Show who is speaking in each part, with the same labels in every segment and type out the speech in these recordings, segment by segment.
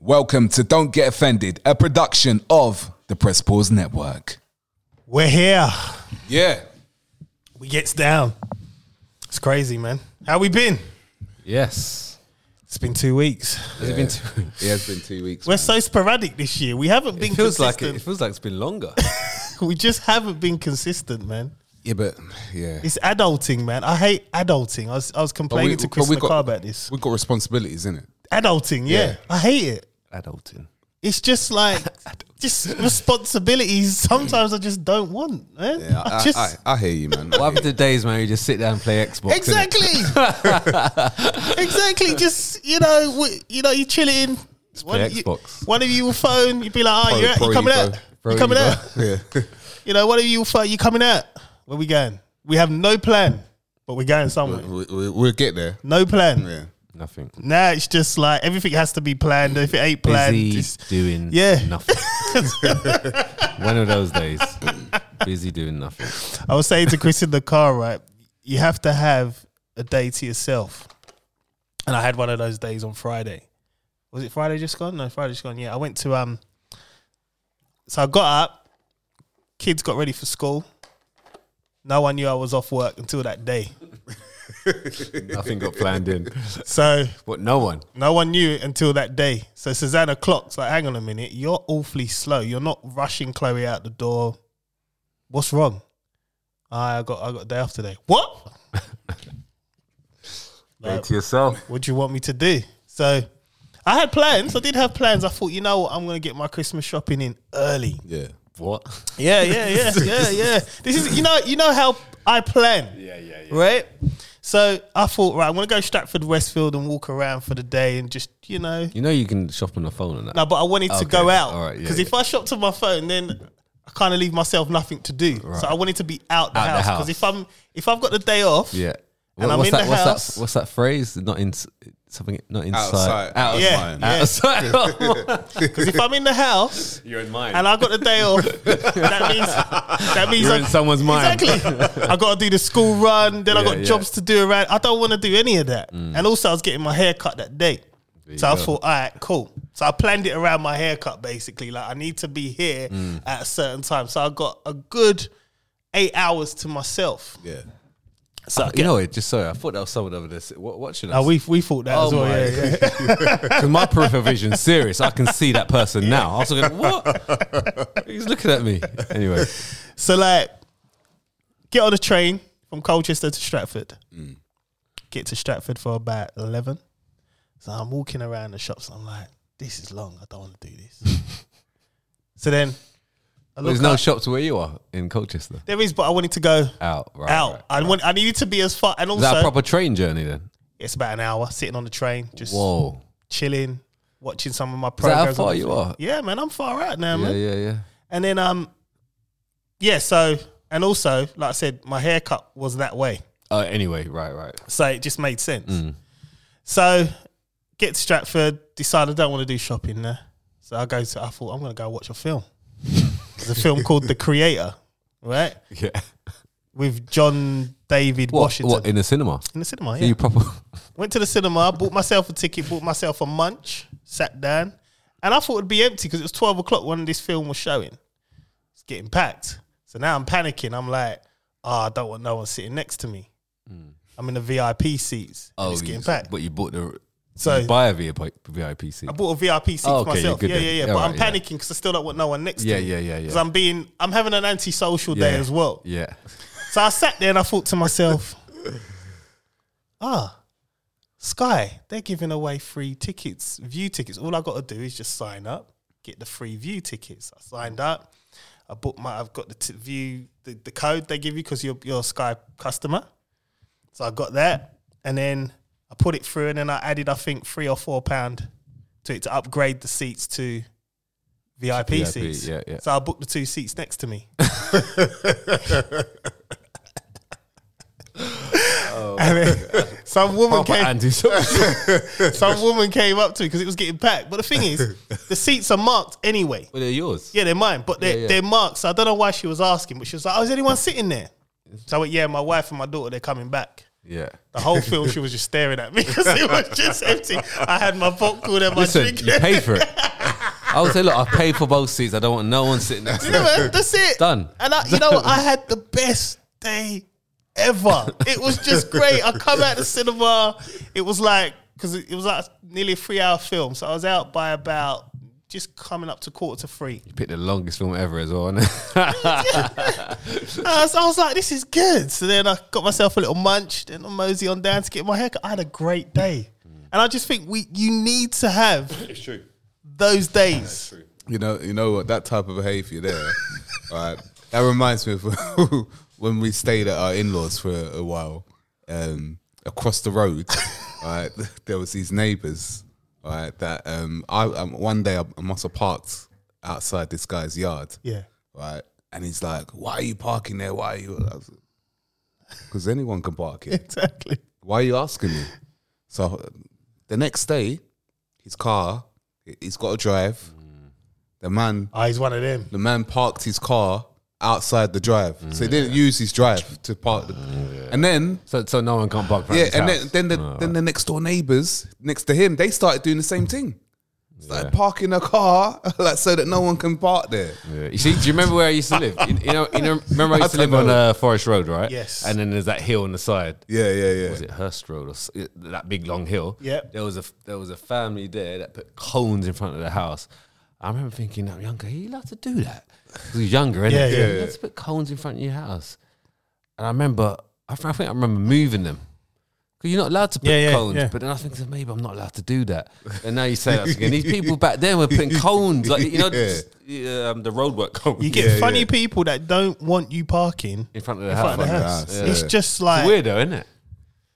Speaker 1: Welcome to Don't Get Offended, a production of the Press Pause Network.
Speaker 2: We're here.
Speaker 1: Yeah.
Speaker 2: We gets down. It's crazy, man. How we been?
Speaker 3: Yes.
Speaker 2: It's been two weeks.
Speaker 3: Has it been two weeks?
Speaker 1: It has been two weeks.
Speaker 2: We're so sporadic this year. We haven't been
Speaker 3: It feels like
Speaker 2: consistent.
Speaker 3: it, it feels like it's been longer.
Speaker 2: We just haven't been consistent, man.
Speaker 1: Yeah, but yeah.
Speaker 2: It's adulting, man. I hate adulting. I was, I was complaining to Chris
Speaker 1: we've
Speaker 2: McCarr about this.
Speaker 1: We've got responsibilities, innit?
Speaker 2: Adulting, yeah.
Speaker 1: Yeah.
Speaker 2: I hate it.
Speaker 3: Adulting.
Speaker 2: It's just like just responsibilities. Sometimes I just don't want, man.
Speaker 1: Yeah,
Speaker 2: I,
Speaker 1: I,
Speaker 2: just
Speaker 1: I, I hear you, man.
Speaker 3: What happened to days, man? You just sit down and play Xbox. innit?
Speaker 2: Exactly. exactly. Just you know, w- you know, you chilling. One,
Speaker 3: play
Speaker 2: of you-
Speaker 3: Xbox.
Speaker 2: one of you will phone. You'd be like, "Oh,
Speaker 1: Pro-
Speaker 2: you're, out,
Speaker 1: pro
Speaker 2: you coming out?
Speaker 1: Evo.
Speaker 3: Pro
Speaker 2: you coming
Speaker 3: Evo.
Speaker 2: out?
Speaker 1: yeah.
Speaker 2: You know, one of you will phone. You coming out? Where we going? We have no plan, but we're going somewhere.
Speaker 1: we, we, we'll get there.
Speaker 2: No plan.
Speaker 1: Yeah.
Speaker 3: Nothing.
Speaker 2: Now it's just like everything has to be planned. If it ain't planned,
Speaker 3: Busy
Speaker 2: it's-
Speaker 3: doing
Speaker 2: Yeah.
Speaker 3: nothing. One of those days. Busy doing nothing.
Speaker 2: I was saying to Chris in the car, right? You have to have a day to yourself. And I had one of those days on Friday. Was it Friday just gone? No, Friday just gone. Yeah, I went to um. So I got up. Kids got ready for school. No one knew I was off work until that day.
Speaker 3: Nothing got planned in.
Speaker 2: So
Speaker 3: What? No one.
Speaker 2: no one knew it until that day. So Susanna clocks like, hang on a minute, you're awfully slow. You're not rushing Chloe out the door. What's wrong? "Ah, I got I got a day off today. What?
Speaker 3: Play to yourself.
Speaker 2: what do you want me to do? So I had plans. I did have plans. I thought, you know what, I'm gonna get my Christmas shopping in early.
Speaker 1: Yeah.
Speaker 3: What?
Speaker 2: Yeah, yeah, yeah, yeah, yeah. This is you know, you know how I plan. Yeah, yeah, yeah. Right? So I thought, right, I'm gonna go Stratford Westfield and walk around for the day and just, you know.
Speaker 3: You know you can shop on the phone and that.
Speaker 2: No, but I wanted to go
Speaker 3: Okay,
Speaker 2: out.
Speaker 3: all right, yeah,
Speaker 2: Because if
Speaker 3: yeah.
Speaker 2: I shopped on my phone, then I kind of leave myself nothing to do. So I wanted to be out the
Speaker 3: Out the
Speaker 2: house.
Speaker 3: house.
Speaker 2: Because if I'm if I've got the day off,
Speaker 3: Yeah.
Speaker 2: And
Speaker 3: What-
Speaker 2: I'm
Speaker 3: what's
Speaker 2: in
Speaker 3: that,
Speaker 2: the
Speaker 3: what's
Speaker 2: house.
Speaker 3: That, what's that phrase? Not in something. Not
Speaker 1: Outside.
Speaker 3: inside. Out of
Speaker 2: Yeah,
Speaker 3: mind.
Speaker 2: yeah.
Speaker 3: Outside.
Speaker 2: because if I'm in the house
Speaker 3: You're in mine.
Speaker 2: and I got the day off, that means that means
Speaker 3: You're
Speaker 2: I-
Speaker 3: in someone's mind.
Speaker 2: Exactly. I got to do the school run. Then I
Speaker 3: Yeah, Mm.
Speaker 2: got
Speaker 3: yeah.
Speaker 2: jobs to do around. I don't want to do any of that. And also, I was getting my hair cut that day, so I thought, all right, cool. So I planned it around my haircut basically. Like I need to be here
Speaker 3: Mm.
Speaker 2: at a certain time. So I got a good eight hours to myself.
Speaker 1: Yeah.
Speaker 2: So I
Speaker 3: You
Speaker 2: get-
Speaker 3: know, it just so I thought that was someone over there. s- What, what should I?
Speaker 2: Oh, we we thought that
Speaker 3: Oh
Speaker 2: as well.
Speaker 3: my
Speaker 2: yeah, yeah.
Speaker 3: Because my peripheral vision's serious. I can see that person now. I was like, what? He's looking at me. Anyway,
Speaker 2: So like, get on a train from Colchester to Stratford.
Speaker 3: Mm.
Speaker 2: Get to Stratford for about eleven. So I'm walking around the shops. I'm like, this is long. I don't want to do this. so then, I look
Speaker 3: there's no
Speaker 2: up.
Speaker 3: shops where you are in Colchester.
Speaker 2: there is, but I wanted to go
Speaker 3: Out, right.
Speaker 2: out.
Speaker 3: right.
Speaker 2: I want. I needed to be as far. And
Speaker 3: Is that a
Speaker 2: also,
Speaker 3: proper train journey then?
Speaker 2: it's about an hour sitting on the train, just
Speaker 3: Whoa.
Speaker 2: chilling, watching some of my
Speaker 3: Is that
Speaker 2: programs.
Speaker 3: how
Speaker 2: on
Speaker 3: far
Speaker 2: the
Speaker 3: you
Speaker 2: phone.
Speaker 3: are?
Speaker 2: Yeah, man, I'm far out now,
Speaker 3: Yeah,
Speaker 2: man.
Speaker 3: yeah, yeah.
Speaker 2: And then, um, yeah. So, and also, like I said, my haircut was that way.
Speaker 3: Oh, anyway, right, right.
Speaker 2: So it just made sense.
Speaker 3: Mm.
Speaker 2: So get to Stratford, decide I don't want to do shopping there. So I go to, I thought I'm going to go watch a film. There's a film called The Creator, right?
Speaker 3: Yeah.
Speaker 2: With John David
Speaker 3: What,
Speaker 2: Washington.
Speaker 3: what, in the cinema?
Speaker 2: in the cinema,
Speaker 3: Are
Speaker 2: yeah.
Speaker 3: you proper?
Speaker 2: Went to the cinema, bought myself a ticket, bought myself a munch, sat down, and I thought it'd be empty because it was twelve o'clock when this film was showing. It's getting packed, so now I'm panicking. I'm like, oh, I don't want no one sitting next to me.
Speaker 3: Mm.
Speaker 2: I'm in the VIP seats. and it's
Speaker 3: Oh, you-
Speaker 2: getting packed.
Speaker 3: But you bought the. So,
Speaker 2: So-
Speaker 3: you buy a VIP, VIP seat.
Speaker 2: I bought a VIP seat
Speaker 3: Oh,
Speaker 2: for
Speaker 3: okay,
Speaker 2: myself.
Speaker 3: you're
Speaker 2: Yeah,
Speaker 3: good
Speaker 2: yeah,
Speaker 3: then.
Speaker 2: yeah.
Speaker 3: Yeah,
Speaker 2: but I'm
Speaker 3: right, yeah.
Speaker 2: panicking because I still don't want no one next
Speaker 3: Yeah,
Speaker 2: to me.
Speaker 3: yeah, yeah, yeah.
Speaker 2: Because I'm being, I'm having an antisocial
Speaker 3: yeah.
Speaker 2: day as well.
Speaker 3: Yeah.
Speaker 2: So I sat there and I thought to myself, ah, Sky, they're giving away free tickets, view tickets. All I got to do is just sign up, get the free view tickets. I signed up. I booked my. I've got the t- view, the, the code they give you because you're you're a Sky customer. So I got that, and then I put it through, and then I added I think three or four pound to it to upgrade the seats to VIP,
Speaker 3: VIP,
Speaker 2: seats.
Speaker 3: yeah, yeah.
Speaker 2: So I booked the two seats next to me.
Speaker 3: Oh,
Speaker 2: and then some woman
Speaker 3: Proper
Speaker 2: came
Speaker 3: anti-social.
Speaker 2: some woman came up to me because it was getting packed. But the thing is, the seats are marked anyway.
Speaker 3: Well, they're yours.
Speaker 2: Yeah, they're mine, but they're,
Speaker 3: Yeah, yeah.
Speaker 2: they're marked. So I don't know why she was asking, but she was like, oh, is anyone sitting there? So I went, yeah, my wife and my daughter, they're coming back.
Speaker 1: Yeah.
Speaker 2: The whole film, she was just staring at me because it was just empty. I had my popcorn and my
Speaker 3: Listen,
Speaker 2: drink.
Speaker 3: you paid for it. I would say, look, I paid for both seats. I don't want no one sitting next to
Speaker 2: You
Speaker 3: me.
Speaker 2: know what? That's it.
Speaker 3: Done.
Speaker 2: And I, you know, what? I had the best day ever. It was just great. I come out the cinema. It was like because it it was like nearly a three-hour film, so I was out by about just coming up to quarter to three.
Speaker 3: Pick the longest film ever as well. innit?
Speaker 2: I was, I was like, this is good. So then I got myself a little munch, then I mosey on down to get my haircut. I had a great day. And I just think we you need to have those days.
Speaker 4: You know, you know what? That type of behaviour there, right? That reminds me of when we stayed at our in-laws for a while. Um, across the road, right? There was these neighbours, right? That um, I um, one day I must have parked outside this guy's yard,
Speaker 2: Yeah.
Speaker 4: right? And he's like, "Why are you parking there? Why are you?" Because anyone can park it.
Speaker 2: Exactly.
Speaker 4: Why are you asking me? So the next day, his car, he's got to drive. The man,
Speaker 2: Oh, he's one of them.
Speaker 4: the man parked his car outside the drive, so he didn't use his drive to park. The, And then,
Speaker 3: so, so no one can't park.
Speaker 4: yeah, and then then the then the next door neighbors next to him, they started doing the same thing. Started parking a car like so that no one can park there.
Speaker 3: Yeah. You see, do you remember where I used to live? You, you know, you know, remember I used to
Speaker 4: I don't
Speaker 3: live on
Speaker 4: know.
Speaker 3: uh, Forest Road, right?
Speaker 2: Yes.
Speaker 3: And then there's that hill on the side.
Speaker 4: Yeah, yeah, yeah.
Speaker 3: Was it Hurst Road or s- that big long hill?
Speaker 2: Yep.
Speaker 3: There was a there was a family there that put cones in front of the house. I remember thinking, I'm younger. He allowed to do that. 'Cause He was younger, innit?
Speaker 2: Yeah, yeah,
Speaker 3: He allowed to put cones in front of your house. And I remember, I think I think I remember moving them. Because you're not allowed to put
Speaker 2: Yeah, yeah,
Speaker 3: cones,
Speaker 2: yeah.
Speaker 3: but then I think "So maybe I'm not allowed to do that. And now you say that again. These people back then were putting cones, like you know,
Speaker 4: Yeah.
Speaker 3: just, yeah, um, the roadwork cones.
Speaker 2: You get funny people that don't want you parking
Speaker 3: in front of the
Speaker 2: in
Speaker 3: house.
Speaker 2: front of the
Speaker 4: Fucking
Speaker 2: house.
Speaker 4: house, yeah.
Speaker 2: It's just like
Speaker 3: It's weird though, isn't it?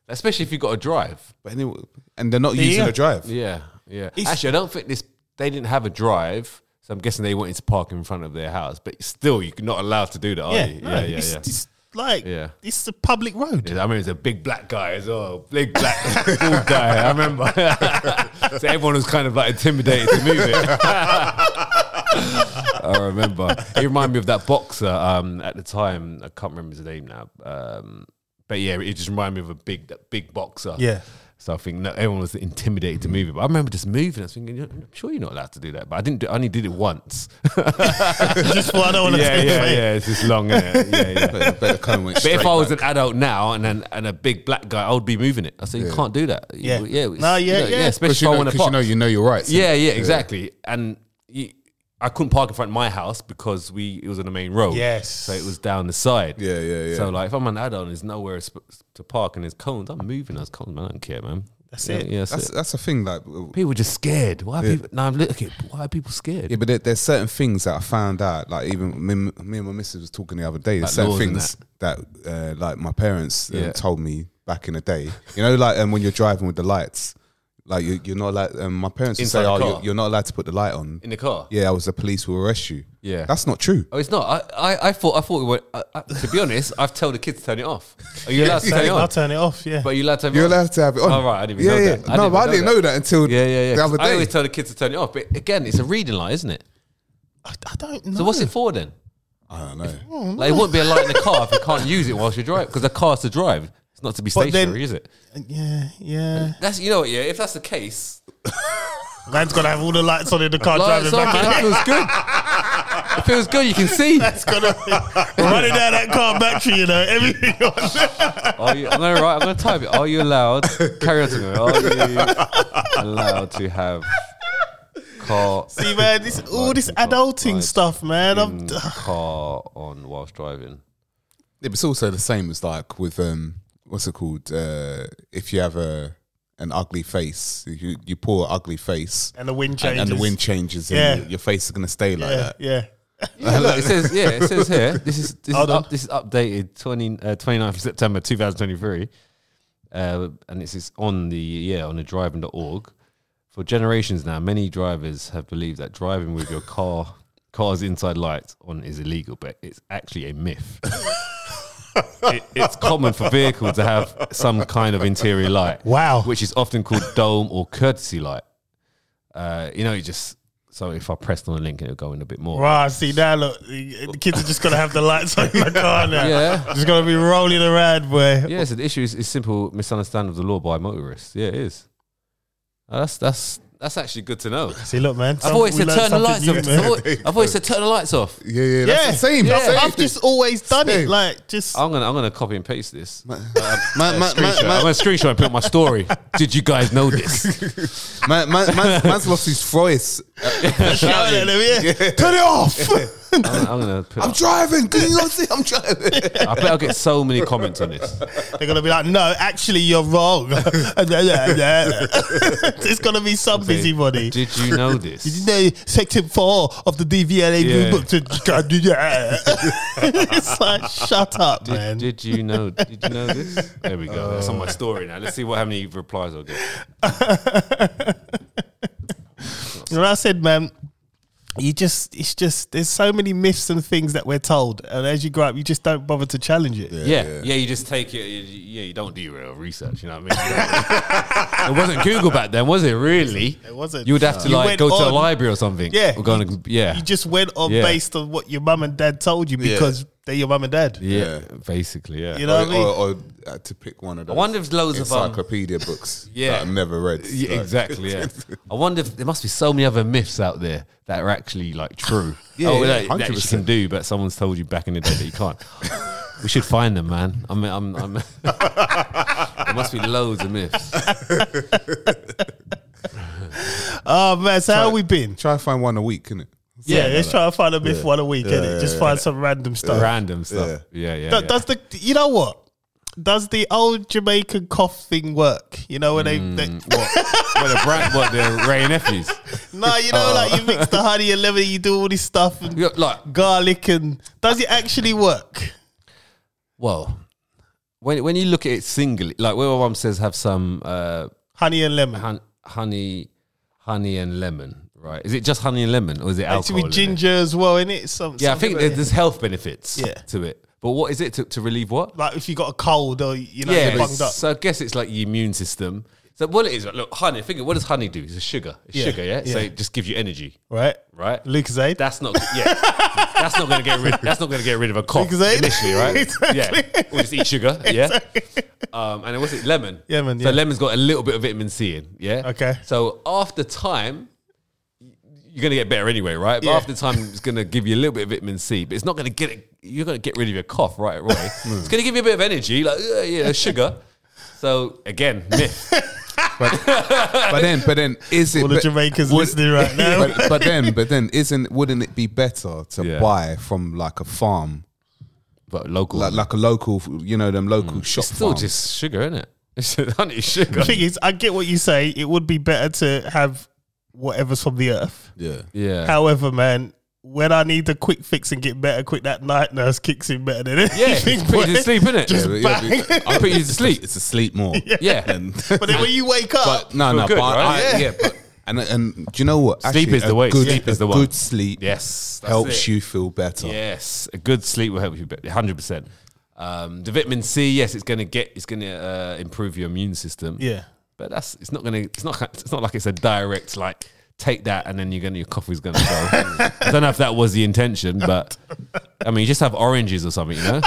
Speaker 3: Especially if you've got to drive.
Speaker 4: But anyway, and they're not using
Speaker 2: yeah.
Speaker 4: a drive.
Speaker 3: Yeah, yeah.
Speaker 2: It's-
Speaker 3: Actually, I don't think this. They didn't have a drive, so I'm guessing they wanted to park in front of their house. But still, you're not allowed to do that, are
Speaker 2: yeah,
Speaker 3: you?
Speaker 2: no,
Speaker 3: yeah, yeah,
Speaker 2: it's,
Speaker 3: yeah.
Speaker 2: it's like
Speaker 3: Yeah.
Speaker 2: it's a public road.
Speaker 3: Yeah, I remember it's a big black guy as well, big black bald guy. I remember. so everyone was kind of like intimidated to move it. I remember. It reminded me of that boxer um, at the time. I can't remember his name now. Um, but yeah, it just reminded me of a big, that big boxer.
Speaker 2: Yeah.
Speaker 3: So I think no, everyone was intimidated to move it. But I remember just moving. I was thinking, I'm sure you're not allowed to do that. But I didn't. Do, I only did it once.
Speaker 2: just what I don't want to
Speaker 3: yeah,
Speaker 2: take
Speaker 3: yeah,
Speaker 2: away.
Speaker 3: yeah. It's just long. Isn't it? Yeah, yeah.
Speaker 4: But, but the cone went
Speaker 3: But
Speaker 4: straight
Speaker 3: if I was
Speaker 4: back.
Speaker 3: an adult now and an, and a big black guy, I would be moving it. I said, you can't do that.
Speaker 2: Yeah.
Speaker 3: yeah, it's-
Speaker 2: No, yeah,
Speaker 3: you know,
Speaker 2: yeah.
Speaker 3: Especially
Speaker 4: 'Cause
Speaker 3: if
Speaker 4: you
Speaker 3: I
Speaker 4: know,
Speaker 3: want
Speaker 4: 'cause
Speaker 3: to
Speaker 4: you
Speaker 3: park.
Speaker 4: know, you know your rights.
Speaker 3: yeah, yeah, exactly. And you, I couldn't park in front of my house because we it was on the main road.
Speaker 2: Yes.
Speaker 3: so it was down the side.
Speaker 4: Yeah, yeah, yeah.
Speaker 3: So like, if I'm an adult and there's nowhere sp- to park and there's cones, I'm moving those cones. Man. I don't care, man.
Speaker 2: That's
Speaker 3: yeah,
Speaker 2: it.
Speaker 3: Yeah, that's
Speaker 4: That's
Speaker 3: it.
Speaker 4: that's a thing. Like
Speaker 3: People are just scared. Why are people? Now I'm looking. Why are people scared?
Speaker 4: Yeah, but there, there's certain things that I found out. Like even me, me and my missus was talking the other day. There's
Speaker 3: Like
Speaker 4: certain
Speaker 3: laws and
Speaker 4: things that, uh, like my parents uh,
Speaker 3: Yeah.
Speaker 4: told me back in the day. You know, like um, when you're driving with the lights, like you, you're not like um, my parents would
Speaker 3: Inside
Speaker 4: say,
Speaker 3: the
Speaker 4: "Oh,
Speaker 3: car.
Speaker 4: you're, you're not allowed to put the light on."
Speaker 3: In the car.
Speaker 4: Yeah, I was the police will arrest you.
Speaker 3: Yeah.
Speaker 4: that's not true.
Speaker 3: Oh, it's not. I, I, I thought I thought it went, I, I, to be honest, I've told the kids to turn it off. Are you allowed to turn it
Speaker 2: I'll
Speaker 3: on?
Speaker 2: turn it off. Yeah.
Speaker 3: But you allowed to have
Speaker 4: You're
Speaker 3: it on?
Speaker 4: allowed to have it on.
Speaker 3: Oh, right, I didn't
Speaker 4: yeah,
Speaker 3: even know
Speaker 4: yeah.
Speaker 3: that. I
Speaker 4: no,
Speaker 3: didn't
Speaker 4: but I
Speaker 3: even
Speaker 4: didn't
Speaker 3: know
Speaker 4: know that until
Speaker 3: Yeah, yeah, yeah.
Speaker 4: the other
Speaker 3: 'Cause I
Speaker 4: day.
Speaker 3: always tell the kids to turn it off, but again, it's a reading light, isn't it?
Speaker 2: I, I don't know.
Speaker 3: So what's it for then?
Speaker 4: I don't know.
Speaker 3: Like, it wouldn't be a light in the car if you can't use it whilst you drive, because the car's to drive. It's not to be
Speaker 2: But then-
Speaker 3: stationary, is it?
Speaker 2: Yeah, yeah.
Speaker 3: That's you know what, yeah. If that's the case,
Speaker 2: Man's gonna have all the lights on in the car
Speaker 3: lights
Speaker 2: driving
Speaker 3: on,
Speaker 2: back.
Speaker 3: man, it feels good. It feels good. You can see.
Speaker 2: It's gonna be running down that car battery, you know, everything on
Speaker 3: Are you, I'm gonna write. I'm gonna type it. Are you allowed? Carry on to me. Are you allowed to have car?
Speaker 2: See, man, this all this adulting stuff, man. I'm
Speaker 3: in car on whilst driving.
Speaker 4: Yeah, but it's also the same as like with um, what's it called? Uh, if you have a an ugly face, if you you pour an ugly face,
Speaker 2: and the wind
Speaker 4: and,
Speaker 2: changes.
Speaker 4: and the wind changes, and
Speaker 2: Yeah.
Speaker 4: your- your face is gonna stay like
Speaker 2: Yeah,
Speaker 4: that.
Speaker 2: yeah.
Speaker 3: Yeah, look, it says yeah, it says here. This is this is,
Speaker 2: Hold
Speaker 3: up,
Speaker 2: on.
Speaker 3: this is updated 20, uh, 29th of September 2023. Uh, and this is on the yeah, on the driving.org. For generations now, many drivers have believed that driving with your car car's inside lights on is illegal, but it's actually a myth. It- it's common for vehicles to have some kind of interior light.
Speaker 2: Wow.
Speaker 3: Which is often called dome or courtesy light. Uh, you know, you just So if I pressed on the link, it'll go in a bit more.
Speaker 2: Right, see now look, the kids are just gonna have the lights on in the car now.
Speaker 3: Yeah.
Speaker 2: just gonna be rolling around, boy.
Speaker 3: Yeah, so the issue is, is simple misunderstanding of the law by motorists. Yeah, it is. Uh, That's that's that's actually good to know.
Speaker 2: See, look, man.
Speaker 3: I've
Speaker 2: some-
Speaker 3: always
Speaker 2: we
Speaker 3: said
Speaker 2: learned
Speaker 3: turn the
Speaker 2: something
Speaker 3: lights off.
Speaker 2: new, man.
Speaker 3: I've always, I've always said turn the lights off.
Speaker 4: Yeah, yeah, that's
Speaker 2: Yeah.
Speaker 4: the same.
Speaker 2: Yeah.
Speaker 4: that's the same
Speaker 2: I've just always done it.
Speaker 4: Same.
Speaker 2: Like, just
Speaker 3: I'm gonna I'm gonna copy and paste this. I'm
Speaker 4: my, my, my, my,
Speaker 3: gonna screenshot and put it on my story. Did you guys know this?
Speaker 4: my, my, man's, man's lost his voice.
Speaker 2: shout at them, yeah.
Speaker 4: Turn it off!
Speaker 3: I'm, gonna- I'm gonna put.
Speaker 4: I'm driving. Can you not see? I'm driving.
Speaker 3: I bet I'll get so many comments on this.
Speaker 2: They're gonna be like, no, actually, you're wrong. it's gonna be some busybody.
Speaker 3: Did you know this?
Speaker 2: Did you know section four of the DVLA
Speaker 3: Yeah.
Speaker 2: rule book to can't do that? It's like, shut up, man.
Speaker 3: Did you know? Did you know this? There we go. That's on my story now. Let's see what how many replies I'll get.
Speaker 2: When I said, man, you just, it's just, there's so many myths and things that we're told. And as you grow up, you just don't bother to challenge it.
Speaker 3: Yeah, yeah. you just take it. you- you- Yeah, you don't do your real research. You know what I mean? it wasn't Google back then, was it? Really?
Speaker 2: It wasn't.
Speaker 3: You would have to
Speaker 2: You
Speaker 3: like
Speaker 2: went
Speaker 3: go to a
Speaker 2: on-
Speaker 3: library or something.
Speaker 2: Yeah.
Speaker 3: Or go on a- yeah.
Speaker 2: You just went on
Speaker 3: Yeah.
Speaker 2: based on what your mum and dad told you because they're your mum and dad.
Speaker 3: yeah. Basically, yeah.
Speaker 2: You know what I mean?
Speaker 4: or, or, uh, to pick one of those.
Speaker 3: wonder if loads of, um,
Speaker 4: encyclopedia books
Speaker 3: Yeah.
Speaker 4: that I've never read.
Speaker 3: Yeah,
Speaker 4: Like-
Speaker 3: exactly. Yeah, I wonder if there must be so many other myths out there that are actually like true. yeah,
Speaker 4: yeah,
Speaker 3: oh, that- that, you
Speaker 4: 100%.
Speaker 3: can do, but someone's told you back in the day that you can't. we should find them, man. I mean, I'm, I'm there must be loads of myths.
Speaker 2: Oh, man. So, how we been?
Speaker 4: Try and find one a week, innit?
Speaker 2: Yeah, let's try and find a myth one a week, innit? just find some random stuff.
Speaker 3: Random stuff. Yeah, yeah.
Speaker 2: Do-
Speaker 3: yeah.
Speaker 2: Does the you know what? Does the old Jamaican cough thing work? You know when they, they
Speaker 3: what the brand? What the Ray nephews?
Speaker 2: no, you know like you mix the honey and lemon, you do all this stuff and
Speaker 3: You're Like,
Speaker 2: garlic and does it actually work?
Speaker 3: well, when when you look at it singly, like where my mum says, have some uh,
Speaker 2: Honey and lemon,
Speaker 3: hun- honey, honey and lemon. Right? Is it just honey and lemon, or is it
Speaker 2: actually
Speaker 3: alcohol?
Speaker 2: with
Speaker 3: in it?
Speaker 2: ginger as well, innit? Some,
Speaker 3: Yeah, I
Speaker 2: something
Speaker 3: think
Speaker 2: like,
Speaker 3: there's, there's health benefits
Speaker 2: Yeah.
Speaker 3: to it. But what is it to, to relieve what?
Speaker 2: like if you got a cold or you know
Speaker 3: yeah,
Speaker 2: you're bunged up.
Speaker 3: so I guess it's like your immune system. So what it is, like, look, honey. Think of- what does honey do? It's a sugar. It's
Speaker 2: Yeah,
Speaker 3: sugar, yeah? So
Speaker 2: yeah.
Speaker 3: it just gives you energy,
Speaker 2: Right,
Speaker 3: right?
Speaker 2: Lucasade.
Speaker 3: That's not yeah. that's not gonna get rid. That's not gonna get rid of a cough
Speaker 2: Lucozade.
Speaker 3: initially, right? Yeah,
Speaker 2: Exactly.
Speaker 3: we'll just eat sugar. Yeah. Um, and then what's it? Lemon.
Speaker 2: Yeah, man,
Speaker 3: So
Speaker 2: yeah.
Speaker 3: lemon's got a little bit of vitamin C in. Yeah.
Speaker 2: Okay.
Speaker 3: So after time. You're gonna get better anyway, right? But
Speaker 2: Yeah.
Speaker 3: after time, it's gonna give you a little bit of vitamin C, but it's not gonna get it. You're gonna get rid of your cough right away. It's gonna give you a bit of energy, like uh, yeah, sugar. So again, myth.
Speaker 4: But then, but then, is it?
Speaker 2: All the
Speaker 4: but-
Speaker 2: Jamaicans
Speaker 4: would-
Speaker 2: listening right now.
Speaker 4: but, but then, but then, isn't? Wouldn't it be better to
Speaker 3: Yeah.
Speaker 4: buy from like a farm,
Speaker 3: but local,
Speaker 4: like like a local, you know, them local shop?
Speaker 3: Mm. it's still
Speaker 4: farms?
Speaker 3: just sugar, isn't it? It's honey sugar.
Speaker 2: The thing is, I get what you say. It would be better to have whatever's from the earth.
Speaker 4: yeah.
Speaker 3: Yeah.
Speaker 2: However, man, when I need a quick fix and get better quick, that night nurse kicks in better than anything.
Speaker 3: Yeah, it's put you to
Speaker 2: boy.
Speaker 3: sleep, innit?
Speaker 4: Yeah, but- yeah,
Speaker 2: bang.
Speaker 4: but-
Speaker 3: I put you to sleep.
Speaker 4: It's a sleep more.
Speaker 3: Yeah.
Speaker 4: And-
Speaker 2: But then when you wake up,
Speaker 4: but no,
Speaker 3: Feel
Speaker 4: no,
Speaker 3: good,
Speaker 4: but I,
Speaker 3: right?
Speaker 4: yeah. but, and and do you know what?
Speaker 3: Sleep is
Speaker 4: a
Speaker 3: the way.
Speaker 4: Good,
Speaker 3: Sleep is
Speaker 4: a
Speaker 3: the one.
Speaker 4: Good sleep
Speaker 3: Yes. that's
Speaker 4: helps
Speaker 3: it.
Speaker 4: you feel better.
Speaker 3: Yes. A good sleep will help you be- 100%. Um, the vitamin C, yes, it's going to get, it's going to uh, improve your immune system.
Speaker 2: yeah,
Speaker 3: But that's, it's not going to, it's not, it's not like it's a direct, like, take that and then you're going to, your coffee's going to go. I don't know if that was the intention, but I mean, you just have oranges or something, you know?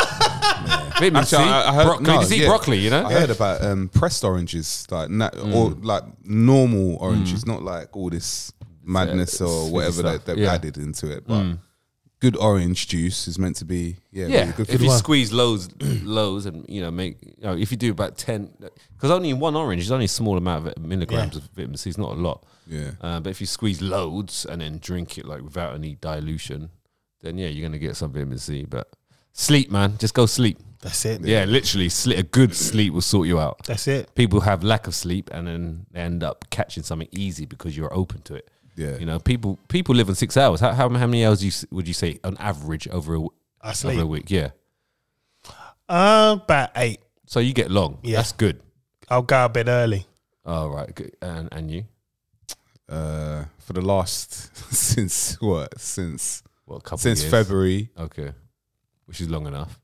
Speaker 3: Vitamin
Speaker 4: Actually,
Speaker 3: C,
Speaker 4: I- I heard-
Speaker 3: broccoli,
Speaker 4: no,
Speaker 3: just eat
Speaker 4: yeah.
Speaker 3: broccoli, you know? Mm.
Speaker 4: I heard about um, pressed oranges, like na- or like normal oranges, not like all this madness or
Speaker 3: sticky
Speaker 4: whatever
Speaker 3: stuff.
Speaker 4: that they've
Speaker 3: Yeah. Mm.
Speaker 4: added into it. But good orange juice is meant to be yeah, really
Speaker 3: Yeah,
Speaker 4: good for
Speaker 3: if
Speaker 4: the
Speaker 3: you
Speaker 4: body.
Speaker 3: squeeze loads, loads, and you know, make you know, if you do about ten, because only in one orange is only a small amount of milligrams of vitamin C. It's not a lot.
Speaker 4: Yeah.
Speaker 3: Uh, but if you squeeze loads and then drink it like without any dilution, then yeah, you're gonna get some vitamin C. But sleep, man, just go sleep.
Speaker 2: that's it.
Speaker 3: Yeah, literally, sleep. A good sleep will sort you out.
Speaker 2: That's it.
Speaker 3: People have lack of sleep and then they end up catching something easy because you're open to it.
Speaker 4: Yeah.
Speaker 3: you know, people people live on six hours. How how, how many hours you, s- would you say on average over a, w-
Speaker 2: I
Speaker 3: over a
Speaker 2: sleep.
Speaker 3: week? Yeah.
Speaker 2: Uh, about eight.
Speaker 3: So you get long.
Speaker 2: Yeah.
Speaker 3: That's good.
Speaker 2: I'll go to bed early.
Speaker 3: All right. Good. And, and you?
Speaker 4: uh, for the last since what since
Speaker 3: Well, a couple of
Speaker 4: since
Speaker 3: years. Oh.
Speaker 4: February.
Speaker 3: Okay. Which is long enough.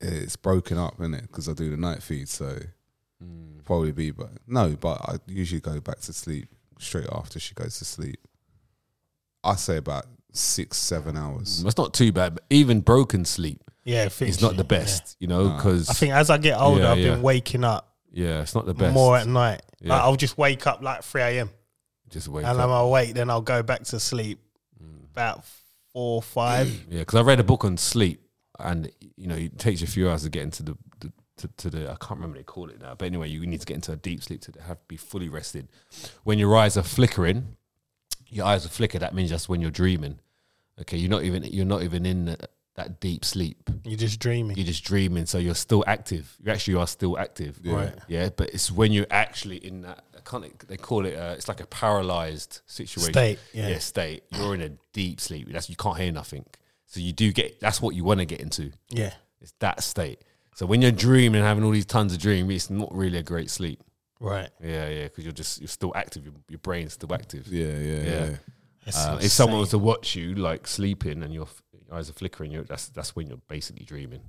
Speaker 4: It's broken up, isn't it? Because I do the night feed, so probably be. But no, but I usually go back to sleep straight after she goes to sleep. I say about six, seven hours.
Speaker 3: It's not too bad, but even broken sleep
Speaker 2: Yeah,
Speaker 3: is not the best, you know,
Speaker 2: I
Speaker 3: because
Speaker 2: think as I get older,
Speaker 3: Yeah,
Speaker 2: I've
Speaker 3: yeah.
Speaker 2: been waking up
Speaker 3: yeah, it's not the best.
Speaker 2: more at night.
Speaker 3: Yeah.
Speaker 2: Like, I'll just wake up like 3 a.m.
Speaker 3: just wake
Speaker 2: and
Speaker 3: up. Mm.
Speaker 2: I'm awake, then I'll go back to sleep about four, five.
Speaker 3: Yeah, because I read a book on sleep, and you know it takes you a few hours to get into the, the to, to the I can't remember what they call it now, but anyway, you need to get into a deep sleep to have be fully rested. When your eyes are flickering, your eyes are flicker. That means that's when you're dreaming. Okay, you're not even you're not even in that, that deep sleep.
Speaker 2: You're just dreaming.
Speaker 3: You're just dreaming, so you're still active. You actually are still active,
Speaker 2: Right.
Speaker 3: Yeah, but it's when you're actually in that. I can't. They call it. Uh, it's like a paralyzed situation
Speaker 2: State, yeah.
Speaker 3: state. You're in a deep sleep. That's you can't hear nothing. So you do get. That's what you want to get into.
Speaker 2: Yeah.
Speaker 3: It's that state. So when you're dreaming, having all these tons of dream, it's not really a great sleep.
Speaker 2: Right.
Speaker 3: Yeah, yeah, because you're just you're still active. Your, your brain's still active.
Speaker 4: Yeah, yeah,
Speaker 3: Yeah.
Speaker 4: yeah.
Speaker 2: That's
Speaker 3: Uh,
Speaker 2: insane.
Speaker 3: if someone was to watch you like sleeping and your f- your eyes are flickering, you're, that's that's when you're basically dreaming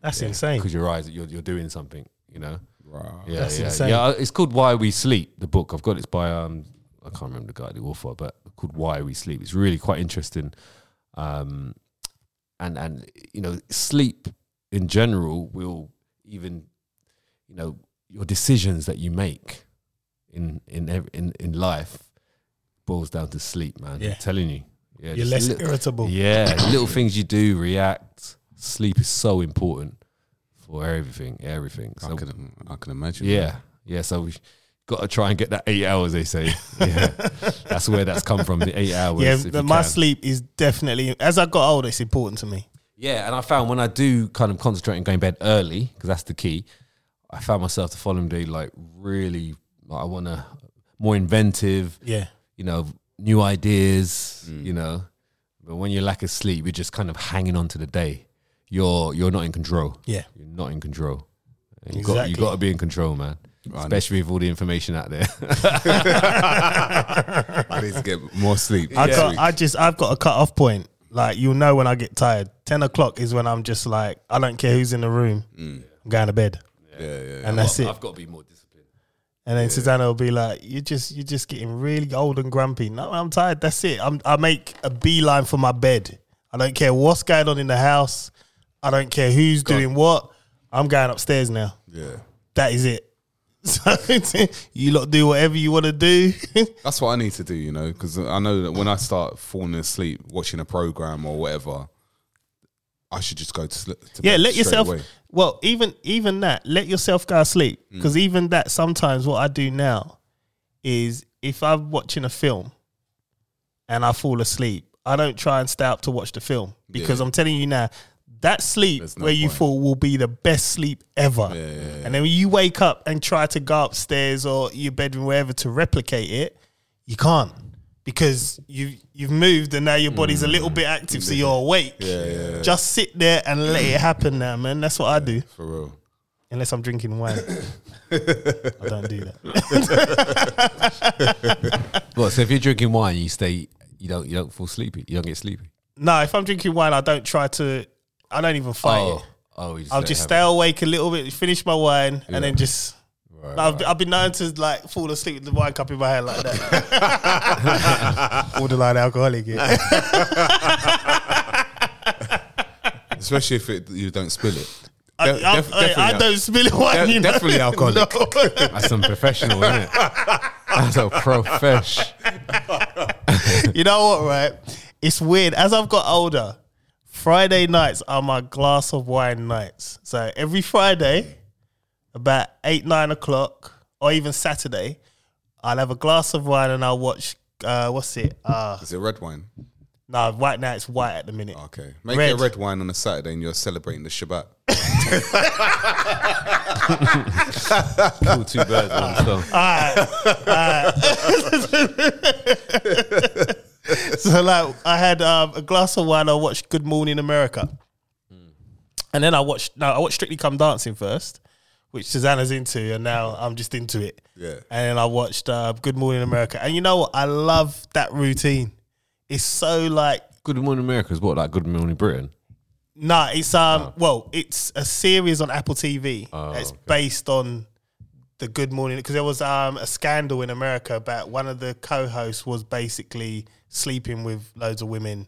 Speaker 2: That's insane.
Speaker 3: because your eyes you're you're doing something. You know.
Speaker 4: Rah.
Speaker 3: Yeah,
Speaker 2: That's
Speaker 3: yeah,
Speaker 2: insane.
Speaker 3: yeah. It's called Why We Sleep. The book I've got it's by um I can't remember the guy, the author, but called Why We Sleep. It's really quite interesting. Um, and and you know, sleep in general will even you know your decisions that you make in in ev- in in life boils down to sleep, man.
Speaker 2: Yeah.
Speaker 3: I'm telling you. Yeah,
Speaker 2: You're
Speaker 3: just
Speaker 2: less
Speaker 3: little-
Speaker 2: irritable.
Speaker 3: yeah, little things you do, react. Sleep is so important for everything, everything.
Speaker 4: I
Speaker 3: So
Speaker 4: can, I can imagine.
Speaker 3: yeah, yeah. So we got to try and get that eight hours. They say, yeah, that's where that's come from. The eight hours.
Speaker 2: Yeah,
Speaker 3: if you
Speaker 2: the, my
Speaker 3: can.
Speaker 2: sleep is definitely as I got older, it's important to me.
Speaker 3: Yeah, and I found when I do kind of concentrate and going to bed early because that's the key. I found myself the following day like really, like, I want to more inventive.
Speaker 2: Yeah,
Speaker 3: You know, new ideas.
Speaker 2: Mm.
Speaker 3: You know, but when you lack of sleep, you're just kind of hanging on to the day. You're you're not in control.
Speaker 2: yeah,
Speaker 3: You're not in control. And You got you
Speaker 2: Exactly.
Speaker 3: got to be in control, man. Especially with all the information out there.
Speaker 4: I need to get more sleep.
Speaker 2: I
Speaker 4: this
Speaker 2: got,
Speaker 4: week.
Speaker 2: I just, I've got a cut off point. Like you'll know when I get tired. Ten o'clock is when I'm just like, I don't care who's in the room.
Speaker 3: Mm.
Speaker 2: I'm going to bed,
Speaker 4: yeah, yeah.
Speaker 2: and that's it.
Speaker 3: I've got to be more disciplined.
Speaker 2: And then Susanna will be like, "You're just, you're just getting really old and grumpy." No, I'm tired. That's it. I'm, I make a beeline for my bed. I don't care what's going on in the house. I don't care who's doing what. I'm going upstairs now.
Speaker 4: yeah.
Speaker 2: That is it. So you lot do whatever you want to do.
Speaker 4: That's what I need to do, you know, because I know that when I start falling asleep watching a program or whatever, I should just go to, sl- to
Speaker 2: yeah,
Speaker 4: bed
Speaker 2: let
Speaker 4: straight
Speaker 2: yourself.
Speaker 4: away. Mm.
Speaker 2: Well, even even that, let yourself go to sleep. Because even that, sometimes what I do now is if I'm watching a film and I fall asleep, I don't try and stay up to watch the film because I'm telling you now. That sleep
Speaker 4: There's no
Speaker 2: where you
Speaker 4: point.
Speaker 2: fall will be the best sleep ever. And then when you wake up and try to go upstairs or your bedroom, wherever, to replicate it, you can't because you you've moved and now your body's a
Speaker 4: Mm.
Speaker 2: little bit active, so you're awake. Just sit there and let it happen now, man. That's what I do.
Speaker 4: for real.
Speaker 2: Unless I'm drinking wine, I don't do that.
Speaker 3: Well, so if you're drinking wine, you stay, you don't, you don't fall sleepy. You don't get sleepy.
Speaker 2: No, if I'm drinking wine, I don't try to. I don't even fight it.
Speaker 3: oh, you just
Speaker 2: I'll
Speaker 3: let it
Speaker 2: just stay
Speaker 3: happen.
Speaker 2: awake a little bit, finish my wine, and then just.
Speaker 3: Right,
Speaker 2: I've, I've been known to like fall asleep with the wine cup in my hand like that. Borderline alcoholic. Yeah.
Speaker 4: Especially if it, you don't spill it.
Speaker 2: I,
Speaker 4: De-
Speaker 2: I-
Speaker 4: def-
Speaker 2: I- I
Speaker 4: definitely
Speaker 2: don't spill wine.
Speaker 4: De-
Speaker 2: you know?
Speaker 4: definitely alcoholic.
Speaker 2: No.
Speaker 3: That's some professional, isn't it? That's a profesh.
Speaker 2: you know what, right? It's weird. As I've got older, Friday nights are my glass of wine nights. So every Friday, about eight, nine o'clock, or even Saturday, I'll have a glass of wine and I'll watch. Uh, what's it? Uh,
Speaker 4: Is it red wine?
Speaker 2: no, right now it's white at the minute.
Speaker 4: Okay. Make it
Speaker 2: Red.
Speaker 4: a red wine on a Saturday and you're celebrating the Shabbat.
Speaker 3: Kill two birds with one stone.
Speaker 2: Uh, So like, I had um, a glass of wine. I watched Good Morning America, and then I watched. No, I watched Strictly Come Dancing first, which Susanna's into, and now I'm just into it.
Speaker 4: Yeah.
Speaker 2: And then I watched uh, Good Morning America, and you know what? I love that routine. It's so like
Speaker 3: Good Morning America is what like Good Morning Britain. Oh.
Speaker 2: Nah, it's um. Well, it's a series on Apple TV. that's based on the Good Morning because there was um, a scandal in America about one of the co-hosts was basically sleeping with loads of women.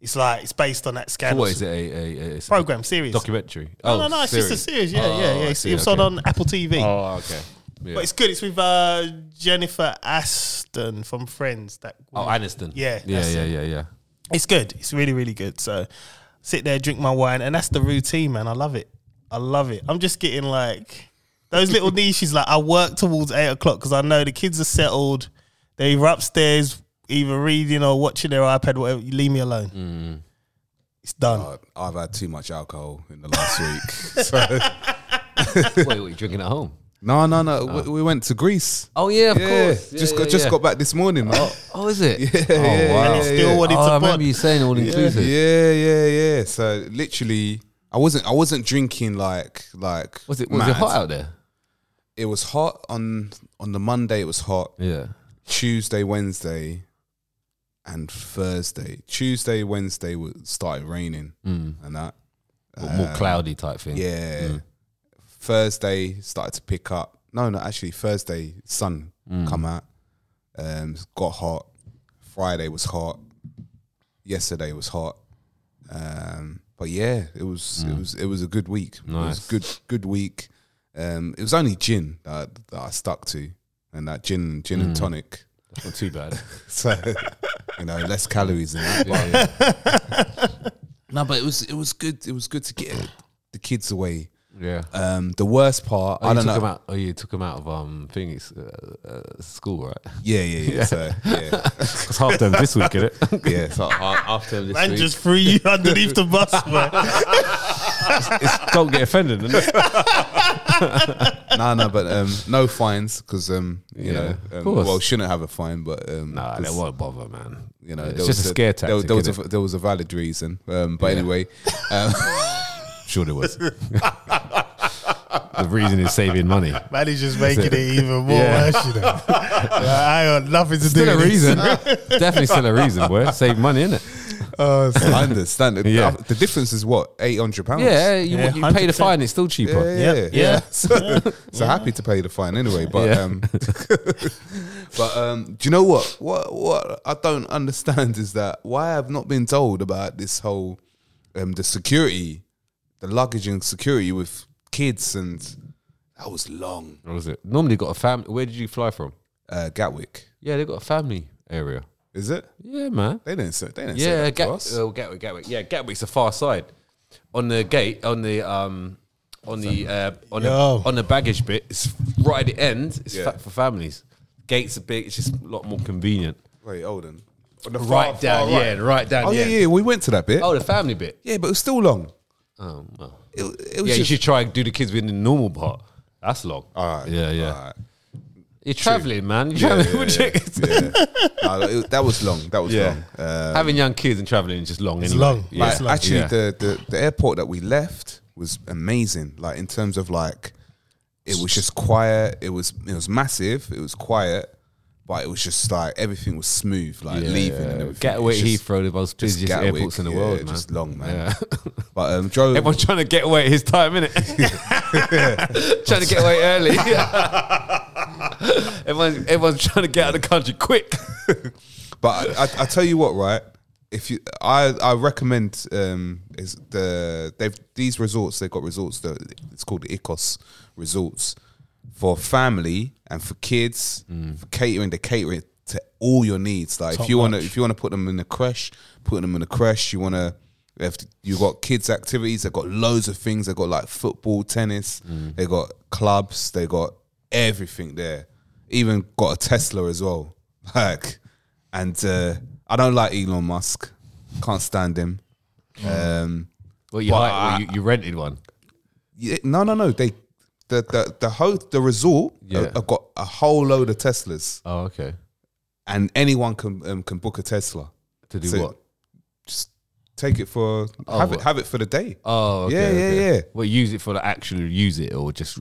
Speaker 2: It's like it's based on that scandal.
Speaker 3: What is it? A, a, a, it's a
Speaker 2: Program series.
Speaker 3: documentary?
Speaker 2: no, no, no. It's just a series. Yeah,
Speaker 3: Oh,
Speaker 2: yeah, yeah.
Speaker 3: I
Speaker 2: It's,
Speaker 3: see,
Speaker 2: it's
Speaker 3: okay.
Speaker 2: on on Apple TV.
Speaker 3: Oh, okay. Yeah.
Speaker 2: But it's good. It's with uh, Jennifer Aston from Friends. That
Speaker 3: oh, Aniston.
Speaker 2: Yeah,
Speaker 3: yeah,
Speaker 2: that's
Speaker 3: yeah,
Speaker 2: it.
Speaker 3: yeah, yeah.
Speaker 2: It's good. It's really, really good. So sit there, drink my wine, and that's the routine, man. I love it. I love it. I'm just getting like those little niches. Like I work towards eight o'clock because I know the kids are settled. They're either upstairs, either reading or watching their iPad, whatever. You leave me alone.
Speaker 3: Mm.
Speaker 2: It's done.
Speaker 3: Oh,
Speaker 4: Uh, I've had too much alcohol in the last week. So-
Speaker 3: Wait, what are you drinking at home?
Speaker 4: no, no, no. We, we went to Greece.
Speaker 3: Oh yeah, oh. of course.
Speaker 4: just got just got back this morning. Oh,
Speaker 3: Oh, is it?
Speaker 4: yeah, yeah,
Speaker 3: wow.
Speaker 4: yeah,
Speaker 2: It's still what it's
Speaker 3: oh, I
Speaker 2: about.
Speaker 3: remember you saying all inclusive.
Speaker 4: Yeah, yeah, yeah. So literally, I wasn't I wasn't drinking like like.
Speaker 3: Was it was
Speaker 4: mad.
Speaker 3: it hot out there?
Speaker 4: It was hot on on the Monday. It was hot.
Speaker 3: Yeah.
Speaker 4: Tuesday, Wednesday, and Thursday. Tuesday, Wednesday wa- started raining
Speaker 3: Mm.
Speaker 4: and that.
Speaker 3: Or more cloudy type thing.
Speaker 4: Um, Yeah. Thursday started to pick up. No, no, actually Thursday sun come out. Um, got hot. Friday was hot. Yesterday was hot. Um, but yeah, it was it was it was a good week.
Speaker 3: Nice.
Speaker 4: It was good good week. Um, it was only gin that, that I stuck to, and that gin gin and tonic.
Speaker 3: That's not too bad.
Speaker 4: So you know, less calories than that.
Speaker 3: yeah, yeah.
Speaker 4: No, but it was it was good. It was good to get the kids away.
Speaker 3: yeah.
Speaker 4: Um, the worst part,
Speaker 3: Oh,
Speaker 4: I
Speaker 3: you
Speaker 4: don't
Speaker 3: took
Speaker 4: know.
Speaker 3: Him out, oh, you took him out of um thing. It's uh, uh, school, right?
Speaker 4: Yeah, yeah, yeah. So, yeah,
Speaker 3: It's half term this week, is it?
Speaker 4: yeah. So after this
Speaker 2: Man just threw you underneath the bus, man.
Speaker 3: Don't get offended. innit?
Speaker 4: no, no, but um, no fines because um, you
Speaker 3: Yeah,
Speaker 4: know,
Speaker 3: of
Speaker 4: um,
Speaker 3: course.
Speaker 4: well, shouldn't have a fine, but um,
Speaker 3: nah, that
Speaker 4: 'cause,
Speaker 3: won't bother, man.
Speaker 4: You know,
Speaker 3: it's just a scare tactic.
Speaker 4: There, there was
Speaker 3: innit?
Speaker 4: a there was a valid reason, um, but
Speaker 3: Yeah.
Speaker 4: anyway, um,
Speaker 3: Sure, there was. the reason is saving money.
Speaker 2: Man is just making it even more
Speaker 3: Yeah.
Speaker 2: worse, you know. Like, I got nothing to do
Speaker 3: Still a
Speaker 2: with this.
Speaker 3: reason. Definitely still a reason, boy. Save money, innit?
Speaker 2: Oh, so-
Speaker 4: I understand. The-
Speaker 3: Yeah.
Speaker 4: Uh, The difference is what eight hundred pounds.
Speaker 3: Yeah, you,
Speaker 2: Yeah,
Speaker 3: you pay the
Speaker 2: 100%.
Speaker 3: fine, it's still cheaper.
Speaker 4: Yeah, yeah,
Speaker 2: Yeah.
Speaker 4: yeah.
Speaker 2: Yeah.
Speaker 4: So, so happy to pay the fine anyway. But
Speaker 3: Yeah.
Speaker 4: um, but um, do you know what? What what I don't understand is that why I've not been told about this whole um the security, the luggage and security with kids and that was long.
Speaker 3: What was it? Normally got a family. Where did you fly from?
Speaker 4: Uh, Gatwick,
Speaker 3: Yeah, they got a family area.
Speaker 4: is it?
Speaker 3: Yeah, man.
Speaker 4: They didn't say. They didn't say
Speaker 3: Yeah,
Speaker 4: that to
Speaker 3: Gat-
Speaker 4: us.
Speaker 3: uh, Gatwick, Gatwick. Yeah, Gatwick's the far side. On the gate, on the um, on the uh, on the
Speaker 2: Yo.
Speaker 3: on the baggage bit, it's right at the end. It's
Speaker 4: Yeah.
Speaker 3: fa- for families. Gates are big. It's just a lot more convenient.
Speaker 4: Wait, hold on. On the far-
Speaker 3: Right
Speaker 4: far
Speaker 3: down,
Speaker 4: right.
Speaker 3: yeah, right down.
Speaker 4: Oh yeah, yeah. We went to that bit.
Speaker 3: Oh, the family bit.
Speaker 4: Yeah, but it was still long.
Speaker 3: Oh, well.
Speaker 4: It, it was
Speaker 3: yeah, you
Speaker 4: just,
Speaker 3: should try and do the kids within the normal part. That's long.
Speaker 4: All right,
Speaker 3: Yeah, yeah.
Speaker 4: all right.
Speaker 3: You're traveling, man. You're
Speaker 4: Yeah,
Speaker 3: traveling
Speaker 4: yeah,
Speaker 3: with
Speaker 4: yeah,
Speaker 3: your kids.
Speaker 4: yeah. No, it- that was long. That was
Speaker 3: Yeah.
Speaker 4: long. Uh,
Speaker 3: Having young kids and traveling is just long.
Speaker 2: It's
Speaker 3: anyway.
Speaker 2: long.
Speaker 3: Yeah.
Speaker 2: It's
Speaker 4: like,
Speaker 2: long.
Speaker 4: actually,
Speaker 3: Yeah.
Speaker 4: the, the the airport that we left was amazing. Like in terms of like, it was just quiet. It was it was massive. It was quiet, but it was just like everything was smooth. Like leaving and everything.
Speaker 3: Gatwick
Speaker 4: It's just-
Speaker 3: Heathrow, the most
Speaker 4: just
Speaker 3: busiest
Speaker 4: Gatwick,
Speaker 3: airports in the
Speaker 4: yeah,
Speaker 3: world, man.
Speaker 4: Just long, man.
Speaker 3: Yeah.
Speaker 4: But um, drove.
Speaker 3: Everyone's trying to get away at his time, innit? trying to get away early. everyone's, everyone's trying to get out of the country quick.
Speaker 4: But I, I, I tell you what, right? If you, I, I recommend um, is the they've these resorts. They've got resorts that it's called the Icos Resorts for family and for kids for catering. They cater it to all your needs. Like if you want to, if you want to put them in a creche, put them in a creche. You want to. If you got kids activities, they've got loads of things. They've got like football, tennis. They got clubs. They got everything there. Even got a Tesla as well. Like and uh, I don't like Elon Musk. Can't stand him. Um,
Speaker 3: Well, you,
Speaker 4: But
Speaker 3: like,
Speaker 4: I-
Speaker 3: well, you, you rented one.
Speaker 4: yeah, no, no, no. They the the the whole the resort uh,
Speaker 3: Yeah.
Speaker 4: have got a whole load of Teslas,
Speaker 3: Oh, okay.
Speaker 4: and anyone can um, can book a Tesla.
Speaker 3: To do
Speaker 4: So
Speaker 3: what?
Speaker 4: Just take it for have it
Speaker 3: what?
Speaker 4: have it for the day.
Speaker 3: Oh, okay,
Speaker 4: Yeah, yeah,
Speaker 3: okay.
Speaker 4: yeah.
Speaker 3: Well, use it for the actual use it or just.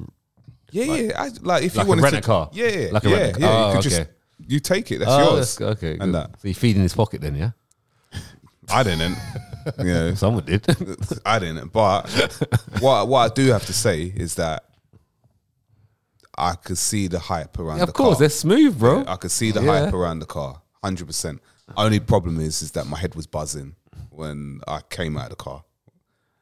Speaker 4: Yeah, yeah. I, like if
Speaker 3: Like
Speaker 4: you
Speaker 3: a
Speaker 4: wanted
Speaker 3: rent a
Speaker 4: to,
Speaker 3: car?
Speaker 4: Yeah, yeah,
Speaker 3: Like a
Speaker 4: yeah,
Speaker 3: rent a car?
Speaker 4: yeah.
Speaker 3: Oh,
Speaker 4: you could just
Speaker 3: okay.
Speaker 4: you take it. That's
Speaker 3: Oh,
Speaker 4: yours.
Speaker 3: that's- okay.
Speaker 4: and
Speaker 3: good.
Speaker 4: that
Speaker 3: So you feed in his pocket then, yeah?
Speaker 4: I didn't. yeah,
Speaker 3: Someone did.
Speaker 4: I didn't. But what what I do have to say is that I could see the hype around.
Speaker 3: of
Speaker 4: the
Speaker 3: course,
Speaker 4: car.
Speaker 3: they're smooth, bro.
Speaker 4: I could see the
Speaker 3: Yeah.
Speaker 4: hype around the car, hundred percent. Only problem is, is that my head was buzzing when I came out of the car.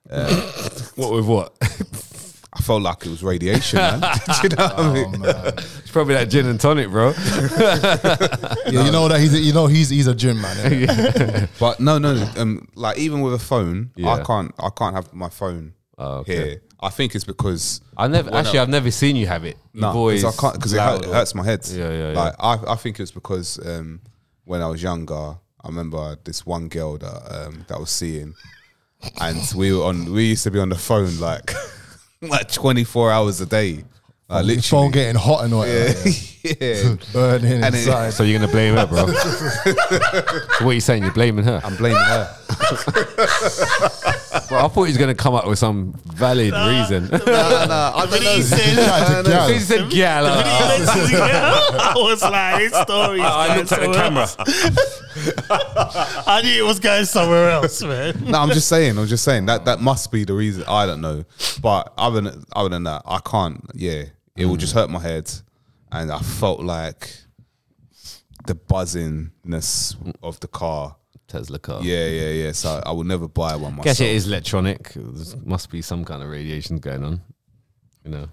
Speaker 3: What with what?
Speaker 4: I felt like it was radiation, man. Do you know what I mean?
Speaker 3: it's probably that gin and tonic, bro.
Speaker 5: Yeah, you know that he's a, you know he's he's a gym man. innit?
Speaker 4: But no, no, no, um, like even with a phone, I
Speaker 3: Yeah. Oh,
Speaker 4: can't, I can't have my phone here. I think it's because
Speaker 3: I never actually. I've never seen you have it.
Speaker 4: no,
Speaker 3: You've always
Speaker 4: because I can't because it,
Speaker 3: loud
Speaker 4: hurt, it
Speaker 3: or-
Speaker 4: hurts my head.
Speaker 3: Yeah, yeah, yeah.
Speaker 4: Like I, I think it's because um, when I was younger, I remember this one girl that um, that I was seeing, and we were on. We used to be on the phone like like twenty four hours a day, like
Speaker 5: Your
Speaker 4: literally.
Speaker 5: phone getting hot and all that.
Speaker 4: yeah,
Speaker 5: Burning
Speaker 4: And it-
Speaker 5: inside.
Speaker 3: So you're gonna blame her, bro. so what are you saying? You're blaming her.
Speaker 4: I'm blaming her.
Speaker 3: Bro, I thought he was gonna come up with some valid reason.
Speaker 2: I don't know.
Speaker 5: Tried to
Speaker 3: he
Speaker 5: gal.
Speaker 3: said, "Yeah, like, uh,
Speaker 2: I was like, his story.
Speaker 6: I looked at
Speaker 2: uh,
Speaker 6: the camera.
Speaker 2: I knew it was going somewhere else, man.
Speaker 4: No, I'm just saying. I'm just saying that that must be the reason. I don't know, but other than other than that, I can't. Yeah, it will just hurt my head, and I felt like the buzzingness of the car.
Speaker 3: Tesla car.
Speaker 4: Yeah, yeah, yeah. So I will never buy one myself.
Speaker 3: guess it is electronic. There must be some kind of radiation going on. You know.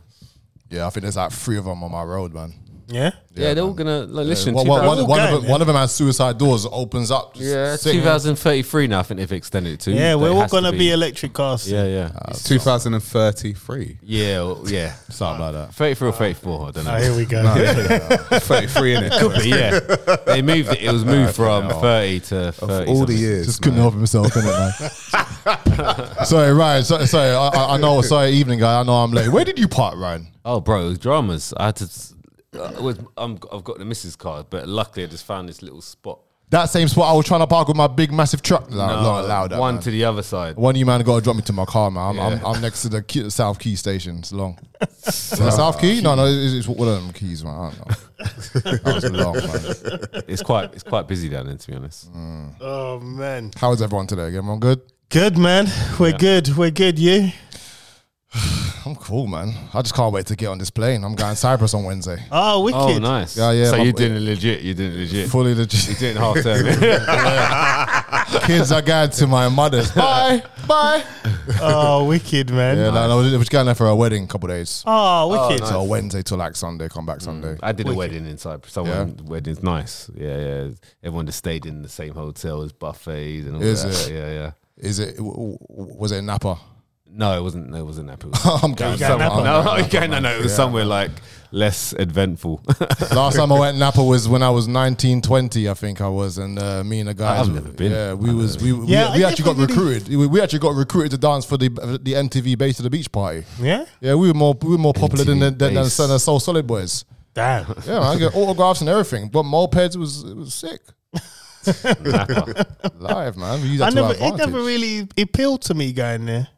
Speaker 5: Yeah, I think there's like three of them on my road, man.
Speaker 2: Yeah.
Speaker 3: Yeah, they're all gonna like, listen.
Speaker 5: One, one,
Speaker 3: 2000
Speaker 5: one, one,
Speaker 2: We're
Speaker 5: of
Speaker 2: going,
Speaker 5: them, one of them has suicide doors opens up. just
Speaker 3: yeah,
Speaker 5: sitting.
Speaker 3: 2033 now. I think they've extended it to.
Speaker 2: Yeah, we're
Speaker 3: It
Speaker 2: all
Speaker 3: has to
Speaker 2: gonna be electric cars.
Speaker 3: yeah, yeah,
Speaker 4: 2033.
Speaker 3: yeah, well, yeah.
Speaker 5: something like that.
Speaker 3: 33 or 34. I don't know.
Speaker 2: Oh, here we go.
Speaker 4: 33 in it.
Speaker 3: But yeah, they moved it. It was moved from 30 to 30.
Speaker 4: All the
Speaker 3: something.
Speaker 4: years.
Speaker 5: Just couldn't help himself, innit, man? sorry, Ryan. So, sorry, I, I I know. Sorry, evening guy. I know I'm late. Where did you park, Ryan?
Speaker 3: Oh, bro, it was dramas. I had to. I was, I'm, I've got the missus card, but luckily I just found this little spot.
Speaker 5: That same spot I was trying to park with my big massive truck. No,
Speaker 3: Uh,
Speaker 5: not allowed that,
Speaker 3: one
Speaker 5: man.
Speaker 3: to the other side.
Speaker 5: One of you man got to drop me to my car, man. I'm, I'm, I'm next to the key, South Key station. It's long. Is that South Key? No, no, it's, it's one of them keys, man. I don't know. That was long, man.
Speaker 3: It's quite, it's quite busy down there, to be honest.
Speaker 5: Mm.
Speaker 2: Oh man.
Speaker 5: How is everyone today? Everyone good?
Speaker 2: Good man. We're good. We're good. You.
Speaker 5: I'm cool, man. I just can't wait to get on this plane. I'm going to Cyprus on Wednesday.
Speaker 2: Oh, wicked.
Speaker 3: Oh, nice.
Speaker 5: Yeah, yeah,
Speaker 3: So
Speaker 5: my-
Speaker 3: you're doing it legit. You're doing it legit.
Speaker 5: Fully legit.
Speaker 3: Doing half term.
Speaker 5: Kids are going to my mother's. Bye, bye.
Speaker 2: Oh, wicked man.
Speaker 5: Yeah, no, no, we're just going there for a wedding. Couple days.
Speaker 2: Oh, wicked.
Speaker 5: So Wednesday till like Sunday. Come back Sunday.
Speaker 3: I did a wedding in Cyprus. So yeah. wedding's nice. Yeah, yeah. Everyone just stayed in the same hotel as buffets and all
Speaker 5: Is
Speaker 3: that.
Speaker 5: it?
Speaker 3: Yeah, yeah.
Speaker 5: Is it? w- w- Was it in Napa?
Speaker 3: No, it wasn't. It wasn't Apple.
Speaker 5: I'm going.
Speaker 2: Yeah,
Speaker 5: somewhere-
Speaker 2: Napa.
Speaker 5: I'm
Speaker 3: no,
Speaker 5: going Napa,
Speaker 3: okay, no,
Speaker 5: man.
Speaker 3: no. It was
Speaker 5: Yeah.
Speaker 3: somewhere like less eventful.
Speaker 5: Last time I went Napa was when I was 19, 20, I think I was, and uh, me and the guys.
Speaker 3: I've never been.
Speaker 5: Yeah, we was we we,
Speaker 2: Yeah,
Speaker 5: we
Speaker 2: I
Speaker 5: actually got
Speaker 2: never really-
Speaker 5: recruited. We, we actually got recruited to dance for the the MTV Base to the Beach party.
Speaker 2: Yeah.
Speaker 5: Yeah, we were more we were more popular than the, than, than
Speaker 3: Base.
Speaker 5: the Soul Solid Boys.
Speaker 2: Damn.
Speaker 5: Yeah, man, I get autographs and everything. But mopeds was it was sick. Live man, we used that
Speaker 2: I
Speaker 5: to our
Speaker 2: never. It
Speaker 5: advantage.
Speaker 2: never really appealed to me going there.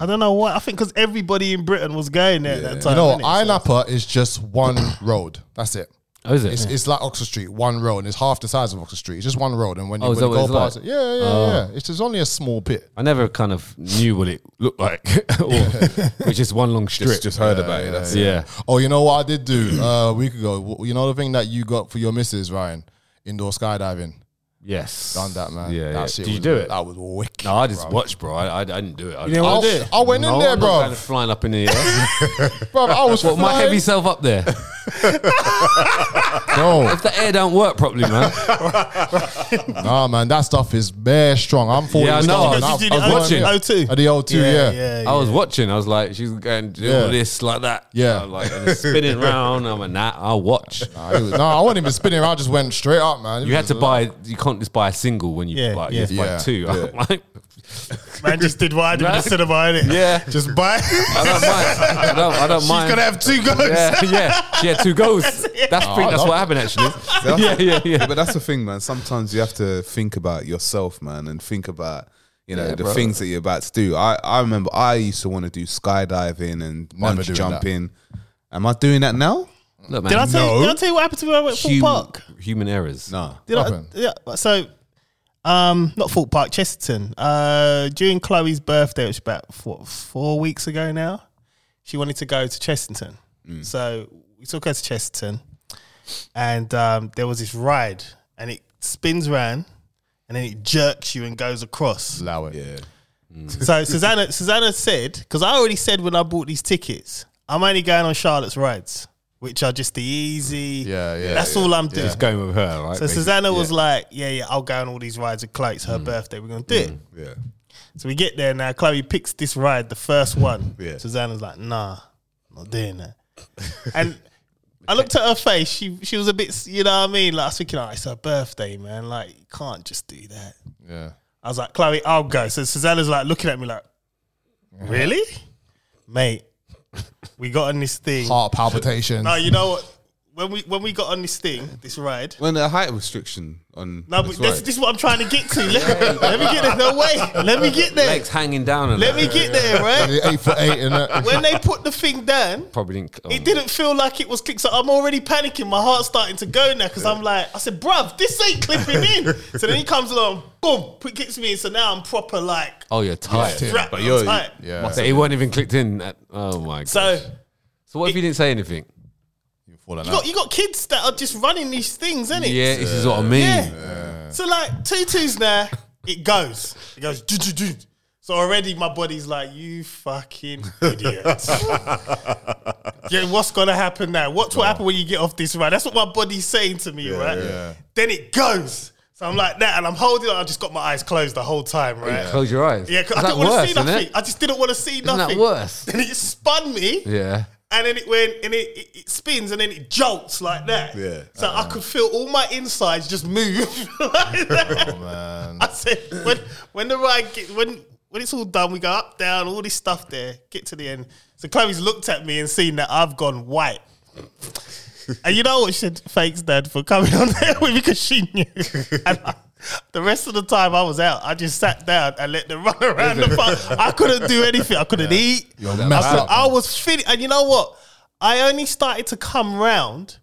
Speaker 2: I don't know why. I think because everybody in Britain was going there at that time.
Speaker 5: You know,
Speaker 2: innit?
Speaker 5: I Napa is just one road. That's it.
Speaker 3: oh, is it?
Speaker 5: It's, it's like Oxford Street, one road, and it's half the size of Oxford Street. It's just one road, and when you,
Speaker 3: Oh,
Speaker 5: when
Speaker 3: is
Speaker 5: you
Speaker 3: that
Speaker 5: go
Speaker 3: what it's
Speaker 5: past
Speaker 3: like? Oh.
Speaker 5: it, yeah, yeah, yeah, it's just only a small bit.
Speaker 3: I never kind of knew what it looked like, or it's just one long strip.
Speaker 4: Just, just heard about it. That's
Speaker 3: yeah.
Speaker 5: Oh, you know what I did do uh, a week ago? W- You know the thing that you got for your missus, Ryan? Indoor skydiving.
Speaker 3: Yes.
Speaker 5: Done that, man.
Speaker 3: Yeah.
Speaker 5: that
Speaker 3: yeah.
Speaker 5: shit
Speaker 3: Did you
Speaker 5: was-
Speaker 3: do it?
Speaker 5: That was wicked.
Speaker 3: No, I just watched, bro. I, I, I didn't do it. I,
Speaker 2: didn't
Speaker 3: I,
Speaker 2: watch
Speaker 5: I,
Speaker 2: it?
Speaker 5: I went in
Speaker 3: no,
Speaker 5: there,
Speaker 3: I'm not kind
Speaker 5: bro.
Speaker 3: of flying up in the air.
Speaker 5: bro. I was
Speaker 3: Put my
Speaker 5: flying.
Speaker 3: heavy self up there.
Speaker 5: No,
Speaker 3: If the air don't work properly, man.
Speaker 5: nah, man, that stuff is bare strong. I'm 40
Speaker 3: Yeah, I know.
Speaker 5: stone.
Speaker 3: I
Speaker 5: I'm-
Speaker 2: Did
Speaker 3: was-
Speaker 5: I'm
Speaker 2: you do the
Speaker 5: going
Speaker 2: O2?
Speaker 5: in.
Speaker 2: O2?
Speaker 5: At the O2, yeah.
Speaker 2: yeah.
Speaker 3: I was watching. I was like, she's going to do
Speaker 5: Yeah.
Speaker 3: all this like that.
Speaker 5: Yeah.
Speaker 3: I'm like and it's spinning round. I'm like, nah, I'll watch.
Speaker 5: Nah, it was- no, I wasn't even spinning. around. I just went straight up, man. It
Speaker 3: You had
Speaker 5: was
Speaker 3: to
Speaker 5: a-
Speaker 3: buy. You can't just buy a single when you
Speaker 2: Yeah,
Speaker 3: buy.
Speaker 2: yeah.
Speaker 3: You have to buy
Speaker 5: Yeah,
Speaker 3: two. I'm like,
Speaker 2: Man just did what I did in the cinema, innit?
Speaker 3: Yeah.
Speaker 2: Just buy.
Speaker 3: I don't mind. I don't. I don't mind.
Speaker 2: She's gonna have two goes.
Speaker 3: yeah, yeah, she had two goals. That's, I think
Speaker 5: Oh,
Speaker 3: that's what happened actually. yeah, yeah, yeah.
Speaker 4: But that's the thing, man. Sometimes you have to think about yourself, man, and think about you know the things that you're about to do. I, I remember I used to want to do skydiving and
Speaker 5: Never
Speaker 4: bungee
Speaker 5: doing
Speaker 4: jumping. Am I doing that now?
Speaker 3: Look, man,
Speaker 2: Did I tell you? Did I tell you what happened to me when I went to Fort
Speaker 3: human,
Speaker 2: Park?
Speaker 3: human errors.
Speaker 4: No.
Speaker 2: Did I,
Speaker 5: happened?
Speaker 2: yeah. So, um, not Fort Park, Chesterton. Uh, during Chloe's birthday, which was
Speaker 5: Hmm.
Speaker 2: about four, four weeks ago now, she wanted to go to Chesterton. So we He took us to Chesterton, and um, there was this ride, and it spins round, and then it jerks you and goes across.
Speaker 5: Allow it.
Speaker 4: Yeah.
Speaker 2: So Susanna, Susanna said, because I already said when I bought these tickets, I'm only going on Charlotte's rides, which are just the easy.
Speaker 5: Yeah, yeah,
Speaker 2: That's all I'm doing.
Speaker 3: It's going with her, right?
Speaker 2: So Susanna was like, "Yeah, yeah, I'll go on all these rides with Chloe. It's her birthday. We're gonna do it."
Speaker 4: Yeah.
Speaker 2: So we get there now. Chloe picks this ride, the first one.
Speaker 4: Yeah.
Speaker 2: Susanna's like, "Nah, I'm not doing that." and I looked at her face. She she was a bit, you know what I mean? Like I was thinking, "Oh, it's her birthday, man. Like you can't just do that."
Speaker 5: Yeah.
Speaker 2: I was like, "Chloe, I'll go." So Susanna's like looking at me like, "Really, mate? We got on this thing.
Speaker 5: Heart palpitations.
Speaker 2: No, you know what? When we when we got on this thing, this ride."
Speaker 4: When the height restriction on
Speaker 2: No, but
Speaker 4: this
Speaker 2: this,
Speaker 4: ride.
Speaker 2: this is what I'm trying to get to. Let, let me get there. No way. Let me get there.
Speaker 3: legs hanging down. And
Speaker 2: Let me get there, right?
Speaker 5: Eight foot eight and that.
Speaker 2: When they put the thing down,
Speaker 3: Probably didn't. oh.
Speaker 2: it didn't feel like it was clicked. So I'm already panicking. My heart's starting to go now because I'm like, I said, bruv, this ain't clipping in. So then he comes along, boom, put- kicks me in. So now I'm proper like,
Speaker 3: Oh, you're tired.
Speaker 5: Yeah.
Speaker 2: wrapped
Speaker 4: But
Speaker 2: but
Speaker 4: you're-
Speaker 2: tight.
Speaker 5: Yeah.
Speaker 3: So he weren't even clicked in. At, oh my god. So,
Speaker 2: So
Speaker 3: what if he didn't say anything?
Speaker 2: you got, you got kids that are just running these things, innit?
Speaker 3: Yeah, this is
Speaker 2: uh,
Speaker 3: what I mean.
Speaker 2: Yeah. So like tutus now, it goes. It goes. "Doo, doo, doo." So already my body's like, you fucking idiot. yeah, what's gonna happen now? What will happen when you get off this ride? That's what my body's saying to me, right? Then it goes. So I'm like that, and I'm holding. on. I just got my eyes closed the whole time, right?
Speaker 3: Close your eyes.
Speaker 2: Yeah, 'cause
Speaker 3: Is
Speaker 2: I
Speaker 3: that
Speaker 2: didn't want to see
Speaker 3: isn't
Speaker 2: nothing.
Speaker 3: it?
Speaker 2: I just didn't want to see
Speaker 3: Isn't
Speaker 2: nothing.
Speaker 3: that worse?
Speaker 2: Then it spun me.
Speaker 3: Yeah.
Speaker 2: And then it went, and it, it, it spins, and then it jolts like that.
Speaker 4: Yeah.
Speaker 2: So I could feel all my insides just move. like that.
Speaker 5: Man.
Speaker 2: I said, when when the ride get, when when it's all done, we go up, down, all this stuff there. Get to the end. So Chloe's looked at me and seen that I've gone white. and you know what? She said, "Thanks, Dad, for coming on there with me because she knew." and I, the rest of the time I was out, I just sat down and let them run around the park. I couldn't do anything. I couldn't eat.
Speaker 5: You're messed
Speaker 2: I,
Speaker 5: up.
Speaker 2: I was feeling, and you know what? I only started to come round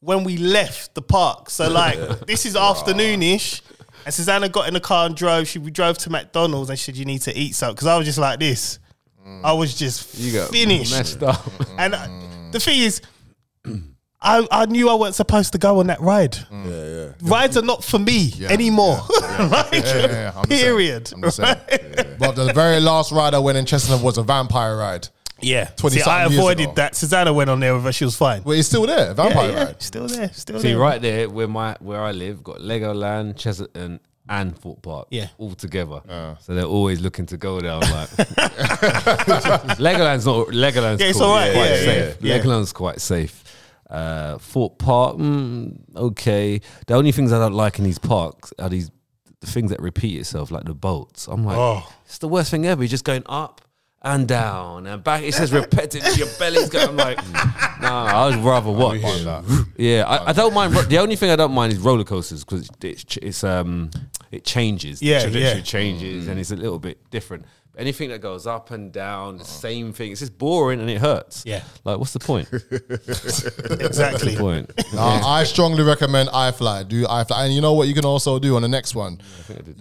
Speaker 2: when we left the park. So like, this is afternoonish, and Susanna got in the car and drove. She we drove to McDonald's and she said, "You need to eat something," because I was just like this. I was just
Speaker 4: got
Speaker 2: finished,
Speaker 3: Messed up.
Speaker 2: and I, the thing is. I, I knew I wasn't supposed to go on that ride.
Speaker 5: Mm.
Speaker 2: Rides are not for me anymore. Like,
Speaker 5: yeah, I'm the same.
Speaker 2: period.
Speaker 5: I'm the same. But the very last ride I went in Chesterton was a vampire ride.
Speaker 2: Yeah.
Speaker 5: 20
Speaker 2: See, I
Speaker 5: something years
Speaker 2: avoided
Speaker 5: ago.
Speaker 2: that. Susanna went on there with her. She was fine.
Speaker 5: But it's still there, vampire ride.
Speaker 2: Still there. Still
Speaker 3: See,
Speaker 2: there.
Speaker 3: right there where my where I live, got Legoland, Chesterton, and Fort Park.
Speaker 2: Yeah.
Speaker 3: all together.
Speaker 2: Uh.
Speaker 3: So they're always looking to go there. I'm like, Legoland's not Legoland's.
Speaker 2: Yeah, it's
Speaker 3: cool,
Speaker 2: all right.
Speaker 3: Quite
Speaker 2: Yeah, yeah,
Speaker 3: safe.
Speaker 2: yeah. Yeah.
Speaker 3: Legoland's quite safe. Uh, Fort Park, mm, okay. The only things I don't like in these parks are these the things that repeat itself, like the bolts. I'm like,
Speaker 2: Oh.
Speaker 3: it's the worst thing ever. You're just going up. And down and back. It says repetitive. Your belly's going. I'm like, nah. I'd rather watch. Yeah, I, I don't mind. ro- The only thing I don't mind is roller coasters because it's, ch- it's um it changes. The
Speaker 2: Yeah,
Speaker 3: trajectory
Speaker 2: yeah.
Speaker 3: changes
Speaker 5: Mm.
Speaker 3: and it's a little bit different. Anything that goes up and
Speaker 5: Oh.
Speaker 3: down, the same thing. It's just boring and it hurts.
Speaker 2: Yeah.
Speaker 3: like what's the point? What's
Speaker 2: Exactly.
Speaker 3: the point?
Speaker 5: No, I strongly recommend iFly. Do iFly, and you know what? You can also do on the next one.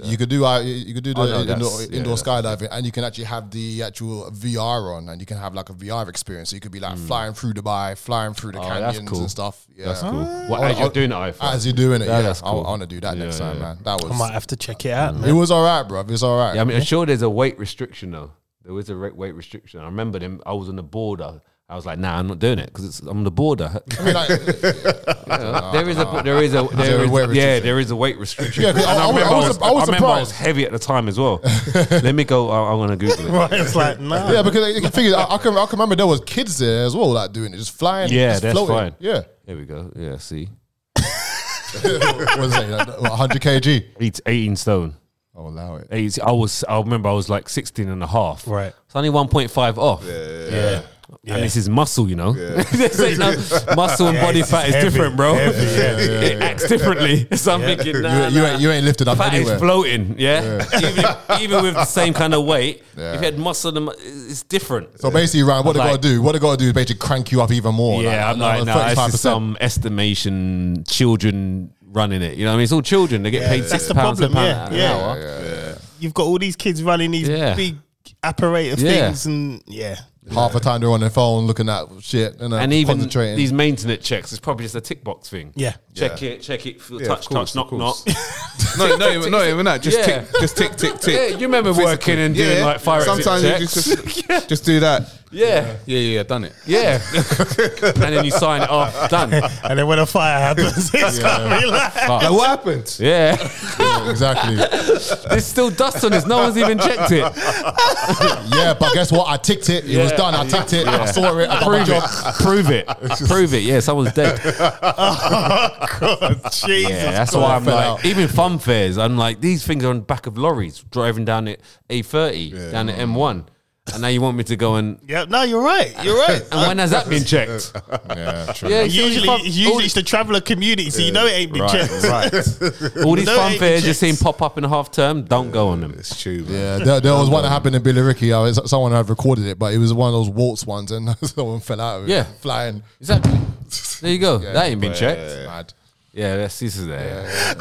Speaker 5: You could do I- you could do the
Speaker 3: Oh, no,
Speaker 5: indoor,
Speaker 3: that's- yeah,
Speaker 5: indoor
Speaker 3: that's
Speaker 5: skydiving, and you can actually have the actual VR on, and you can have like a VR experience. So you could be like flying through Dubai, flying through the
Speaker 3: Oh, that's
Speaker 5: canyons
Speaker 3: cool.
Speaker 5: and stuff. Yeah.
Speaker 3: That's cool. What
Speaker 5: I-
Speaker 3: as you're
Speaker 5: I-
Speaker 3: doing it, I find.
Speaker 5: As you're doing it,
Speaker 3: Yeah,
Speaker 5: yeah,
Speaker 3: that's
Speaker 5: I,
Speaker 3: cool.
Speaker 5: want to do that next
Speaker 3: Yeah,
Speaker 5: time,
Speaker 3: yeah.
Speaker 5: man. That
Speaker 2: I might
Speaker 5: was
Speaker 2: have to check it out, man.
Speaker 5: it was all right, bro. It was all right.
Speaker 3: Yeah, I mean, I'm sure there's a weight restriction though. There was a re- weight restriction. I remember them. I was on the border. I was like, nah, I'm not doing it because I'm on the border.
Speaker 5: I mean, like,
Speaker 3: there is a there is a there
Speaker 5: Ah. a
Speaker 3: is,
Speaker 5: weight
Speaker 3: yeah
Speaker 5: restriction?
Speaker 3: there is a weight restriction.
Speaker 5: Yeah,
Speaker 3: and
Speaker 5: 'cause I-
Speaker 3: I
Speaker 5: I was-
Speaker 3: remember
Speaker 5: I was-
Speaker 3: I was,
Speaker 5: I was
Speaker 3: I remember I was
Speaker 5: surprised.
Speaker 3: heavy at the time as well. Let me go. I, I'm gonna Google it.
Speaker 2: Right, it's like no.
Speaker 5: yeah, because you can figure. I, I can I can remember there was kids there as well, like doing it, just flying.
Speaker 3: Yeah,
Speaker 5: just
Speaker 3: that's
Speaker 5: floating.
Speaker 3: fine.
Speaker 5: Yeah,
Speaker 3: There we go. Yeah, see,
Speaker 5: what was it? Like, 100 kg.
Speaker 3: Eight- 18 stone.
Speaker 5: Oh, allow it.
Speaker 3: 18, I was. I remember I was like 16 and a half.
Speaker 2: Right.
Speaker 3: It's only 1.5 off.
Speaker 2: yeah.
Speaker 3: And this is muscle, you know. This ain't no- muscle and body
Speaker 2: it's
Speaker 3: fat is
Speaker 2: heavy,
Speaker 3: different, bro.
Speaker 2: heavy, yeah,
Speaker 3: It acts differently. So I'm thinking, nah,
Speaker 5: you, you
Speaker 3: nah.
Speaker 5: ain't, you ain't lifted up
Speaker 3: fat
Speaker 5: anywhere.
Speaker 3: is floating. Yeah, even, if- even with the same kind of weight,
Speaker 5: Yeah.
Speaker 3: if you had muscle, and mu- it's different.
Speaker 5: so basically, Ryan, what they
Speaker 3: Like-
Speaker 5: got to do? What they got to do is basically crank you up even more.
Speaker 3: Yeah, I'm like, nah, it's just
Speaker 5: 35%.
Speaker 3: some estimation children running it. You know what I mean? It's all children. They get paid
Speaker 2: that's
Speaker 3: six
Speaker 2: the
Speaker 3: pounds
Speaker 2: problem,
Speaker 3: a
Speaker 2: yeah,
Speaker 3: pound
Speaker 2: yeah.
Speaker 3: an hour.
Speaker 2: You've got all these kids running these
Speaker 3: Yeah.
Speaker 2: big apparatus
Speaker 3: Yeah.
Speaker 2: things, and yeah,
Speaker 5: Half the time they're on their phone looking at shit and, uh,
Speaker 3: and even
Speaker 5: concentrating.
Speaker 3: these maintenance checks is probably just a tick box thing.
Speaker 2: Yeah.
Speaker 3: Check it, check it, f-
Speaker 4: Yeah,
Speaker 3: touch,
Speaker 4: of course,
Speaker 3: touch, knock,
Speaker 4: of
Speaker 3: knock.
Speaker 4: course. no, no, even- no, even that. Just tick,
Speaker 3: Yeah.
Speaker 4: just tick, tick, tick.
Speaker 3: Yeah, you remember working and doing like fire exit
Speaker 4: Sometimes you
Speaker 3: checks.
Speaker 4: just, just, just do that.
Speaker 3: Yeah,
Speaker 4: Yeah, yeah, yeah, done it.
Speaker 3: yeah. and then you sign it off, done.
Speaker 2: And then when a fire happens, it's gonna be like
Speaker 4: Like, what happened?
Speaker 3: Yeah.
Speaker 5: Yeah, exactly.
Speaker 3: There's still dust on this. No one's even checked it.
Speaker 5: yeah, but guess what? I ticked it. It was
Speaker 3: Yeah.
Speaker 5: done. I ticked it. I saw it. I done my
Speaker 3: Prove it.
Speaker 5: job.
Speaker 3: Prove it. Prove it. Yeah, someone's dead.
Speaker 2: God, Jesus.
Speaker 3: Yeah, that's
Speaker 5: God,
Speaker 3: why I'm
Speaker 5: fell
Speaker 3: like,
Speaker 5: out.
Speaker 3: even fun fairs, I'm like, these things are on the back of lorries driving down at A30, down at M1. And now you want me to go and.
Speaker 2: Yeah, no, you're right. You're right.
Speaker 3: And when has that been checked?
Speaker 5: Yeah, true.
Speaker 3: Yeah, it's
Speaker 2: Usually,
Speaker 3: all these fun- all,
Speaker 2: usually it's the traveller community, so you know it ain't been checked.
Speaker 3: all these
Speaker 2: No,
Speaker 3: fun
Speaker 2: it
Speaker 3: fairs you're
Speaker 2: checks.
Speaker 3: seeing pop up in half term. Don't go on them.
Speaker 4: It's true, man.
Speaker 5: Yeah, there, there was one that happened in Billy Ricky. I was, someone had recorded it, but it was one of those waltz ones, and someone fell out of it.
Speaker 3: Yeah.
Speaker 5: flying.
Speaker 3: Exactly. There you go. that ain't been checked.
Speaker 5: Mad.
Speaker 3: Yeah, that's this is there.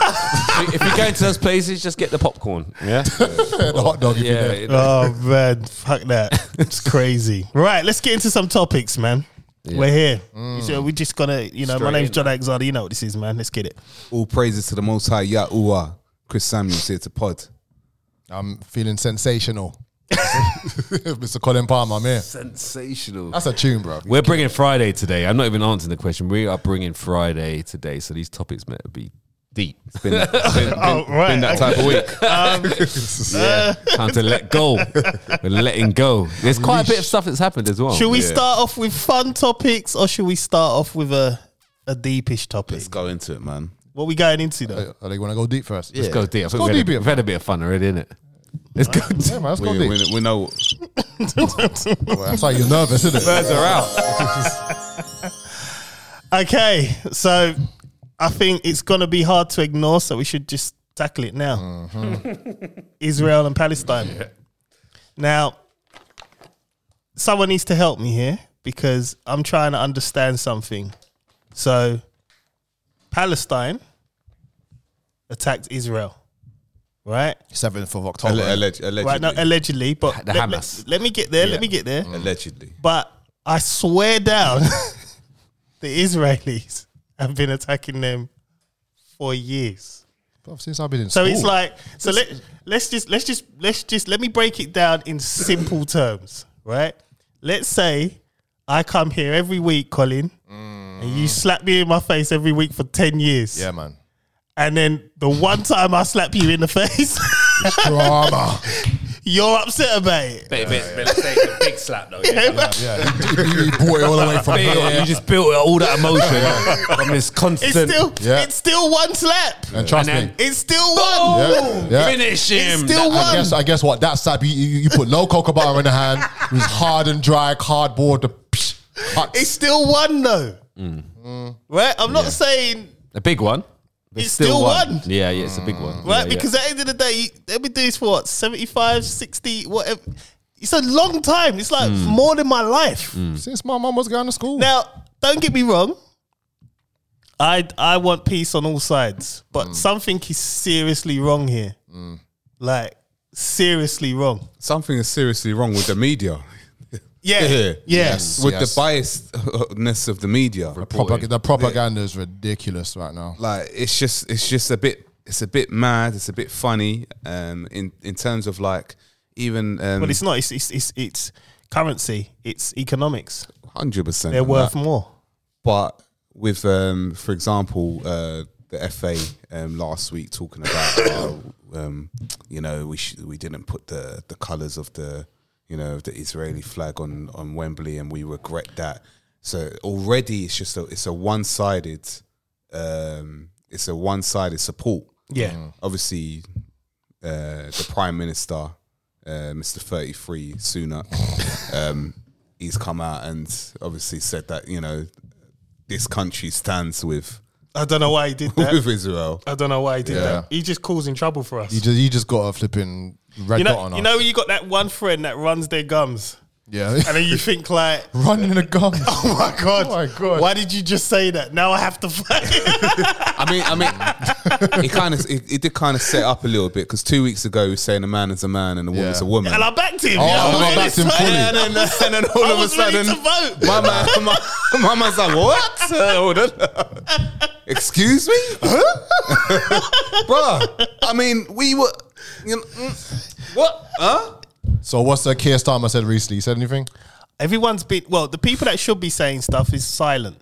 Speaker 3: If you- if you go into those places, just get the popcorn. Yeah.
Speaker 5: the hot dog. Yeah.
Speaker 3: Yeah.
Speaker 2: Oh man, fuck that. It's crazy. Right, let's get into some topics, man. We're here. So we're just gonna, you know, my
Speaker 3: Mm. Straight
Speaker 2: name's
Speaker 3: in.
Speaker 2: John Alexander. You know what this is, man. Let's get it.
Speaker 4: All praises to the Most High Yahuwah. Chris Samuels here to pod.
Speaker 5: I'm feeling sensational. Mr. Colin Palmer, I'm here.
Speaker 3: Sensational.
Speaker 5: That's a tune, bro.
Speaker 3: We're bringing Friday today. I'm not even answering the question. We are bringing Friday today, so these topics meant to be deep. It's been, been-
Speaker 2: Oh, right.
Speaker 4: Been
Speaker 2: Um,
Speaker 4: that type of week.
Speaker 3: time to let go. We're letting go. There's quite a bit of stuff that's happened as well.
Speaker 2: Should we start off with fun topics or should we start off with a a deepish topic?
Speaker 4: Let's go into it, man.
Speaker 2: What we going into
Speaker 4: Uh,
Speaker 2: though?
Speaker 5: Are they going to go deep first?
Speaker 3: Let's go deep. I think
Speaker 5: go
Speaker 3: we've, had
Speaker 5: deep,
Speaker 3: a,
Speaker 5: yeah.
Speaker 3: we've had a bit of fun already, innit? Let's go deep.
Speaker 5: Yeah, man, let's go
Speaker 4: We,
Speaker 5: deep.
Speaker 4: we, we know.
Speaker 5: That's why you're nervous, isn't it?
Speaker 3: Birds are out.
Speaker 2: Okay, so I think it's gonna be hard to ignore, so we should just tackle it now.
Speaker 4: Uh-huh.
Speaker 2: Israel and Palestine. Now, someone needs to help me here because I'm trying to understand something. So, Palestine attacked Israel, right?
Speaker 5: Seventh of October.
Speaker 4: Alle- alleg- allegedly.
Speaker 2: Right now, allegedly, but
Speaker 3: The
Speaker 2: let,
Speaker 3: Hamas.
Speaker 2: let- let me get there. Let me get there.
Speaker 4: allegedly.
Speaker 2: But I swear down, the Israelis have been attacking them for years.
Speaker 5: Bruv, Since I've been in
Speaker 2: So
Speaker 5: school.
Speaker 2: it's like so let let's just let's just let's just let me break it down in simple terms, right? Let's say I come here every week, Colin, and you slap me in my face every week for ten years,
Speaker 5: Yeah, man.
Speaker 2: and then the one time I slap you in the face,
Speaker 5: Drama.
Speaker 2: you're upset about it.
Speaker 3: Bit, bit, bit, let's say a big slap, though. Yeah.
Speaker 5: yeah, you, you- you brought it all the way from
Speaker 3: Big,
Speaker 5: here.
Speaker 3: You just built all that emotion from this constant.
Speaker 2: It's still
Speaker 5: Yeah.
Speaker 2: it's still one slap.
Speaker 5: And trust
Speaker 3: And
Speaker 5: me.
Speaker 3: then-
Speaker 2: It's still one.
Speaker 5: Yeah, yeah.
Speaker 3: Finish him.
Speaker 2: It's still
Speaker 5: I
Speaker 2: one.
Speaker 5: guess I guess what that sap you, you, you put no cocoa butter in the hand. It was hard and dry cardboard. The psh, cut.
Speaker 2: It's still one though.
Speaker 5: Mm.
Speaker 2: Right? I'm not saying
Speaker 3: a big one.
Speaker 2: It's still one.
Speaker 3: Yeah, yeah, it's a big one.
Speaker 2: right
Speaker 3: Yeah,
Speaker 2: because at the end of the day, they've been doing this for what 75, 60, whatever. It's a long time. It's like more than my life.
Speaker 5: since my mum was going to school.
Speaker 2: Now, don't get me wrong. I I want peace on all sides, but something is seriously wrong here. Like seriously wrong.
Speaker 4: Something is seriously wrong with the media.
Speaker 2: Yeah.
Speaker 4: Yeah.
Speaker 2: Yes.
Speaker 4: With
Speaker 5: Yes.
Speaker 4: the biasness of the media.
Speaker 5: Propag- the propaganda is ridiculous right now.
Speaker 4: like it's just it's just a bit it's a bit mad it's a bit funny um in in terms of like even um
Speaker 2: But it's not. It's it's it's, it's currency. It's economics.
Speaker 4: 100%
Speaker 2: They're
Speaker 4: on
Speaker 2: worth
Speaker 4: that.
Speaker 2: more.
Speaker 4: but with um for example uh the FA um last week talking about how, um you know we sh- we didn't put the the colors of the you know the Israeli flag on on Wembley and we regret that so already it's just a it's a one-sided um it's a one-sided support
Speaker 2: Yeah.
Speaker 4: Mm. obviously uh, the prime minister, uh, Mr. Thirty Three Sunak, um, he's come out and obviously said that you know this country stands with
Speaker 2: I don't know why he did that.
Speaker 4: with Israel.
Speaker 2: I don't know why he did
Speaker 5: Yeah.
Speaker 2: that. He just causing trouble for us.
Speaker 5: You just you just got a flipping red
Speaker 2: You
Speaker 5: dot
Speaker 2: know,
Speaker 5: on
Speaker 2: you
Speaker 5: us.
Speaker 2: know, you got that one friend that runs their gums.
Speaker 5: Yeah.
Speaker 2: And then you think like,
Speaker 5: Running in a gun.
Speaker 2: oh my god,
Speaker 5: Oh my God.
Speaker 2: why did you just say that? Now I have to fight.
Speaker 4: I mean, I mean, it kind of it, it did kind of set up a little bit because two weeks ago he was saying a man is a man and a woman's
Speaker 5: Yeah.
Speaker 4: a woman.
Speaker 2: and I backed him.
Speaker 5: Oh,
Speaker 2: yeah,
Speaker 5: I
Speaker 2: really
Speaker 5: backed him
Speaker 2: sorry.
Speaker 5: fully.
Speaker 4: and, then, and then all
Speaker 2: I
Speaker 4: of a
Speaker 2: was ready
Speaker 4: sudden,
Speaker 2: to vote.
Speaker 4: my man, my, my man's like, "What? Hold on. Excuse me, Huh? Bruh, I mean, we were, you know, mm, what? Huh?
Speaker 5: So what's the Keir Starmer said recently? He said anything?
Speaker 2: Everyone's been well. The people that should be saying stuff is silent,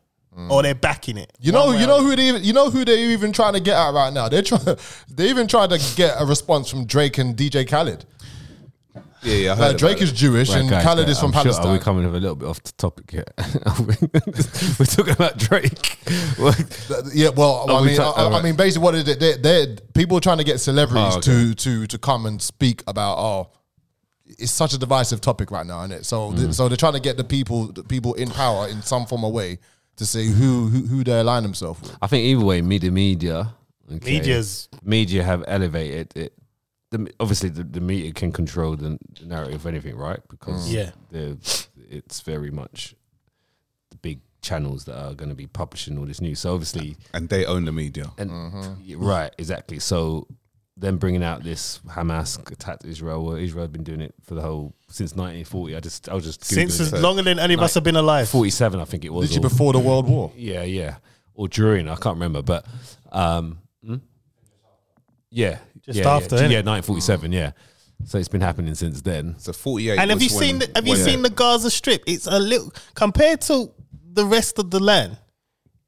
Speaker 2: or they're backing it.
Speaker 5: You know, you know who they, you know who they even trying to get at right now. They're trying, they even tried to get a response from Drake and DJ Khaled.
Speaker 4: Yeah, yeah. I heard
Speaker 5: Like
Speaker 4: about
Speaker 5: Drake
Speaker 4: it.
Speaker 5: is Jewish and
Speaker 3: guys,
Speaker 5: Khaled
Speaker 3: yeah,
Speaker 5: is from
Speaker 3: I'm sure
Speaker 5: Palestine.
Speaker 3: we're coming a little bit off the topic here. we're talking about Drake. Well,
Speaker 5: Th- Yeah, well,
Speaker 3: Oh,
Speaker 5: I
Speaker 3: we
Speaker 5: mean,
Speaker 3: ta-
Speaker 5: I, I
Speaker 3: alright.
Speaker 5: mean, basically, what is it? They're, they're people are trying to get celebrities
Speaker 3: Oh, okay.
Speaker 5: to to to come and speak about. Oh, it's such a divisive topic right now, isn't it? So, th-
Speaker 3: Mm.
Speaker 5: so they're trying to get the people the people in power in some form of way to say who who, who they align themselves with.
Speaker 3: I think either way, media, media, okay, Mm.
Speaker 2: Media's-
Speaker 3: media have elevated it. The, obviously, the, the media can control the narrative of anything, right? Because
Speaker 2: Yeah.
Speaker 3: the- it's very much the big channels that are going to be publishing all this news. So obviously,
Speaker 4: and they own the media.
Speaker 3: and Yeah, right, exactly. So them bringing out this Hamas attacked Israel. Well, Israel had been doing it for the whole since 1940. I just, I was just Googling
Speaker 2: since
Speaker 3: it.
Speaker 2: as longer than any of us have been alive.
Speaker 3: 47, I think it was.
Speaker 5: Literally
Speaker 3: or-
Speaker 5: before the World War.
Speaker 3: yeah, yeah, or during. I can't remember, but um, hmm? yeah,
Speaker 2: Just
Speaker 3: yeah,
Speaker 2: after,
Speaker 3: yeah,
Speaker 2: innit?
Speaker 3: yeah, nineteen forty-seven, yeah. So it's been happening since then.
Speaker 4: So forty-eight.
Speaker 2: And have
Speaker 4: was
Speaker 2: you
Speaker 4: when-
Speaker 2: seen the, have you
Speaker 4: when-
Speaker 2: seen the Gaza Strip? It's a little compared to the rest of the land.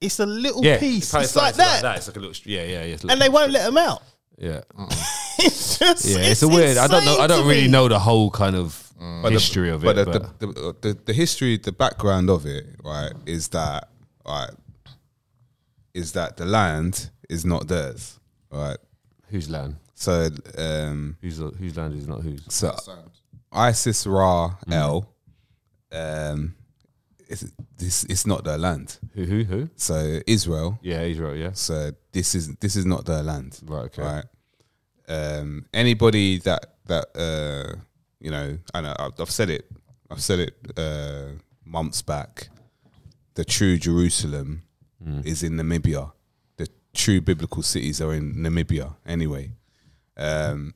Speaker 2: It's a little
Speaker 3: Yeah,
Speaker 2: piece.
Speaker 3: Palestine's
Speaker 2: It's like that.
Speaker 3: It's like a little, str- yeah, yeah, yeah. it's
Speaker 2: and
Speaker 3: like-
Speaker 2: they won't let them out.
Speaker 3: yeah,
Speaker 2: It's just
Speaker 3: yeah. It's, a weird. I don't know. I
Speaker 2: insane
Speaker 3: don't
Speaker 2: to
Speaker 3: really
Speaker 2: me.
Speaker 3: know the whole kind of history of it.
Speaker 4: But,
Speaker 3: But,
Speaker 4: the, the, the, the, the history, the background of it, right, is that right, is that the land is not theirs, right?
Speaker 3: whose land?
Speaker 4: So, um,
Speaker 3: Whose whose land is not whose?
Speaker 4: so ISIS Ra L, um, it's, this it's not their land.
Speaker 3: Who who who?
Speaker 4: So Israel,
Speaker 3: Yeah, Israel. Yeah.
Speaker 4: so this is this is not their land,
Speaker 3: Right. Okay.
Speaker 4: right? Um, anybody that that uh, you know, I know I've, I've said it, I've said it uh, months back. The true Jerusalem is in Namibia. The true biblical cities are in Namibia, anyway. Um,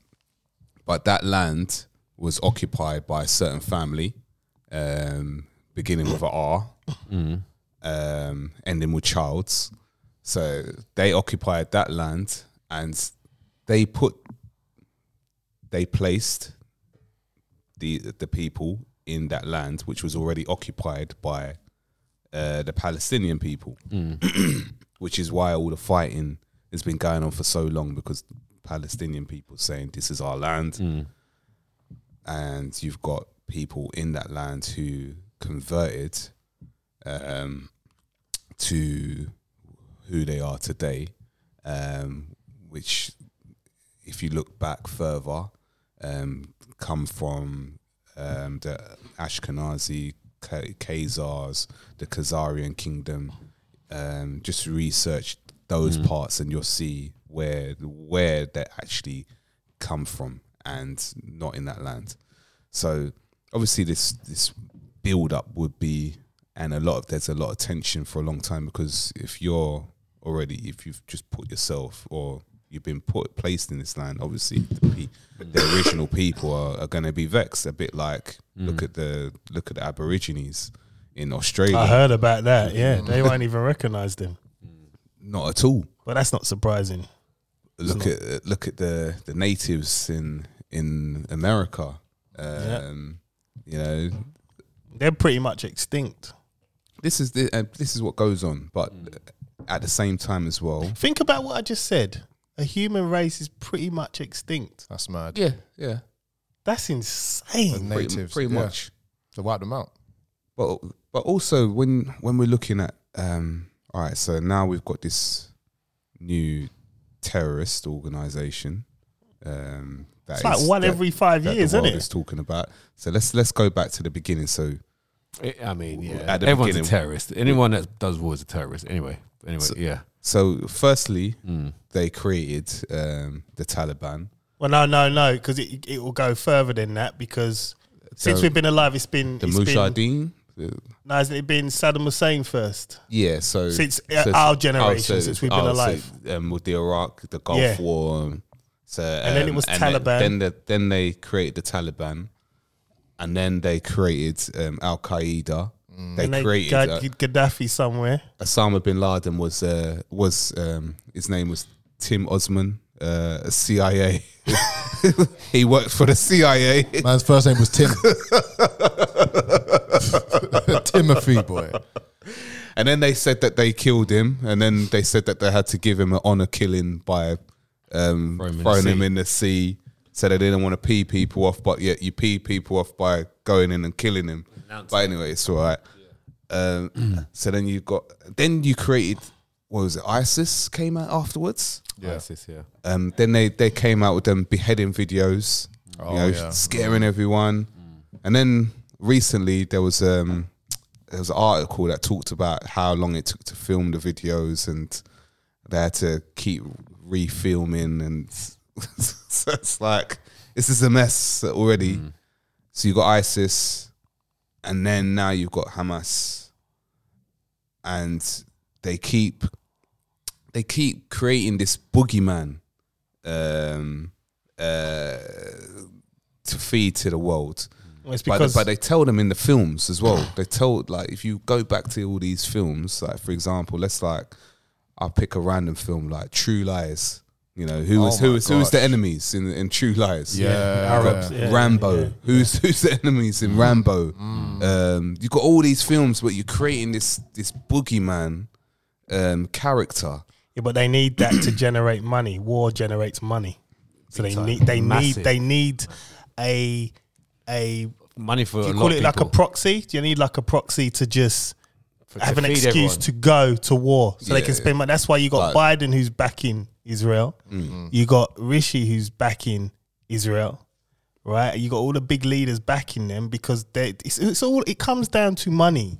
Speaker 4: but that land was occupied by a certain family, um, beginning with an R, um, ending with Childs. So they occupied that land and they put they placed the the people in that land which was already occupied by uh, the Palestinian people, which is why all the fighting has been going on for so long because Palestinian people saying this is our land, and you've got people in that land who converted um, to who they are today, um, which, if you look back further, um, come from um, the Ashkenazi K- Khazars, the Khazarian kingdom. Um, just research those parts, and you'll see where where they actually come from, and not in that land. So obviously, this this build up would be, and a lot of there's a lot of tension for a long time because if you're already, if you've just put yourself or you've been put placed in this land, obviously the, pe- the original people are, are going to be vexed. A bit like look at the look at the Aborigines in Australia,
Speaker 2: I heard about that. Yeah, they won't even recognize them.
Speaker 4: not at all.
Speaker 2: But that's not surprising.
Speaker 4: look at look at the the natives in in America. Um, You know,
Speaker 2: They're pretty much extinct.
Speaker 4: this is the, uh, this is what goes on, but at the same time as well,
Speaker 2: Think about what I just said. A human race is pretty much extinct.
Speaker 5: That's mad.
Speaker 4: yeah, yeah,
Speaker 2: That's insane.
Speaker 5: The
Speaker 4: pretty,
Speaker 5: natives,
Speaker 4: pretty
Speaker 5: yeah.
Speaker 4: much.
Speaker 5: They wiped them out.
Speaker 4: But but also when when we're looking at um, all right, so now we've got this new terrorist organization. Um, that
Speaker 2: It's like
Speaker 4: is-
Speaker 2: one
Speaker 4: that-
Speaker 2: every five
Speaker 4: that the
Speaker 2: years, isn't
Speaker 4: world
Speaker 2: it?
Speaker 4: is talking about. So let's let's go back to the beginning. So
Speaker 3: I mean, yeah.
Speaker 4: At the
Speaker 3: Everyone's
Speaker 4: beginning-
Speaker 3: a terrorist. Anyone that does war is a terrorist. Anyway. Anyway. yeah.
Speaker 4: So, firstly, they created um, the Taliban.
Speaker 2: Well, no, no, no, because it it will go further than that because Since we've been alive, it's been
Speaker 4: the
Speaker 2: it's been,
Speaker 4: Mujahideen. The-
Speaker 2: no, hasn't it been Saddam Hussein first?
Speaker 4: Yeah, so
Speaker 2: Since, uh, our
Speaker 4: oh,
Speaker 2: generation, since we've been
Speaker 4: so,
Speaker 2: alive.
Speaker 4: um, with the Iraq, the Gulf
Speaker 2: Yeah.
Speaker 4: War, um, so um, and
Speaker 2: then it was Taliban.
Speaker 4: Then, the, then they created the Taliban, and then they created um, Al Qaeda. They
Speaker 2: Mm. And they
Speaker 4: created
Speaker 2: got
Speaker 4: uh,
Speaker 2: Gaddafi somewhere.
Speaker 4: Osama bin Laden was uh, was um, his name was Tim Osman, uh, CIA. he worked for the CIA.
Speaker 5: Man's first name was Tim. Timothy boy.
Speaker 4: And then they said that they killed him, and then they said that they had to give him an honor killing by um,
Speaker 3: Throwing him in the
Speaker 4: throwing him
Speaker 3: sea.
Speaker 4: in the sea. So they didn't want to pee people off, but yet you pee people off by going in and killing him. But anyway, it's all right. Um, so then you got, then you created, what was it? ISIS came out afterwards.
Speaker 3: Yeah. ISIS, yeah.
Speaker 4: Um, then they they came out with them beheading videos, you know,
Speaker 5: yeah.
Speaker 4: scaring everyone. And then recently there was um there was an article that talked about how long it took to film the videos and they had to keep refilming and so it's like this is a mess already. So you got ISIS and then now you've got Hamas and they keep they keep creating this boogeyman um, uh, to feed to the world.
Speaker 2: Well, it's
Speaker 4: But, they-
Speaker 2: because
Speaker 4: but they tell them in the films as well. They tell like if you go back to all these films, like for example, let's like I'll pick a random film like True Lies. You know who
Speaker 5: Oh
Speaker 4: was who
Speaker 5: my
Speaker 4: was who was the
Speaker 5: gosh.
Speaker 4: enemies in in True Lies?
Speaker 5: Yeah.
Speaker 2: Arabs,
Speaker 5: yeah. Mm.
Speaker 2: yeah,
Speaker 4: Rambo.
Speaker 2: yeah.
Speaker 4: Who's who's the enemies in Rambo? Um, you got all these films, but you're creating this this boogeyman um, character.
Speaker 2: Yeah, but they need that to generate money. War generates money, so they need they
Speaker 3: Massive.
Speaker 2: need they need a a
Speaker 3: Money for a
Speaker 2: you
Speaker 3: lot
Speaker 2: call
Speaker 3: of
Speaker 2: it like a
Speaker 3: people.
Speaker 2: proxy. Do you need like a proxy to just
Speaker 3: For-
Speaker 2: have
Speaker 3: to
Speaker 2: an
Speaker 3: feed
Speaker 2: excuse
Speaker 3: everyone.
Speaker 2: to go to war so they
Speaker 4: Yeah,
Speaker 2: can spend money? That's why you got Biden who's backing Israel.
Speaker 3: Mm.
Speaker 2: You got Rishi who's backing Israel. Right, you got all the big leaders backing them because they it's, it's all it comes down to money.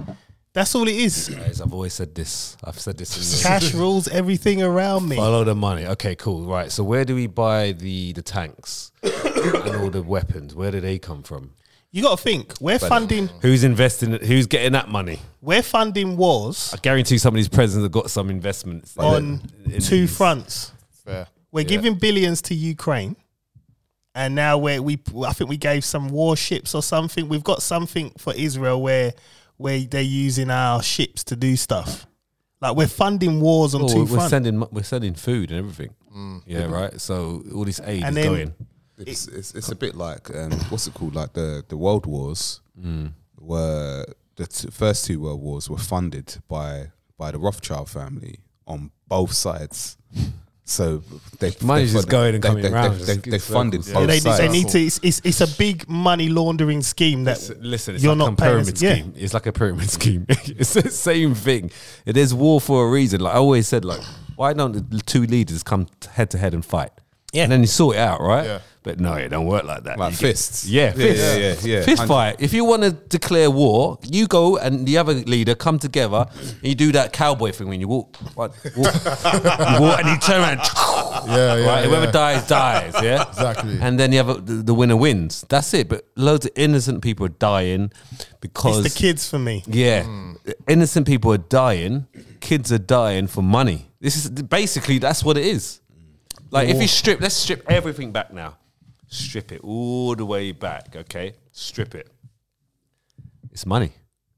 Speaker 2: That's all it is.
Speaker 3: Guys, I've always said this. I've said this. In the
Speaker 2: Cash rules everything around me.
Speaker 3: Follow the money. Okay, cool. Right. So where do we buy the the tanks and all the weapons? Where do they come from?
Speaker 2: You got to think we're funding
Speaker 3: Who's investing? Who's getting that money?
Speaker 2: we're funding wars
Speaker 3: I guarantee some of these presidents have got some investments
Speaker 2: on
Speaker 3: in- in
Speaker 2: two
Speaker 3: these.
Speaker 2: fronts.
Speaker 5: Fair.
Speaker 2: We're giving billions to Ukraine, and now we're, we I think we gave some warships or something. We've got something for Israel where where they're using our ships to do stuff. Like we're funding wars on
Speaker 3: Oh,
Speaker 2: 2
Speaker 3: we're
Speaker 2: fronts.
Speaker 3: sending mo- we're sending food and everything. Yeah, right. So all this aid
Speaker 2: Mm. And
Speaker 3: is
Speaker 2: then-
Speaker 3: going.
Speaker 4: it's, it's it's a bit like um, what's it called? Like the the world wars
Speaker 3: Hmm.
Speaker 4: were the t- first two world wars were funded by by the Rothschild family on both sides. So they
Speaker 3: Money's
Speaker 4: they funded-
Speaker 3: just going and
Speaker 4: they-
Speaker 3: coming
Speaker 4: they,
Speaker 3: round,
Speaker 4: They,
Speaker 3: just
Speaker 4: they,
Speaker 3: good
Speaker 4: they funded
Speaker 3: circles.
Speaker 4: both
Speaker 2: Yeah, they,
Speaker 4: sides.
Speaker 2: they need to. It's, it's it's a big money laundering scheme that
Speaker 3: Listen, listen, it's
Speaker 2: you're
Speaker 3: like
Speaker 2: not
Speaker 3: a
Speaker 2: paying us-
Speaker 3: pyramid
Speaker 2: yeah.
Speaker 3: scheme. It's like a pyramid scheme. it's the same thing. It is war for a reason. Like I always said, like why don't the two leaders come t- head to head and fight? Yeah, and then you sort it out, right?
Speaker 5: Yeah.
Speaker 3: But no, it don't work like that.
Speaker 4: Like
Speaker 3: You
Speaker 4: fists.
Speaker 3: yeah,
Speaker 4: Yeah,
Speaker 3: fists.
Speaker 4: yeah, yeah, yeah.
Speaker 3: Fist
Speaker 4: Hundred-
Speaker 3: fight. If you want to declare war, you go and the other leader come together. and You do that cowboy thing when you walk, walk, walk you walk and you turn around.
Speaker 5: Yeah, yeah,
Speaker 3: right? Whoever
Speaker 5: yeah.
Speaker 3: dies, dies. Yeah,
Speaker 5: Exactly.
Speaker 3: And then you have a, the, the winner wins. That's it. But loads of innocent people are dying because
Speaker 2: It's the Hmm. kids for me.
Speaker 3: yeah, innocent people are dying. Kids are dying for money. This is basically that's what it is. Like if you strip, let's strip everything back now. Strip it all the way back. Okay, strip it. It's money,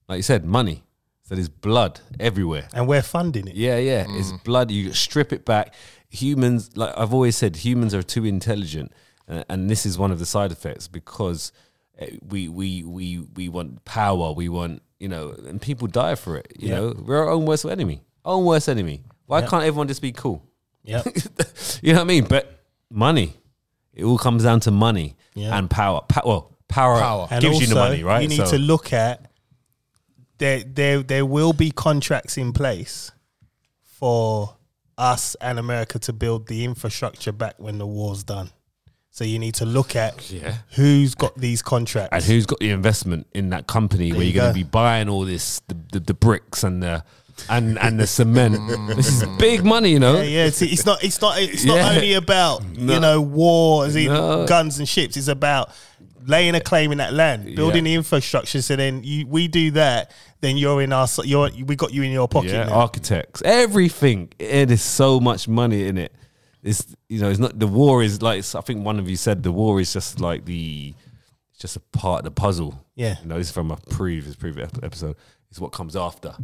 Speaker 3: like you said, money. So there's blood everywhere.
Speaker 2: And we're funding it.
Speaker 3: Yeah, yeah. It's
Speaker 2: Mm.
Speaker 3: blood. You strip it back. Humans, like I've always said, humans are too intelligent, and, and this is one of the side effects because eh, we we we we want power. We want you know, and people die for it. You know, we're our own worst enemy. Own worst enemy. Why can't everyone just be cool?
Speaker 2: Yeah.
Speaker 3: you know what I mean? But money. It all comes down to money
Speaker 2: Yeah.
Speaker 3: and power. Pa- well, power,
Speaker 5: Power.
Speaker 2: And
Speaker 3: gives
Speaker 2: also,
Speaker 3: you the money, right?
Speaker 2: You need
Speaker 3: So-
Speaker 2: to look at there. There, there will be contracts in place for us and America to build the infrastructure back when the war's done. So you need to look at
Speaker 3: Yeah.
Speaker 2: who's got these contracts.
Speaker 3: and who's got the investment in that company where
Speaker 2: you
Speaker 3: you're going
Speaker 2: go.
Speaker 3: to be buying all this the, the, the bricks and the and and the cement this is big money you know
Speaker 2: yeah, yeah. It's, it's not. It's not. It's
Speaker 3: Yeah.
Speaker 2: not only about you know war as in
Speaker 3: No.
Speaker 2: guns and ships. It's about laying a claim in that land, building the infrastructure. So then you, we do that, then you're in our, so- you're, we got you in your pocket.
Speaker 3: yeah,
Speaker 2: now.
Speaker 3: architects, everything. It is so much money in it. It's you know, it's not the war is like I think one of you said the war is just like the it's just a part of the puzzle.
Speaker 2: Yeah.
Speaker 3: you know, this is from a previous previous ep- episode. It's what comes after.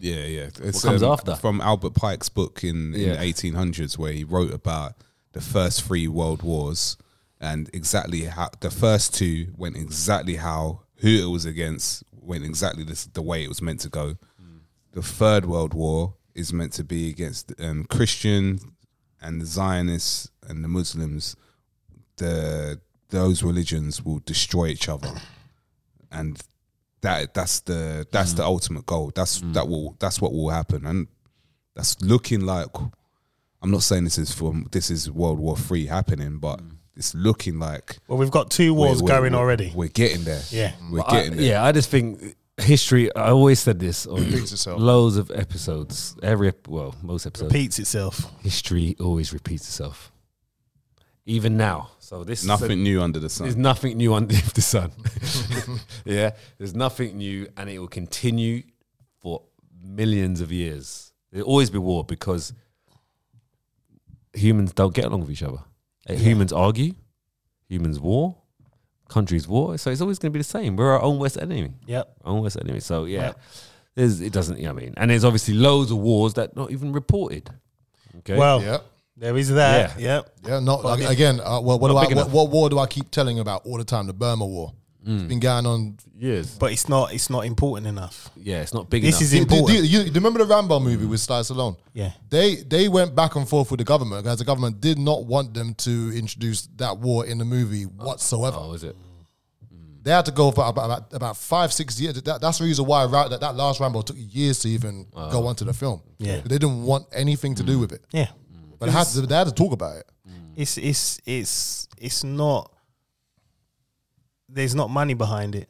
Speaker 4: Yeah, yeah. It's, um,
Speaker 3: comes after?
Speaker 4: From Albert Pike's book in, in
Speaker 3: Yeah.
Speaker 4: the 1800s, where he wrote about the first three world wars and exactly how the first two went exactly how, who it was against, went exactly this, the way it was meant to go. The third world war is meant to be against um, Christian and the Zionists and the Muslims. The those religions will destroy each other, and that that's the that's the ultimate goal. That's that will that's what will happen, and that's looking like. I'm not saying this is from this is World War Three happening, but it's looking like
Speaker 2: Well, we've got two
Speaker 4: we're-
Speaker 2: Mm. wars
Speaker 4: we're-
Speaker 2: going
Speaker 4: we're-
Speaker 2: already.
Speaker 4: We're getting there.
Speaker 2: Yeah.
Speaker 4: we're
Speaker 3: I-
Speaker 4: getting there.
Speaker 3: yeah, I just think history. I always said this on
Speaker 5: Repeats itself.
Speaker 3: loads of episodes. Every ep- well, most episodes.
Speaker 2: Repeats itself.
Speaker 3: History always repeats itself. Even now, so this
Speaker 4: Nothing new under the sun.
Speaker 3: There's nothing new under the sun. yeah, there's nothing new, and it will continue for millions of years. There'll always be war because humans don't get along with each other. Uh, Humans argue, humans war, countries war. So it's always going to be the same. We're our own worst enemy.
Speaker 2: Yep.
Speaker 3: Our own worst enemy. So yeah, there's, it doesn't. You know what I mean, and there's obviously loads of wars that not even reported. Okay.
Speaker 2: Well,
Speaker 5: Yeah.
Speaker 2: there is that. Yep.
Speaker 5: Yeah, not again. Uh, well, what, do
Speaker 3: Not
Speaker 5: I,
Speaker 3: big
Speaker 5: what,
Speaker 3: enough.
Speaker 5: what war do I keep telling about all the time? The Burma War. It's been going on.
Speaker 3: years.
Speaker 2: But it's not. It's not important enough.
Speaker 3: Yeah, it's not big
Speaker 2: This
Speaker 3: enough.
Speaker 2: is
Speaker 5: Do, do-
Speaker 2: important.
Speaker 5: do you, do you remember the Rambo movie with Sly Stallone?
Speaker 2: Yeah.
Speaker 5: They they went back and forth with the government because the government did not want them to introduce that war in the movie whatsoever.
Speaker 3: oh, is it?
Speaker 5: They had to go for about about, about five six years. That, that's the reason why Ra- that, that last Rambo took years to even go onto the film.
Speaker 2: Yeah.
Speaker 5: they didn't want anything to
Speaker 3: Mm.
Speaker 5: do with it.
Speaker 2: yeah.
Speaker 5: But it had to, they had to talk about it.
Speaker 2: It's it's it's it's not. There's not money behind it.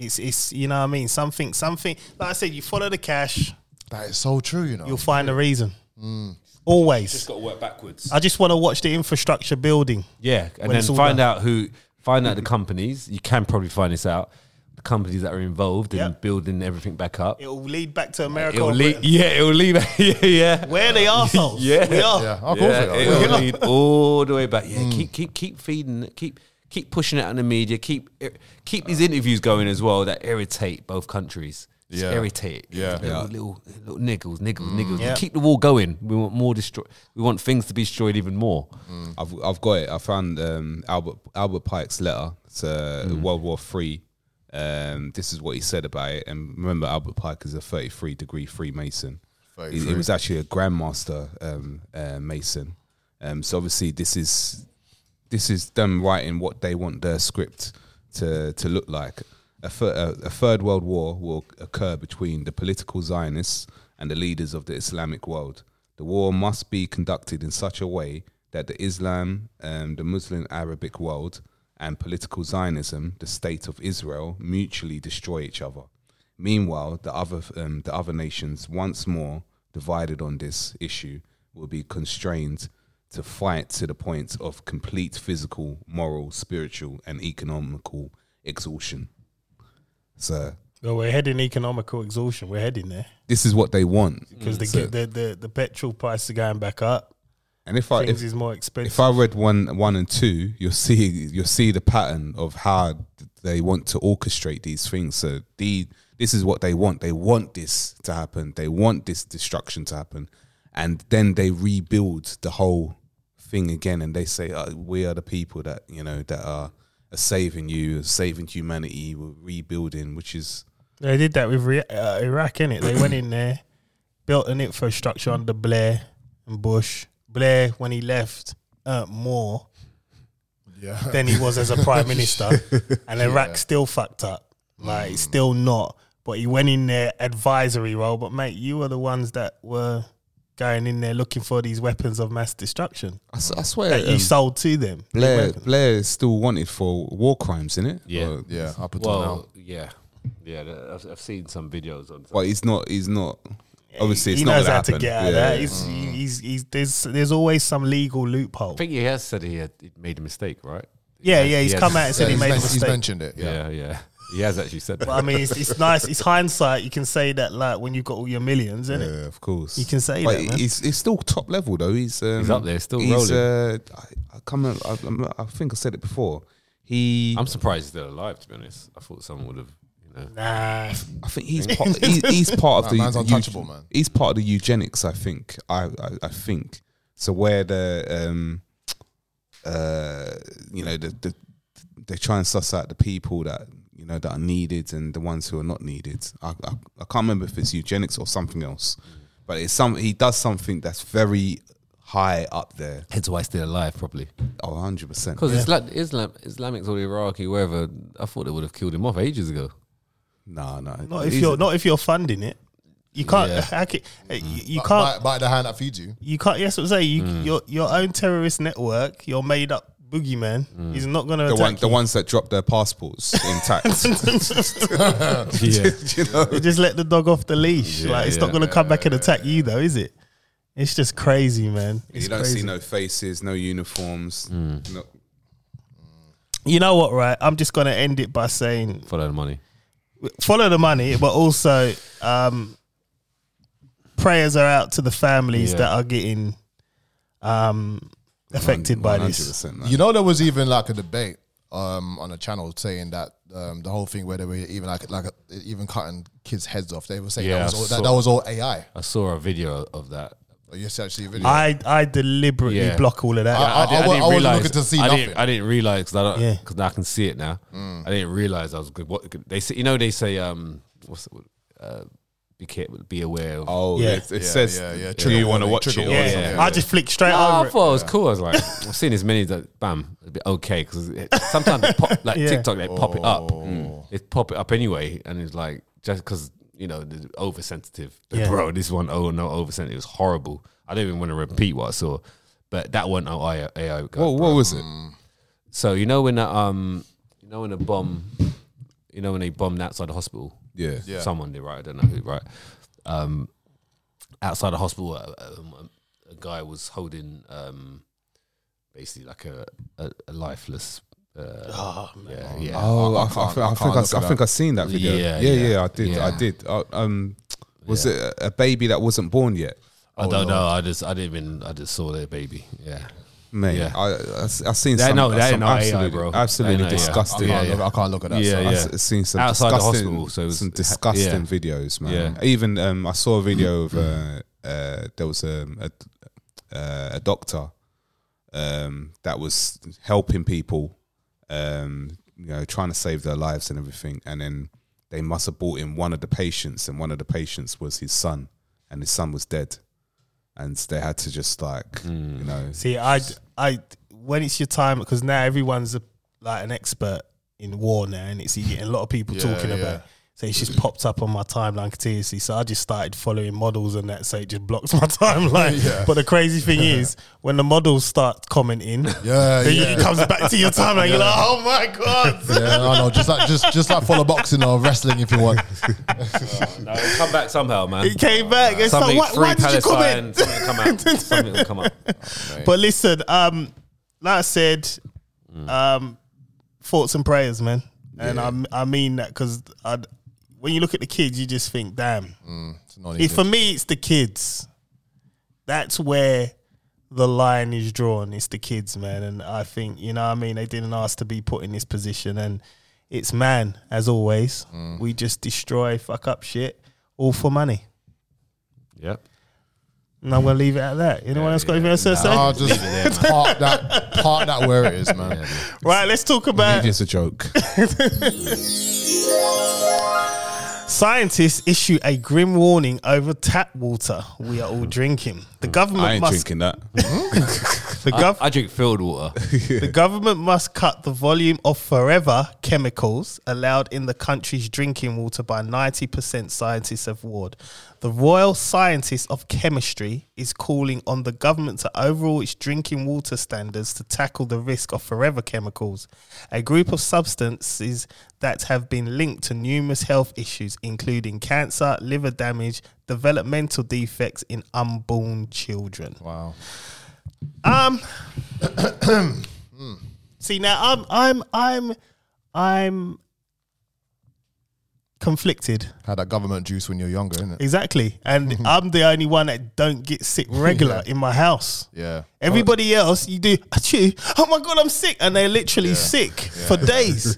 Speaker 2: It's it's you know what I mean. Something something like I said. You follow the cash,
Speaker 5: That is so true, you know.
Speaker 2: you'll find a reason. Mm. Always.
Speaker 3: got to work backwards.
Speaker 2: I just want to watch the infrastructure building.
Speaker 3: Yeah, and
Speaker 2: When
Speaker 3: then
Speaker 2: it's all
Speaker 3: find
Speaker 2: done.
Speaker 3: out who, find out the companies. You can probably find this out. The companies that are involved in
Speaker 2: Yep.
Speaker 3: building everything back up.
Speaker 2: It'll lead back to America.
Speaker 3: It'll
Speaker 2: or
Speaker 3: lead.
Speaker 2: Britain.
Speaker 3: Yeah, it'll lead. yeah, yeah.
Speaker 2: Where they are,
Speaker 3: Yeah.
Speaker 2: we are.
Speaker 5: yeah, of course Mm.
Speaker 3: Yeah,
Speaker 5: they are.
Speaker 3: it'll lead all the way back. Yeah, keep keep keep feeding it. Keep keep pushing it on the media. Keep er, keep these interviews going as well that irritate both countries. Just
Speaker 5: Yeah.
Speaker 3: irritate.
Speaker 5: Yeah.
Speaker 3: Little, little little niggles, niggles, niggles.
Speaker 2: Mm. Yeah.
Speaker 3: Keep the wall going. We want more destroy. We want things to be destroyed even more.
Speaker 4: I've I've got it. I found um, Albert Albert Pike's letter to
Speaker 2: Mm.
Speaker 4: World War Three. Um, this is what he said about it. And remember, Albert Pike is a 33 degree Freemason. He, he
Speaker 5: 33.
Speaker 4: was actually a Grandmaster um, uh, Mason. Um, so obviously, this is this is them writing what they want their script to to look like. A, thir- a, a third world war will occur between the political Zionists and the leaders of the Islamic world. The war must be conducted in such a way that the Islam, um, the Muslim Arabic world, and political Zionism, the state of Israel, mutually destroy each other. Meanwhile, the other um, the other nations, once more divided on this issue, will be constrained to fight to the point of complete physical, moral, spiritual, and economical exhaustion. So
Speaker 2: Well, we're heading economical exhaustion. We're heading there
Speaker 4: this is what they want.
Speaker 2: because
Speaker 4: So-
Speaker 2: the, the the the petrol prices are going back up.
Speaker 4: and if I
Speaker 2: Things
Speaker 4: if,
Speaker 2: is more
Speaker 4: if
Speaker 2: expensive.
Speaker 4: I read one one and two, you'll see you'll see the pattern of how they want to orchestrate these things. So the this is what they want. They want this to happen. They want this destruction to happen, and then they rebuild the whole thing again. And they say, uh, "We are the people that you know that are, are saving you, saving humanity. We're rebuilding, which is
Speaker 2: They did that with Re- uh, Iraq, innit? They went in there, built an infrastructure under Blair and Bush. Blair, when he left, earned more
Speaker 5: Yeah.
Speaker 2: than he was as a prime minister, and Iraq still fucked up. Like,
Speaker 4: Mm.
Speaker 2: it's still not. But he went in there advisory role. But mate, you were the ones that were going in there looking for these weapons of mass destruction
Speaker 4: I, s- I swear."
Speaker 2: that you
Speaker 4: um,
Speaker 2: sold to them.
Speaker 4: Blair, Blair is still wanted for war crimes, isn't it?
Speaker 3: Yeah.
Speaker 5: yeah, up until now.
Speaker 3: Well, yeah, yeah. th- I've, I've seen some videos on.
Speaker 4: But he's not. He's not. Obviously, it's
Speaker 2: he
Speaker 4: not
Speaker 2: knows
Speaker 4: gonna
Speaker 2: how
Speaker 4: happen.
Speaker 2: to get out of
Speaker 4: Yeah.
Speaker 2: that. He's, he's, he's, there's, there's always some legal loophole.
Speaker 3: I think he has said he had he'd made a mistake, right?
Speaker 2: Yeah, yeah, he's
Speaker 3: Yes.
Speaker 2: come out and said
Speaker 5: Yeah,
Speaker 2: he
Speaker 5: he's,
Speaker 2: made a
Speaker 5: men- he's
Speaker 2: mistake.
Speaker 5: mentioned it.
Speaker 3: Yeah,
Speaker 5: Yeah.
Speaker 3: yeah. He has actually said that.
Speaker 2: But I mean, it's, it's nice. It's hindsight. You can say that, like when you've got all your millions, isn't it?
Speaker 4: Yeah, of course.
Speaker 2: You can say
Speaker 4: but
Speaker 2: that, man.
Speaker 4: He's, he's still top level though. He's um,
Speaker 3: He's up there, still
Speaker 4: he's,
Speaker 3: rolling.
Speaker 4: Uh, I, I come. I, I'm- I think I said it before. He,
Speaker 3: I'm surprised he's still alive. To be honest, I thought someone would have. You know,
Speaker 2: Nah,
Speaker 4: I think he's part, he's, he's part of
Speaker 5: That
Speaker 4: the
Speaker 5: man's
Speaker 4: the
Speaker 5: untouchable, man.
Speaker 4: He's part of the eugenics. I think. I I, I think so. Where the um, uh, you know the, the they try and suss out the people that you know that are needed and the ones who are not needed. I I, I can't remember if it's eugenics or something else, but it's some he does something that's very high up there.
Speaker 3: hence why he's still alive, probably.
Speaker 4: Oh, 100 percent.
Speaker 3: Because Islam, Islamics or Iraqi, wherever, I thought they would have killed him off ages ago.
Speaker 4: No, no.
Speaker 2: not
Speaker 4: He's-
Speaker 2: if you're not if you're funding it. You can't.
Speaker 3: Yeah.
Speaker 2: how can- eh, you,
Speaker 4: Mm.
Speaker 2: you
Speaker 5: Bite-
Speaker 2: can't.
Speaker 5: Bite, bite the hand that feeds you.
Speaker 2: You can't. Yes, what I'm saying. You, Your your own terrorist network, your made up boogeyman, is not going to
Speaker 4: Mm. the
Speaker 2: attack
Speaker 4: one, the
Speaker 2: you.
Speaker 4: ones that drop their passports intact.
Speaker 3: Yeah,
Speaker 2: You Just let the dog off the leash.
Speaker 3: Yeah,
Speaker 2: like it's
Speaker 3: yeah.
Speaker 2: not going to come back and attack you, though, is it? It's just crazy, man. It's
Speaker 4: you don't
Speaker 2: crazy.
Speaker 4: see no faces, no uniforms. No,
Speaker 2: You know what, right? I'm just going to end it by saying
Speaker 3: follow the money.
Speaker 2: follow the money, but also um, prayers are out to the families
Speaker 3: Yeah.
Speaker 2: that are getting um, affected by this.
Speaker 4: 100%, man.
Speaker 5: You know, there was even like a debate um, on a channel saying that um, the whole thing where they were even like like even cutting kids' heads off. They were saying
Speaker 3: Yeah,
Speaker 5: that, was all,
Speaker 3: so-
Speaker 5: that, that was all AI.
Speaker 3: I saw a video of that.
Speaker 5: You actually a video.
Speaker 2: I I deliberately
Speaker 3: Yeah.
Speaker 2: block all of that.
Speaker 5: I-
Speaker 3: di-
Speaker 5: wa-
Speaker 3: didn't
Speaker 5: I wasn't
Speaker 3: realise-
Speaker 5: looking to see
Speaker 3: I
Speaker 5: nothing. Mm.
Speaker 3: Didn't, I didn't realize because
Speaker 2: Yeah.
Speaker 3: I, can see it now. I didn't realize I was good. What they say, you know, they say, um, what's it, uh, be careful, be aware of.
Speaker 4: Oh,
Speaker 2: Yeah.
Speaker 4: it, it says
Speaker 5: yeah, yeah.
Speaker 4: do you
Speaker 5: Trigger
Speaker 4: want to
Speaker 5: warning,
Speaker 4: watch
Speaker 5: trigger
Speaker 4: it? or
Speaker 2: yeah,
Speaker 5: warning.
Speaker 4: something?
Speaker 2: I just flick straight
Speaker 3: Oh, I
Speaker 2: over. it.
Speaker 3: thought it was cool. I was like, I've seen as many that bam, it'd be okay because sometimes they pop, like
Speaker 2: Yeah.
Speaker 3: TikTok, they pop it up.
Speaker 5: Oh.
Speaker 3: They pop it up anyway, and it's like just because you know they're oversensitive. But
Speaker 2: Yeah.
Speaker 3: Bro, this one oh no oversensitive. It was horrible. I don't even want to repeat what I saw, but that one oh AI. AI guy,
Speaker 4: What, what
Speaker 3: bro.
Speaker 4: was it?
Speaker 3: So you know when that, um you know when a bomb, you know when they bombed outside the hospital
Speaker 4: Yeah.
Speaker 5: Yeah.
Speaker 3: someone did right. I don't know who right. Um, outside the hospital, uh, um, a, guy was holding um, basically like a a, a lifeless. Uh,
Speaker 2: Ah,
Speaker 3: yeah, yeah.
Speaker 4: Oh, I,
Speaker 5: I
Speaker 4: I,
Speaker 5: can't-
Speaker 4: think- I
Speaker 5: I
Speaker 4: think
Speaker 5: can't
Speaker 4: I,
Speaker 5: look
Speaker 4: I
Speaker 5: it
Speaker 4: think
Speaker 5: up.
Speaker 4: I seen that video.
Speaker 3: Yeah,
Speaker 4: Yeah, yeah,
Speaker 3: yeah.
Speaker 4: I did.
Speaker 3: Yeah.
Speaker 4: I did. I, um, was it a baby that wasn't born yet?
Speaker 3: I don't know. I just I didn't even I just saw their baby. Yeah,
Speaker 4: Man,
Speaker 3: Yeah.
Speaker 4: I, I, I seen
Speaker 3: That-
Speaker 4: some,
Speaker 3: no, that
Speaker 4: some
Speaker 3: ain't no AI,
Speaker 4: absolutely,
Speaker 3: bro. That
Speaker 4: absolutely
Speaker 3: ain't no AI.
Speaker 5: I,
Speaker 4: disgusting.
Speaker 3: Yeah,
Speaker 5: can't
Speaker 3: yeah.
Speaker 5: Look, I can't look at that.
Speaker 3: Yeah,
Speaker 5: so-
Speaker 3: yeah.
Speaker 4: I've s- seen some
Speaker 3: Outside the
Speaker 4: disgusting,
Speaker 3: hospital, so it was-
Speaker 4: some
Speaker 3: yeah.
Speaker 4: disgusting videos, man.
Speaker 3: Yeah. Mm-hmm.
Speaker 4: Even um, I saw a video of uh, uh, there was um, a uh, a doctor um, that was helping people, um, you know, trying to save their lives and everything, and then they must have brought in one of the patients, and one of the patients was his son, and his son was dead, and they had to just like
Speaker 3: Mm.
Speaker 4: you know,
Speaker 2: See, I I when it's your time because now everyone's a, like an expert in war now, and it's you getting a lot of people talking about. it. So it's just popped up on my timeline continuously. So I just started following models and that. So it just blocks my timeline. But the crazy thing is, when the models start commenting,
Speaker 5: Yeah,
Speaker 2: then
Speaker 5: yeah.
Speaker 2: it comes back to your timeline. You're like, oh my god.
Speaker 5: Yeah, I know. Just like just just like follow boxing or wrestling if you want.
Speaker 3: no, it'll come back somehow, man.
Speaker 2: It came back. It's like,
Speaker 3: Something
Speaker 2: why,
Speaker 3: free
Speaker 2: why did you
Speaker 3: Palestine.
Speaker 2: comment?
Speaker 3: Something come out. Something will come up.
Speaker 2: But listen, um, like I said, um, thoughts and prayers, man. And I'm- I, mean that because when you look at the kids, you just think, damn.
Speaker 5: It's not
Speaker 2: It,
Speaker 5: even-
Speaker 2: for me, it's the kids. That's where the line is drawn. It's the kids, man. And I think, you know what I mean? They didn't ask to be put in this position. And it's man, as always. We just destroy, fuck up shit, all for money.
Speaker 3: Yep.
Speaker 2: And I'm going to leave it at that. Anyone else got anything else to say?
Speaker 5: Nah, just park that park that where it is, man.
Speaker 2: Right, let's talk about
Speaker 4: it's a joke.
Speaker 2: Scientists issue a grim warning over tap water we are all drinking. The government
Speaker 4: I ain't
Speaker 2: must
Speaker 4: drinking that.
Speaker 2: the, gov-
Speaker 3: I drink filled water.
Speaker 2: the government must cut the volume of forever chemicals allowed in the country's drinking water by 90% scientists have warned. The Royal Scientist of Chemistry is calling on the government to overhaul its drinking water standards to tackle the risk of forever chemicals, a group of substances that have been linked to numerous health issues including cancer, liver damage, developmental defects in unborn children.
Speaker 5: Wow.
Speaker 2: Um, See now I'm I'm I'm I'm conflicted.
Speaker 5: Had that government juice when you're younger, innit?
Speaker 2: Exactly. And
Speaker 5: Mm-hmm.
Speaker 2: I'm the only one that don't get sick regular in my house.
Speaker 5: Yeah.
Speaker 2: Everybody else, you do, achoo, oh my God, I'm sick. And they're literally sick for days.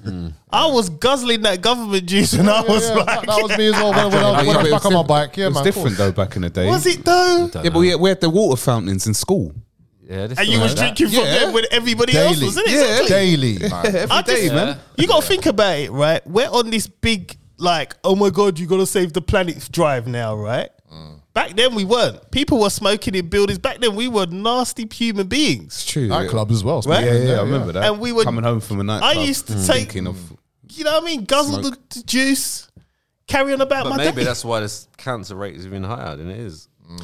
Speaker 2: I was guzzling that government juice and I
Speaker 5: Mm. Yeah,
Speaker 2: was
Speaker 5: yeah,
Speaker 2: like,
Speaker 5: that, that was me as well when, when I, when I was back on my bike. Yeah,
Speaker 4: it was
Speaker 5: man.
Speaker 4: different
Speaker 5: cool.
Speaker 4: though back in the day.
Speaker 2: was it though?
Speaker 4: Yeah, but we had, we had the water fountains in school.
Speaker 3: Yeah, this
Speaker 2: And
Speaker 3: don't
Speaker 2: you was
Speaker 3: have that.
Speaker 2: drinking from
Speaker 4: Yeah.
Speaker 2: them with everybody else,
Speaker 5: Daily.
Speaker 2: wasn't it?
Speaker 5: Yeah, daily, man.
Speaker 2: I just,
Speaker 3: man.
Speaker 2: You got to think about it, right? We're on this big, like, oh my God, you got to save the planet drive now, right?
Speaker 3: Mm.
Speaker 2: Back then we weren't. People were smoking in buildings. Back then we were nasty human beings.
Speaker 4: True.
Speaker 5: Nightclub as well.
Speaker 2: Right?
Speaker 4: Yeah, yeah, I remember that.
Speaker 2: And we were-
Speaker 4: coming home from a nightclub.
Speaker 2: used
Speaker 3: Mm.
Speaker 2: to take-
Speaker 4: thinking of
Speaker 2: You know what I mean? Guzzle the, the juice, carry on about
Speaker 3: But
Speaker 2: my
Speaker 3: maybe
Speaker 2: day.
Speaker 3: that's why this cancer rate is even higher than it is.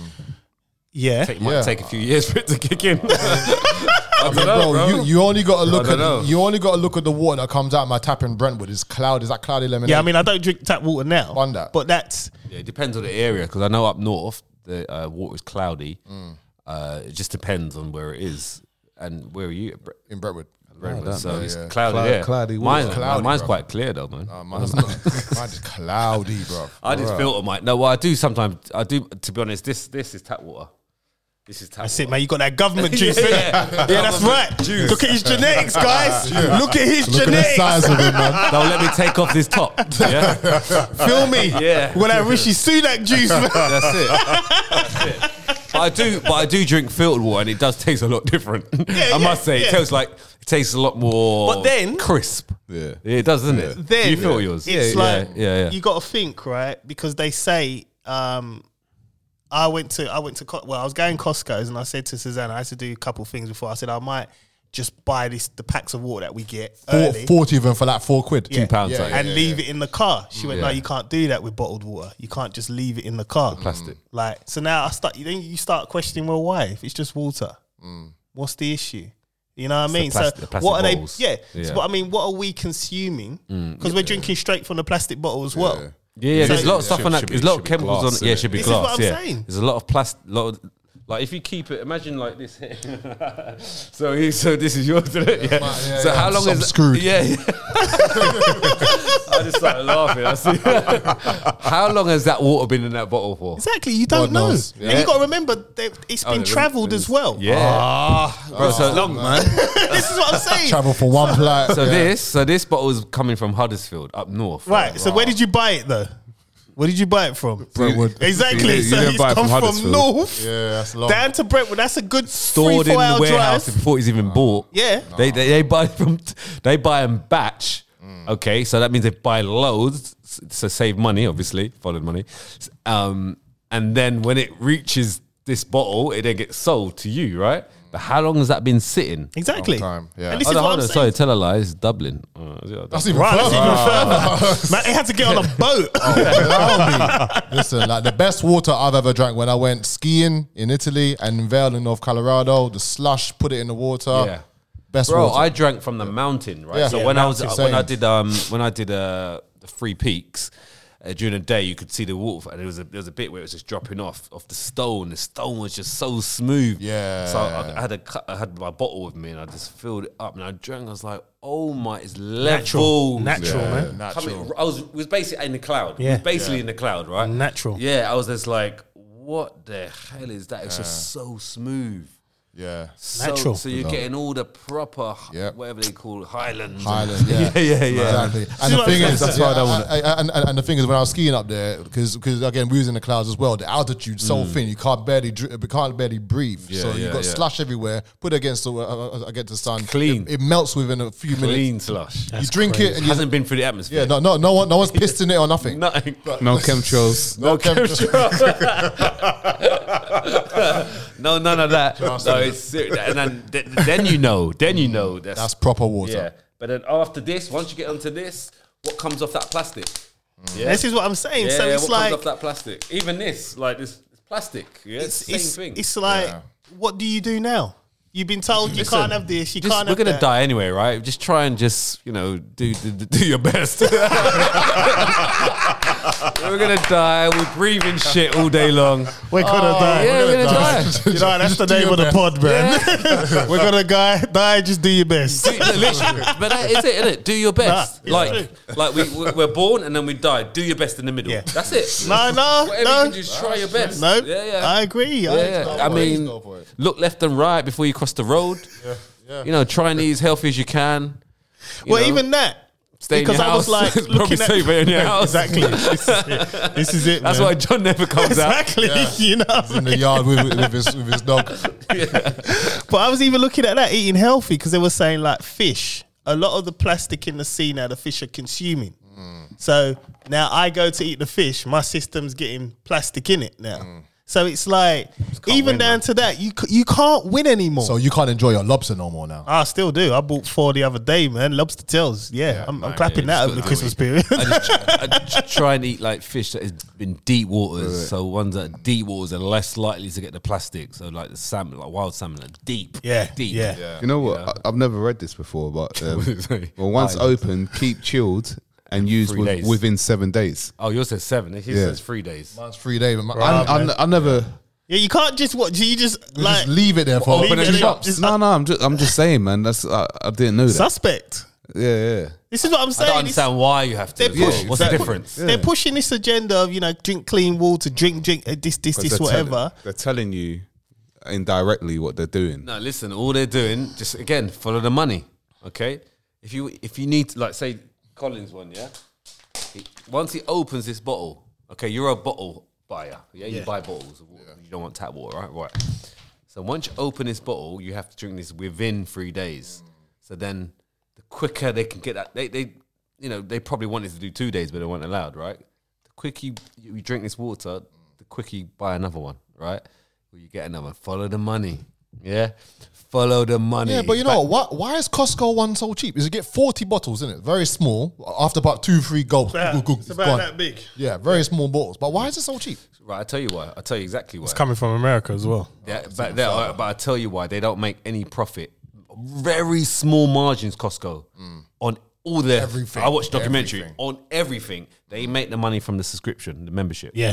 Speaker 2: yeah.
Speaker 3: It might
Speaker 5: Yeah.
Speaker 3: take a few years for it to kick in. I don't know,
Speaker 5: Bro,
Speaker 3: bro.
Speaker 5: You, you only got to look
Speaker 3: don't
Speaker 5: at
Speaker 3: know.
Speaker 5: you only got to look at the water that comes out of my tap in Brentwood. It's cloud. Is that cloudy lemonade?
Speaker 2: Yeah, I mean, I don't drink tap water now.
Speaker 5: Fun that.
Speaker 2: But that's
Speaker 3: Yeah, it depends on the area because I know up north the uh, water is cloudy.
Speaker 5: Mm.
Speaker 3: Uh, it just depends on where it is and where are you. Bre-
Speaker 5: in Brentwood.
Speaker 3: Brentwood, so it's
Speaker 5: yeah.
Speaker 3: cloudy.
Speaker 4: Cloud-
Speaker 3: there.
Speaker 4: cloudy water.
Speaker 3: mine's,
Speaker 5: Cloudy,
Speaker 3: mine's
Speaker 5: bro.
Speaker 3: quite clear though, man.
Speaker 5: Uh, mine's not. mine's cloudy, bro.
Speaker 2: Uh,
Speaker 3: I just filter my no. Well, I do sometimes. I do. To be honest, this this is tap water. This is tap.
Speaker 2: that's
Speaker 3: water.
Speaker 2: it, man. You got that government juice.
Speaker 3: Yeah.
Speaker 2: innit? yeah. that's right. Look at his genetics, guys. Look at his
Speaker 5: Look at the
Speaker 2: genetics.
Speaker 5: size of it, man.
Speaker 3: Don't let me take off this top. Yeah,
Speaker 2: Feel me?
Speaker 3: Yeah.
Speaker 2: With that Rishi Sunak juice, man.
Speaker 3: that's it. That's it. But I do, but I do drink filtered water, and it does taste a lot different. I
Speaker 2: yeah,
Speaker 3: must say,
Speaker 2: yeah.
Speaker 3: it tastes like it tastes a lot more.
Speaker 2: But then-
Speaker 3: crisp.
Speaker 4: yeah.
Speaker 3: Yeah, it does, doesn't it?
Speaker 2: then
Speaker 3: Do you feel yours?
Speaker 2: It's
Speaker 3: yeah,
Speaker 2: like
Speaker 3: yeah, yeah, yeah.
Speaker 2: you got to think right because they say um, I went to I went to Co- well I was going Costco's and I said to Susanna I had to do a couple things before I said I might just buy this the packs of water that we get
Speaker 5: Four,
Speaker 2: early.
Speaker 5: Forty of them for like four quid.
Speaker 2: Yeah.
Speaker 3: pounds,
Speaker 5: Yeah,
Speaker 3: like.
Speaker 5: yeah,
Speaker 2: and leave it in the car. She went, "No,
Speaker 3: Yeah.
Speaker 2: you can't do that with bottled water. You can't just leave it in the car,
Speaker 3: plastic.
Speaker 5: Mm.
Speaker 2: Like so now, I start. Then you start questioning, well, why? If it's just water, what's the issue? You know what I mean?
Speaker 3: plas-
Speaker 2: so
Speaker 3: Mm. the plastic
Speaker 2: what are
Speaker 3: bottles.
Speaker 2: they? Yeah.
Speaker 3: Yeah. Mm.
Speaker 2: So what I mean, what are we consuming? Because we're drinking straight from the plastic bottle as well.
Speaker 3: Yeah, yeah, there's a lot of stuff
Speaker 4: Should-
Speaker 3: on that.
Speaker 4: should be-
Speaker 3: there's a lot
Speaker 4: should
Speaker 3: of
Speaker 4: be
Speaker 3: chemicals
Speaker 4: glass,
Speaker 3: on it. Yeah,
Speaker 4: innit?
Speaker 3: it should be
Speaker 2: This is
Speaker 3: glass.
Speaker 2: what I'm
Speaker 3: yeah,
Speaker 2: saying.
Speaker 3: there's a lot of plastic. Lot of, like if you keep it, imagine like this here. so he, so this is yours, isn't it? Yeah.
Speaker 5: mine, yeah,
Speaker 3: so
Speaker 5: yeah.
Speaker 3: how long
Speaker 5: So I'm
Speaker 3: is that-
Speaker 5: screwed.
Speaker 3: Yeah. yeah. I just started laughing. I see. how long has that water been in that bottle for?
Speaker 2: Exactly. You don't
Speaker 5: God
Speaker 2: know,
Speaker 5: knows.
Speaker 2: and
Speaker 3: Yeah. Oh,
Speaker 2: you got to remember that it's been
Speaker 3: yeah,
Speaker 2: travelled as well.
Speaker 3: Yeah. bro, so Ah, long, man.
Speaker 2: this is what I'm saying.
Speaker 5: Travel for one flight.
Speaker 3: So
Speaker 5: yeah.
Speaker 3: this, so this bottle is coming from Huddersfield up north.
Speaker 2: Right. So where did you buy it though? Where did you buy it from?
Speaker 5: Brentwood.
Speaker 2: Exactly.
Speaker 4: You didn't- you
Speaker 2: so
Speaker 4: didn't
Speaker 2: he's
Speaker 4: buy it
Speaker 2: come
Speaker 4: from
Speaker 2: from,
Speaker 4: Huddersfield.
Speaker 2: north
Speaker 5: Yeah, that's long.
Speaker 2: down to Brentwood. That's a good
Speaker 3: Oh. Stored
Speaker 2: three,
Speaker 3: in
Speaker 2: four
Speaker 3: the
Speaker 2: hour
Speaker 3: warehouse
Speaker 2: drive.
Speaker 3: before it's even bought.
Speaker 2: Yeah.
Speaker 3: They, they they buy from they buy in batch. Okay, so that means they buy loads s- so save money, obviously, followed money. S- Um, and then when it reaches this bottle, it then gets sold to you, right? But how long has that been sitting?
Speaker 2: Exactly.
Speaker 5: Long time, yeah.
Speaker 2: And this
Speaker 3: Hold
Speaker 2: is
Speaker 3: on,
Speaker 2: what
Speaker 3: hold
Speaker 2: I'm
Speaker 3: on,
Speaker 2: saying.
Speaker 3: sorry, tell a lie. It's Dublin. Uh, yeah,
Speaker 5: that's even
Speaker 2: Right, that's
Speaker 5: further.
Speaker 2: even further. Man, it had to get on a boat.
Speaker 3: Oh.
Speaker 5: Allow me. Listen, like the best water I've ever drank when I went skiing in Italy and in Vail in North Colorado, the slush, put it in the water.
Speaker 3: Yeah.
Speaker 5: Best
Speaker 3: Bro,
Speaker 5: water.
Speaker 3: I drank from the mountain, right?
Speaker 5: Yeah.
Speaker 3: So
Speaker 5: Yeah,
Speaker 3: when I was
Speaker 5: mountain,
Speaker 3: when I
Speaker 5: same.
Speaker 3: did um when I did uh the three peaks uh, during the day, you could see the waterfall, and there was a there was a bit where it was just dropping off off the stone. The stone was just so smooth.
Speaker 5: Yeah.
Speaker 3: So I, I had a cu- I had my bottle with me, and I just filled it up, and I drank. I was like, oh my, it's level
Speaker 2: Natural, man.
Speaker 3: Coming, I was was basically in the cloud. Yeah.
Speaker 2: Yeah.
Speaker 3: basically in the cloud, right?
Speaker 2: Natural.
Speaker 3: Yeah. I was just like, what the hell is that? It's just so smooth.
Speaker 5: yeah.
Speaker 3: So,
Speaker 2: Natural.
Speaker 3: So you're getting all the proper, h-
Speaker 5: Yep.
Speaker 3: whatever they call it, Highlands.
Speaker 5: Highland, yeah,
Speaker 3: yeah, yeah.
Speaker 5: exactly. And
Speaker 2: what
Speaker 5: the
Speaker 2: I'm
Speaker 5: thing
Speaker 2: saying?
Speaker 5: is,
Speaker 3: That's
Speaker 5: yeah,
Speaker 3: why I don't want
Speaker 5: I- I- and, and, and the thing is, when I was skiing up there, because again we was in the clouds as well, the altitude so thin you can't barely dr- you can't barely breathe. so you
Speaker 3: Mm. yeah,
Speaker 5: have got
Speaker 3: yeah.
Speaker 5: slush everywhere. Put it against the uh, uh, against the sun,
Speaker 3: Clean.
Speaker 5: It, it melts within a few minutes.
Speaker 3: Clean slush.
Speaker 5: You drink it and you,
Speaker 3: Hasn't been through the atmosphere.
Speaker 5: yeah, no, no, no one, no one's pissed in it or nothing.
Speaker 3: Nothing.
Speaker 4: No chemtrails.
Speaker 5: No chem-
Speaker 3: no, none of that. no, it's serious. And then, th- then you know. Then you know. That's,
Speaker 5: That's proper water.
Speaker 3: Yeah. But then after this, once you get onto this, what comes off that plastic? Yeah.
Speaker 2: This is what I'm saying.
Speaker 3: yeah,
Speaker 2: so
Speaker 3: yeah,
Speaker 2: it's
Speaker 3: what
Speaker 2: like
Speaker 3: comes off that plastic? Even this, like this, it's plastic. Yeah, it's,
Speaker 2: it's,
Speaker 3: the
Speaker 2: it's,
Speaker 3: same thing.
Speaker 2: it's like what do you do now? You've been told you can't have this. You
Speaker 3: Just-
Speaker 2: can't.
Speaker 3: we're
Speaker 2: have
Speaker 3: gonna
Speaker 2: that.
Speaker 3: die anyway, right? Just try and just you know do do, do your best. We're gonna die. We're breathing shit all day long.
Speaker 2: We're gonna
Speaker 5: Oh,
Speaker 2: die.
Speaker 3: Oh, yeah, we're gonna die.
Speaker 2: You know, that's the name of the pod, man. We're gonna die. Die. Just do your best.
Speaker 3: Do- no, literally. but that is it, isn't it? Do your best.
Speaker 2: Nah, yeah.
Speaker 3: like, like we we- we're born and then we die. Do your best in the middle.
Speaker 2: Yeah.
Speaker 3: That's it.
Speaker 2: No, no,
Speaker 3: Whatever
Speaker 2: no.
Speaker 3: you can do, try your best.
Speaker 2: No,
Speaker 3: Yeah, yeah.
Speaker 2: I agree. I
Speaker 3: yeah, yeah. I
Speaker 5: for it,
Speaker 3: mean,
Speaker 5: just go for it.
Speaker 3: look left and right before you cross the road.
Speaker 5: yeah.
Speaker 3: You know, try and eat as healthy as you can. You
Speaker 2: well,
Speaker 3: know,
Speaker 2: even that.
Speaker 3: stay in
Speaker 2: because
Speaker 3: your
Speaker 2: I was
Speaker 3: house.
Speaker 2: like
Speaker 3: Probably
Speaker 2: looking at-
Speaker 3: stay in your house.
Speaker 2: Exactly. This is it. This is it
Speaker 3: That's
Speaker 2: man.
Speaker 3: why John never comes out.
Speaker 2: Exactly. You know. what I'm
Speaker 5: in the yard with, with, his, with his dog.
Speaker 2: But I was even looking at that eating healthy because they were saying like fish. A lot of the plastic in the sea now the fish are consuming.
Speaker 3: Mm.
Speaker 2: So now I go to eat the fish, my system's getting plastic in it now. So it's like even
Speaker 3: Mm. win,
Speaker 2: down
Speaker 3: man.
Speaker 2: to that, you c- you can't win anymore.
Speaker 5: So you can't enjoy your lobster no more now.
Speaker 2: I still do. I bought four the other day, man. Lobster tails. Yeah, I'm, I'm clapping
Speaker 3: yeah,
Speaker 2: that
Speaker 3: it's
Speaker 2: over the
Speaker 3: good.
Speaker 2: Christmas period.
Speaker 3: I just, I just try and eat like fish that has been deep waters. So ones that are deep waters are less likely to get the plastic. So like the salmon, like wild salmon, are deep.
Speaker 2: yeah,
Speaker 3: deep.
Speaker 2: yeah,
Speaker 4: You know what? I, I've never read this before, but um, well, once open, keep chilled and used
Speaker 3: Three
Speaker 4: with,
Speaker 3: days.
Speaker 4: within seven days.
Speaker 3: Oh, yours says seven. His
Speaker 4: Yeah.
Speaker 3: says three days.
Speaker 5: Mine's three days. but my-
Speaker 4: I,
Speaker 5: I'm- I'm-
Speaker 4: I, I never.
Speaker 2: yeah. You can't just what you just
Speaker 5: we
Speaker 2: like
Speaker 5: just leave it there for
Speaker 2: Leave
Speaker 3: open
Speaker 2: it
Speaker 3: and
Speaker 2: in-
Speaker 3: shop.
Speaker 2: just-
Speaker 4: No, no. I'm just. I'm just saying, man. That's. I, I didn't know that.
Speaker 2: suspect.
Speaker 4: Yeah, yeah.
Speaker 2: This is what I'm
Speaker 3: I
Speaker 2: saying.
Speaker 3: don't
Speaker 2: This-
Speaker 3: understand why you have to.
Speaker 2: They're
Speaker 3: as well.
Speaker 2: pushing-
Speaker 3: What's
Speaker 2: they're
Speaker 3: the
Speaker 2: pu-
Speaker 3: difference?
Speaker 2: They're pushing this agenda of you know drink clean water, drink drink uh, this this
Speaker 4: 'Cause
Speaker 2: this
Speaker 4: they're
Speaker 2: whatever.
Speaker 4: telling- they're telling you indirectly what they're doing.
Speaker 3: No, listen. All they're doing, just again, follow the money. Okay. If you if you need, like, say Collins one, yeah. He, once he opens this bottle, okay, you're a bottle buyer. Yeah, you buy bottles. of water. You don't want tap water, right? Right. So once you open this bottle, you have to drink this within three days. So then, the quicker they can get that, they they you know they probably wanted to do two days, but they weren't allowed, right? The quicker you, you drink this water, the quicker you buy another one, right? Or you get another. Follow the money, yeah. Follow the money.
Speaker 5: Yeah, but you know what? Why is Costco one so cheap? Is you get forty bottles in it, very small. After about two, three gulps, go- go- gone.
Speaker 2: big.
Speaker 5: Yeah, very small bottles. But why is it so cheap?
Speaker 3: Right, I tell you why. I tell you exactly why.
Speaker 2: Coming from America as well.
Speaker 3: Yeah, but, they are- but I tell you why they don't make any profit. Very small margins, Costco, on all their
Speaker 5: Everything.
Speaker 3: I watched documentary
Speaker 5: Mm. Everything.
Speaker 3: on everything. They make the money from the subscription, the membership.
Speaker 2: Yeah.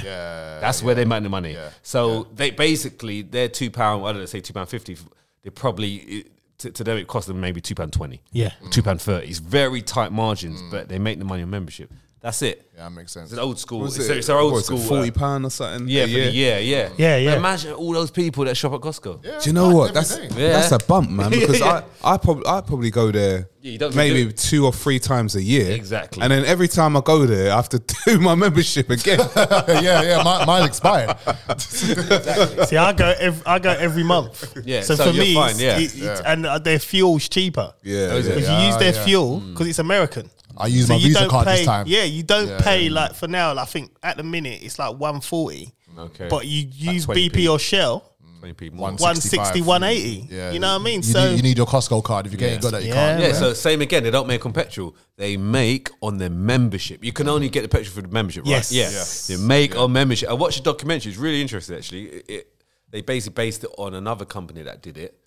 Speaker 3: that's where they make the money. So they basically their two pound. I don't know, say two pound fifty. They probably it- to, to them it costs them maybe two pound twenty.
Speaker 2: Yeah.
Speaker 5: Mm.
Speaker 3: two pound thirty. It's very tight margins, but they make the money on membership. That's it.
Speaker 5: Yeah, that makes sense.
Speaker 3: It's an old school.
Speaker 4: Was
Speaker 3: It's,
Speaker 4: it-
Speaker 3: it's our old
Speaker 4: what is it,
Speaker 3: school.
Speaker 4: Forty
Speaker 3: uh,
Speaker 4: pound or something.
Speaker 3: yeah,
Speaker 4: a
Speaker 3: yeah,
Speaker 4: year?
Speaker 3: yeah, yeah,
Speaker 2: Yeah, yeah.
Speaker 3: Imagine all those people that shop at Costco.
Speaker 4: Do you know what?
Speaker 5: Every
Speaker 4: That's
Speaker 5: day.
Speaker 3: Yeah.
Speaker 4: that's a bump, man. Because
Speaker 3: Yeah.
Speaker 4: I, I probably I probably go there
Speaker 3: Yeah, you don't-
Speaker 4: maybe
Speaker 3: you do-
Speaker 4: two or three times a year.
Speaker 3: Exactly.
Speaker 4: And then every time I go there, I have to do my membership again.
Speaker 5: yeah, yeah, mine, mine expired.
Speaker 2: See, I go every, I go every month.
Speaker 3: Yeah,
Speaker 2: So,
Speaker 3: so
Speaker 2: for
Speaker 3: you're
Speaker 2: me,
Speaker 3: fine,
Speaker 2: it's-
Speaker 3: yeah. Oh,
Speaker 2: it- it's- and uh, their fuel's cheaper.
Speaker 4: yeah,
Speaker 3: Those
Speaker 4: yeah.
Speaker 3: are-
Speaker 2: If you use their fuel
Speaker 3: Mm.
Speaker 2: because it's American.
Speaker 5: I used my
Speaker 2: you
Speaker 5: Visa
Speaker 2: don't
Speaker 5: card
Speaker 2: pay,
Speaker 5: this time.
Speaker 2: Yeah, you don't
Speaker 5: Yeah,
Speaker 2: pay like for now. like, I think at the minute it's like one forty.
Speaker 3: Okay.
Speaker 2: But you use
Speaker 3: 20p.
Speaker 2: BP or Shell,
Speaker 3: 20 people.
Speaker 2: 160,
Speaker 5: 65.
Speaker 2: 180.
Speaker 5: Yeah.
Speaker 2: You know what I mean?
Speaker 5: You,
Speaker 2: so
Speaker 5: need, you need your Costco card if you can't got that. You
Speaker 2: Yeah.
Speaker 5: can't.
Speaker 3: Yeah, so same again. They don't make on petrol. They make on their membership. You can only get the petrol for the membership, right?
Speaker 2: Yes.
Speaker 3: Yeah.
Speaker 2: Yes.
Speaker 3: They make on membership. I watched a documentary. It's really interesting, actually. It, it- they basically based it on another company that did it,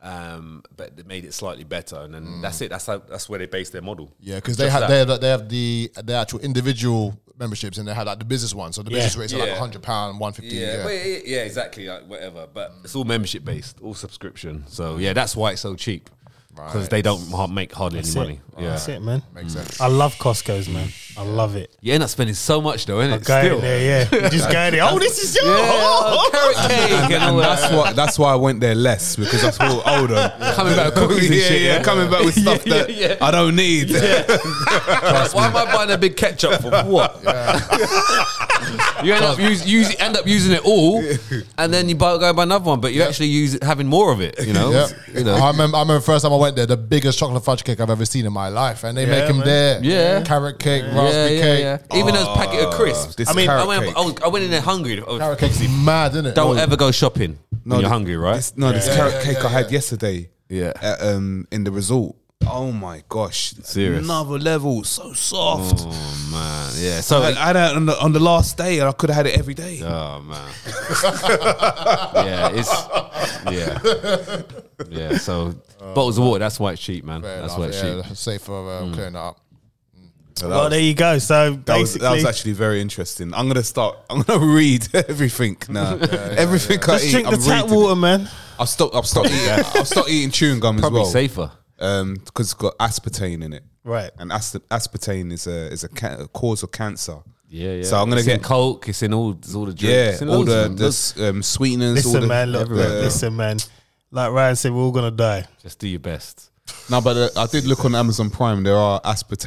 Speaker 3: um, but they made it slightly better. And then that's it. That's how, that's where they based their model.
Speaker 5: Yeah, because they
Speaker 3: Just that.
Speaker 5: have they have they have the the actual individual memberships and they have like the business one. So the business rates are like
Speaker 3: Yeah.
Speaker 5: hundred pound, one fifty.
Speaker 3: Yeah,
Speaker 5: Yeah,
Speaker 3: but it- yeah, exactly. Like whatever, but it's all membership based, all subscription. So yeah, that's why it's so cheap because they don't ha- make hardly any money. Yeah,
Speaker 2: that's it, man.
Speaker 5: makes sense.
Speaker 2: I love Costco's, man. I love it.
Speaker 3: you end up spending so much though, innit?
Speaker 2: Go
Speaker 3: Still.
Speaker 2: in there, yeah. You just go in there. Oh, this is yours.
Speaker 3: Yeah, oh, carrot cake and all
Speaker 4: And
Speaker 3: that.
Speaker 4: that's what that's why I went there less because I thought older.
Speaker 3: Coming back with cookies and
Speaker 4: yeah,
Speaker 3: shit,
Speaker 4: yeah,
Speaker 3: yeah?
Speaker 4: coming back with stuff
Speaker 3: Yeah,
Speaker 4: that
Speaker 3: yeah, yeah.
Speaker 4: I don't need.
Speaker 3: Why am I buying a big ketchup for what? you end up use, use, end up using it all, and then you buy go and buy another one, but you actually use it, having more of it. You know,
Speaker 5: Yeah.
Speaker 3: you know.
Speaker 5: I remember, I remember the first time I went there, the biggest chocolate fudge cake I've ever seen in my life, and they make them
Speaker 2: man.
Speaker 5: there.
Speaker 3: Yeah.
Speaker 5: carrot cake,
Speaker 3: yeah,
Speaker 5: raspberry
Speaker 3: yeah,
Speaker 5: cake.
Speaker 3: yeah. Even those packet of crisps.
Speaker 4: Ah, This
Speaker 2: I mean,
Speaker 4: carrot
Speaker 3: I went,
Speaker 4: cake.
Speaker 3: I, was, I went in there hungry. Oh,
Speaker 5: Carrot cake's mad, isn't it?
Speaker 3: Don't ever go shopping when you're
Speaker 4: th-
Speaker 3: hungry, right?
Speaker 4: This, no, this carrot cake I had yesterday.
Speaker 3: Yeah.
Speaker 4: at, um, in the resort. Oh my gosh!
Speaker 3: Serious.
Speaker 4: Another level. So soft.
Speaker 3: Oh man, yeah. So
Speaker 4: I, I had it on the, on the last day, and I could have had it every day.
Speaker 3: Oh man. yeah, it's yeah, yeah. So bottles of water. That's why it's cheap, man.
Speaker 5: Fair
Speaker 3: that's Hmm.
Speaker 5: enough,
Speaker 3: why it's
Speaker 5: yeah,
Speaker 3: cheap.
Speaker 5: that's safe for uh, clearing that up.
Speaker 4: So that
Speaker 2: well,
Speaker 4: was-
Speaker 2: there you go. So
Speaker 4: That was,
Speaker 2: basically,
Speaker 4: that was actually very interesting. I'm gonna start. I'm gonna read everything now. everything I
Speaker 2: just
Speaker 4: eat.
Speaker 2: drink
Speaker 4: I'm
Speaker 2: the tap
Speaker 4: reading.
Speaker 2: water, man.
Speaker 4: I'll stop. I'll stop eating. I'll stop eating chewing gum as
Speaker 3: Probably
Speaker 4: well.
Speaker 3: safer.
Speaker 4: Um, because it's got aspartame in it,
Speaker 2: Right.
Speaker 4: and as- aspartame is a is a, ca- a cause of cancer.
Speaker 3: Yeah, yeah.
Speaker 4: So I'm gonna
Speaker 3: It's in
Speaker 4: get
Speaker 3: Coke. It's in all. It's all the drinks.
Speaker 4: yeah,
Speaker 3: It's in
Speaker 4: all
Speaker 3: loads
Speaker 4: the,
Speaker 3: of them.
Speaker 4: the s- um, sweeteners. all
Speaker 2: Listen,
Speaker 4: the,
Speaker 2: man. Look,
Speaker 4: everywhere.
Speaker 2: listen, man. Like Ryan said, we're all gonna die.
Speaker 3: Just do your best.
Speaker 4: No, but uh, I did look on Amazon Prime. There are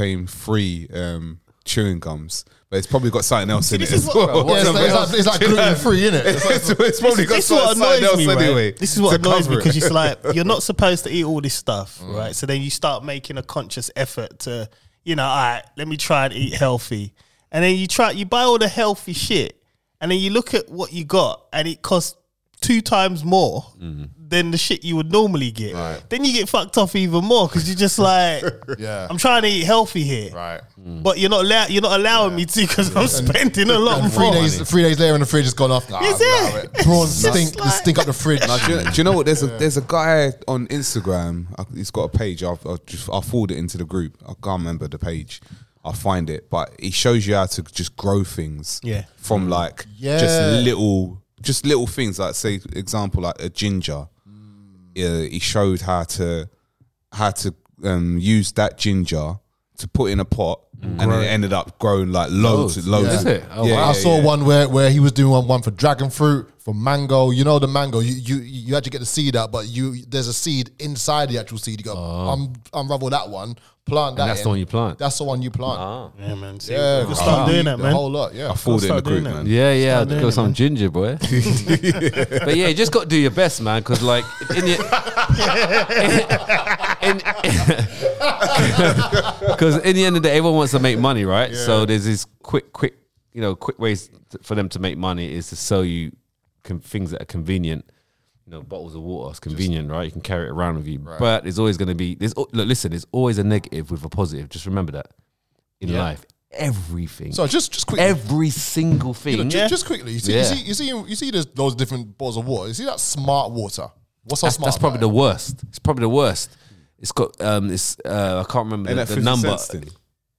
Speaker 4: aspartame-free um, chewing gums, but it's probably got something else in it
Speaker 2: this is
Speaker 4: as
Speaker 2: what-
Speaker 4: well.
Speaker 5: Yeah, it's, like, it's like, gluten free, isn't it?
Speaker 4: it's, it's probably got
Speaker 2: this is what
Speaker 4: something something
Speaker 2: annoys
Speaker 4: else
Speaker 2: me, right?
Speaker 4: anyway.
Speaker 2: This is what
Speaker 4: to
Speaker 2: annoys me
Speaker 4: cover it.
Speaker 2: because it's like you're not supposed to eat all this stuff, right? So then you start making a conscious effort to, you know, all right, let me try and eat healthy, and then you try, you buy all the healthy shit, and then you look at what you got, and it costs two times more than the shit you would normally get. Then you get fucked off even more because you're just like,
Speaker 5: Yeah.
Speaker 2: I'm trying to eat healthy here,
Speaker 5: Right.
Speaker 2: but you're not allow- you're not allowing me to because I'm spending a lot
Speaker 5: And
Speaker 2: more.
Speaker 5: three days, three days later, and the fridge has gone off. Nah,
Speaker 2: Is
Speaker 5: nah,
Speaker 2: it?
Speaker 5: mate.
Speaker 2: It's
Speaker 5: Prawns
Speaker 2: just
Speaker 5: stink.
Speaker 2: like-
Speaker 5: stink up the fridge.
Speaker 4: No, do, you, do you know what? There's a there's a guy on Instagram. uh, He's got a page. I'll, I'll just I'll forward it into the group. I can't remember the page. I'll find it. But he shows you how to just grow things.
Speaker 2: Yeah.
Speaker 4: From like
Speaker 5: Yeah.
Speaker 4: just little just little things. Like say example like a ginger. Yeah, he showed how to how to um, use that ginger to put in a pot, and it ended up growing like loads, loads.
Speaker 3: Mm. Loads,
Speaker 4: loads of-
Speaker 3: yeah. Is it? Oh,
Speaker 4: yeah,
Speaker 3: wow.
Speaker 5: I
Speaker 4: yeah,
Speaker 5: saw
Speaker 4: yeah.
Speaker 5: one where, where he was doing one, one for dragon fruit, for mango. You know the mango, you you you actually get the seed out, but you there's a seed inside the actual seed. You got un, unravel that one, plant that.
Speaker 3: Ah. that's the
Speaker 5: in.
Speaker 3: one you plant? Ah.
Speaker 5: That's the one you plant.
Speaker 2: Yeah, man. See,
Speaker 5: Yeah,
Speaker 2: you can start doing that,
Speaker 5: the
Speaker 2: man.
Speaker 5: Whole lot, yeah.
Speaker 4: I forwarded it in the
Speaker 2: Start doing
Speaker 4: group,
Speaker 2: that.
Speaker 4: man.
Speaker 3: Yeah, yeah, I'd go some ginger, boy. but yeah, you just got to do your best, man. Because like in your, because in, the end of the day, everyone wants to make money, right? So there's this quick, quick, you know, quick ways t- for them to make money is to sell you con- things that are convenient. You know, bottles of water is convenient, right? You can carry it around with you, but there's always going to be there's al- look, listen, there's always a negative with a positive. Just remember that in life, everything.
Speaker 5: So just just quickly,
Speaker 3: Every single thing.
Speaker 5: ju- just, quickly, you see,
Speaker 3: Yeah.
Speaker 5: you see, you see, you see those, those different bottles of water. You see that smart water. What's so
Speaker 3: That's,
Speaker 5: smart?
Speaker 3: that's probably the
Speaker 5: about
Speaker 3: worst. It's probably the worst. It's got um. It's uh. I can't remember
Speaker 4: And
Speaker 3: the,
Speaker 4: that
Speaker 3: the
Speaker 4: 50
Speaker 3: number.
Speaker 4: cents thing.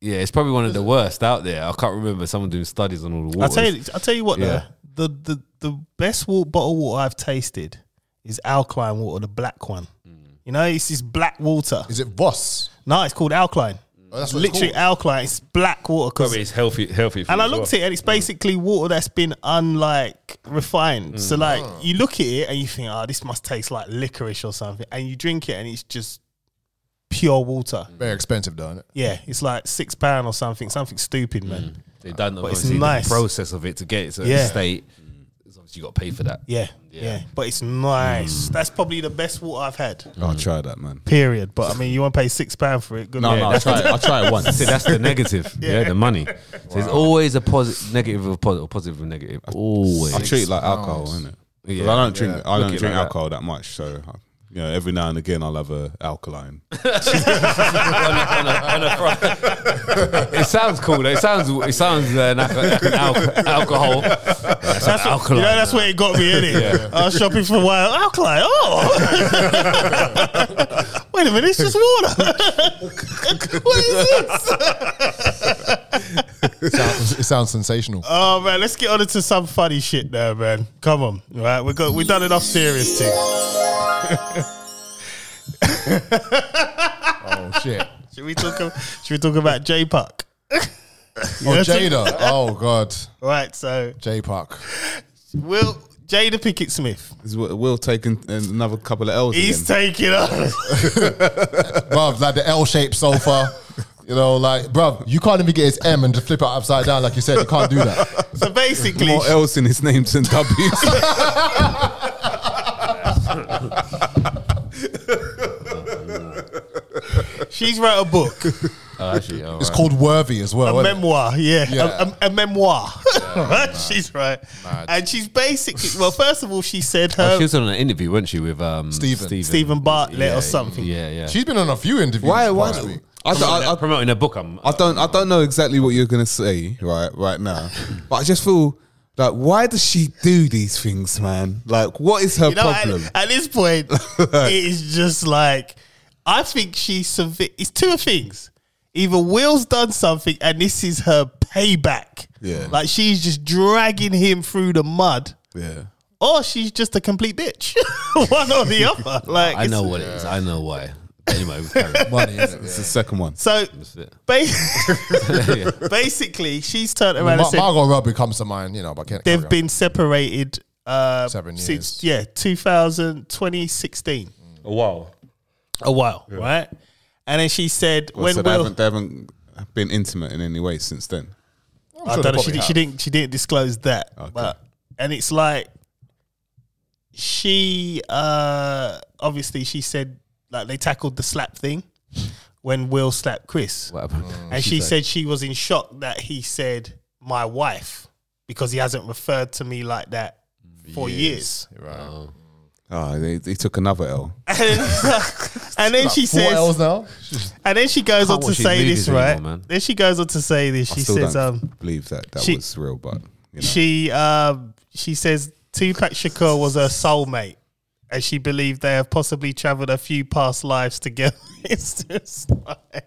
Speaker 3: Yeah, it's probably one of the worst out there. I can't remember someone doing studies on all the water.
Speaker 2: I'll tell you. I'll tell you what.
Speaker 3: Yeah.
Speaker 2: Though, the the the best water, bottle water I've tasted is alkaline water, the black one.
Speaker 5: Mm.
Speaker 2: You know, it's this black water.
Speaker 5: it? Is it Voss?
Speaker 2: No, it's called alkaline.
Speaker 5: Oh, that's what it's
Speaker 2: Literally alkaline. It's black water. 'cause-
Speaker 3: it's healthy. Healthy.
Speaker 2: and I looked at it, and
Speaker 5: Mm.
Speaker 2: it's basically water that's been unlike refined.
Speaker 5: Mm.
Speaker 2: So like, you look at it and you think, oh, this must taste like licorice or something, and you drink it and it's just pure water.
Speaker 5: Very expensive, though, isn't it?
Speaker 2: Yeah, it's like six pound or something, something stupid, man.
Speaker 5: Mm.
Speaker 3: They done
Speaker 2: it's
Speaker 3: obviously
Speaker 2: nice.
Speaker 3: the process of it to get it to
Speaker 2: Yeah.
Speaker 3: a state. It's obviously you got to pay for that.
Speaker 2: Yeah, yeah, But it's nice.
Speaker 4: Mm.
Speaker 2: That's probably the best water I've had.
Speaker 4: I'll try Oh, that, man.
Speaker 2: Period. But I mean, you won't pay six pound for it. Good
Speaker 4: No,
Speaker 2: luck.
Speaker 4: no, I'll try it. I'll try it once.
Speaker 3: So that's the negative. yeah. the money. So there's always a positive, negative, or positive, or positive, or negative. Always.
Speaker 4: I treat it like alcohol, innit? 'Cause
Speaker 3: Yeah.
Speaker 4: I don't drink. I
Speaker 3: Look
Speaker 4: don't
Speaker 3: at it
Speaker 4: drink
Speaker 3: like that.
Speaker 4: alcohol that. much, so I- you know, every now and again I'll have a alkaline.
Speaker 3: It sounds cool. Though. It sounds. It sounds uh, like, like an al- alcohol. That's
Speaker 2: That's what, you know, that's where it got me in it. I was shopping for a while. Alkaline. Oh, wait a minute, it's just water. what is this?
Speaker 5: Sounds- it sounds sensational.
Speaker 2: Oh man, let's get on into some funny shit now, man. Come on, all right? We got we done enough serious things.
Speaker 5: oh shit.
Speaker 2: Should we talk? About, should we talk about J Puck?
Speaker 5: Oh Jada. Oh god.
Speaker 2: Right. So,
Speaker 5: J Park.
Speaker 2: Will Jada Pickett Smith?
Speaker 4: Is Will Will taking another couple of L's
Speaker 2: He's
Speaker 4: again?
Speaker 2: taking us.
Speaker 5: bruv, like the L shaped sofa. You know, like, bruv, you can't even get his M and just flip it upside down, like you said. You can't do that.
Speaker 2: So basically,
Speaker 4: More L's in his name than W's.
Speaker 2: She's wrote a book,
Speaker 3: Oh, actually, all
Speaker 5: It's
Speaker 3: right.
Speaker 5: called Worthy as well.
Speaker 2: a
Speaker 5: isn't it?
Speaker 2: memoir. Yeah, a-
Speaker 5: Yeah.
Speaker 2: A, a memoir. she's right, and she's basically. Well, first of all, she said her
Speaker 3: Oh, she was on an interview, wasn't she, with um,
Speaker 5: Stephen.
Speaker 2: Uh, Stephen Bartlett or something.
Speaker 3: Yeah, yeah.
Speaker 5: She's been on a few interviews.
Speaker 4: Why? Why?
Speaker 5: last week.
Speaker 4: I, don't- I, I,
Speaker 3: promoting a book. I'm,
Speaker 4: I don't. I don't know exactly what you're gonna say right right now, but I just feel like why does she do these things, man? Like, what is her
Speaker 2: You know, at,
Speaker 4: problem?
Speaker 2: at this point, it is just like I think she's severe. It's two things. Either Will's done something and this is her payback.
Speaker 4: Yeah.
Speaker 2: Like she's just dragging him through the mud.
Speaker 4: Yeah.
Speaker 2: Or she's just a complete bitch. One or the other. Like
Speaker 3: I know
Speaker 2: it's-
Speaker 3: what it is. I know why. Anyway, carry on.
Speaker 5: Money, isn't it?
Speaker 4: It's the second one.
Speaker 2: So
Speaker 3: That's it.
Speaker 2: ba-
Speaker 3: Yeah.
Speaker 2: basically, she's turned around and
Speaker 5: Mar-
Speaker 2: said,
Speaker 5: Margot Robbie comes to mind, you know, but can't.
Speaker 2: they've
Speaker 5: carry
Speaker 2: been separated uh,
Speaker 5: Seven
Speaker 2: since yeah 2000, 2016.
Speaker 3: A while.
Speaker 2: A while, right? And then she said,
Speaker 4: Well,
Speaker 2: "When
Speaker 4: so they
Speaker 2: Will,
Speaker 4: haven't, they haven't been intimate in any way since then.
Speaker 5: on. I'm
Speaker 2: I
Speaker 5: sure
Speaker 2: don't
Speaker 5: they
Speaker 2: know, she,
Speaker 5: probably
Speaker 2: did, she
Speaker 5: have.
Speaker 2: didn't she didn't disclose that, but and it's like she uh obviously she said like they tackled the slap thing when Will slapped Chris,
Speaker 3: What happened?
Speaker 2: and she said she was in shock that he said my wife because he hasn't referred to me like that for years.
Speaker 5: Right.
Speaker 4: Oh, they, they took another L.
Speaker 2: And then, and then she
Speaker 5: Four
Speaker 2: says,
Speaker 5: L's now.
Speaker 2: and then she goes
Speaker 3: Can't
Speaker 2: on to
Speaker 3: watch these
Speaker 2: say this,
Speaker 3: movies anymore,
Speaker 2: right?
Speaker 3: man.
Speaker 2: Then she goes on to say this.
Speaker 4: I
Speaker 2: She
Speaker 4: still
Speaker 2: says,
Speaker 4: don't
Speaker 2: um,
Speaker 4: believe that that
Speaker 2: she-
Speaker 4: was real, but you know.
Speaker 2: she um, she says Tupac Shakur was her soulmate, and she believed they have possibly traveled a few past lives together. it's just like,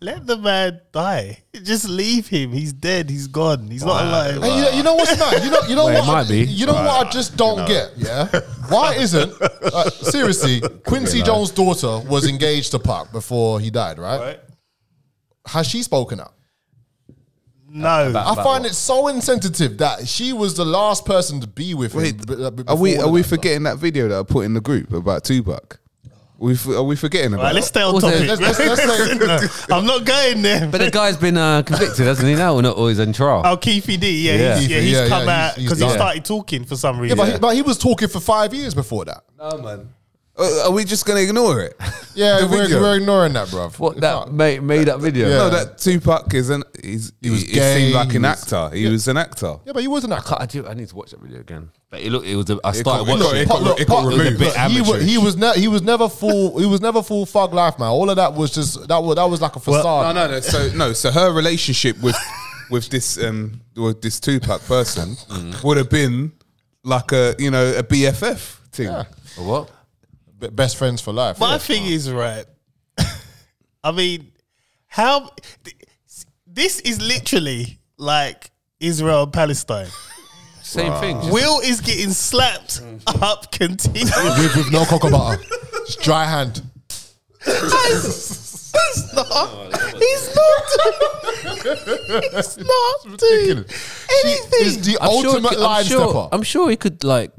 Speaker 2: let the man die. Just leave him. He's dead. He's gone. He's not alive.
Speaker 5: Hey, you, know, you know what's mad? You know, you know
Speaker 3: Well, it
Speaker 5: what? I-
Speaker 3: might be.
Speaker 5: You know what? I just don't get. Yeah, why isn't uh, seriously Quincy Jones' daughter was engaged to Puck before he died? Right?
Speaker 2: Right?
Speaker 5: Has she spoken up?
Speaker 2: No.
Speaker 5: I find it so insensitive that she was the last person to be with him.
Speaker 4: Wait,
Speaker 5: b- b-
Speaker 4: are we
Speaker 5: before
Speaker 4: are we
Speaker 5: that, though.
Speaker 4: forgetting that video that I put in the group about Tupac? We f- are we forgetting
Speaker 2: All right,
Speaker 4: about?
Speaker 2: let's stay on
Speaker 3: Also,
Speaker 2: topic.
Speaker 5: Let's, let's, let's say,
Speaker 2: I'm not going there.
Speaker 3: But the guy's been uh, convicted, hasn't he? Now or not? Or he's in trial?
Speaker 2: Oh, Keithy D, yeah,
Speaker 3: Yeah.
Speaker 2: he's, yeah,
Speaker 5: Keithy,
Speaker 2: he's
Speaker 5: yeah,
Speaker 2: come
Speaker 5: yeah,
Speaker 2: out
Speaker 5: he's- he's
Speaker 2: because he
Speaker 5: done.
Speaker 2: started talking for some
Speaker 5: yeah,
Speaker 2: reason.
Speaker 5: but he, but he was talking for five years before that.
Speaker 4: no, man. Uh, are we just gonna ignore it?
Speaker 5: Yeah,
Speaker 4: The
Speaker 5: we're,
Speaker 4: video.
Speaker 5: we're ignoring that, bruv.
Speaker 3: What that made, made up video?
Speaker 5: Yeah.
Speaker 4: No, that Tupac is an. He's, he
Speaker 5: was
Speaker 4: he
Speaker 5: gay,
Speaker 4: seemed like an
Speaker 5: he was-
Speaker 4: actor. He was an actor.
Speaker 5: Yeah, but he wasn't that.
Speaker 3: Can't- I, do, I need to watch that video again. But it look, it was. A, I
Speaker 4: got-
Speaker 3: started
Speaker 4: it got-
Speaker 3: watching.
Speaker 4: it
Speaker 3: it.
Speaker 4: got-
Speaker 5: Look,
Speaker 4: it got
Speaker 5: Puck-
Speaker 4: removed.
Speaker 5: look, he was he was ne- he was never full he was never full thug life man. All of that was just that was that was like a facade.
Speaker 4: No, no, no. So no, so her relationship with with this um with this Tupac person would have been like a you know a BFF thing.
Speaker 3: A what?
Speaker 5: B- Best friends for life.
Speaker 2: My
Speaker 5: yeah.
Speaker 2: thing is right. I mean, how th- this is literally like Israel and Palestine.
Speaker 3: Same thing. just-
Speaker 2: Will is getting slapped up continually.
Speaker 5: with, with no cocoa butter, It's dry hand.
Speaker 2: That's that's not. He's not. doing- He's not doing
Speaker 5: Is
Speaker 2: anything.
Speaker 5: the
Speaker 3: I'm sure
Speaker 5: ultimate
Speaker 3: he could-
Speaker 5: line
Speaker 3: I'm sure,
Speaker 5: stepper.
Speaker 3: I'm sure he could like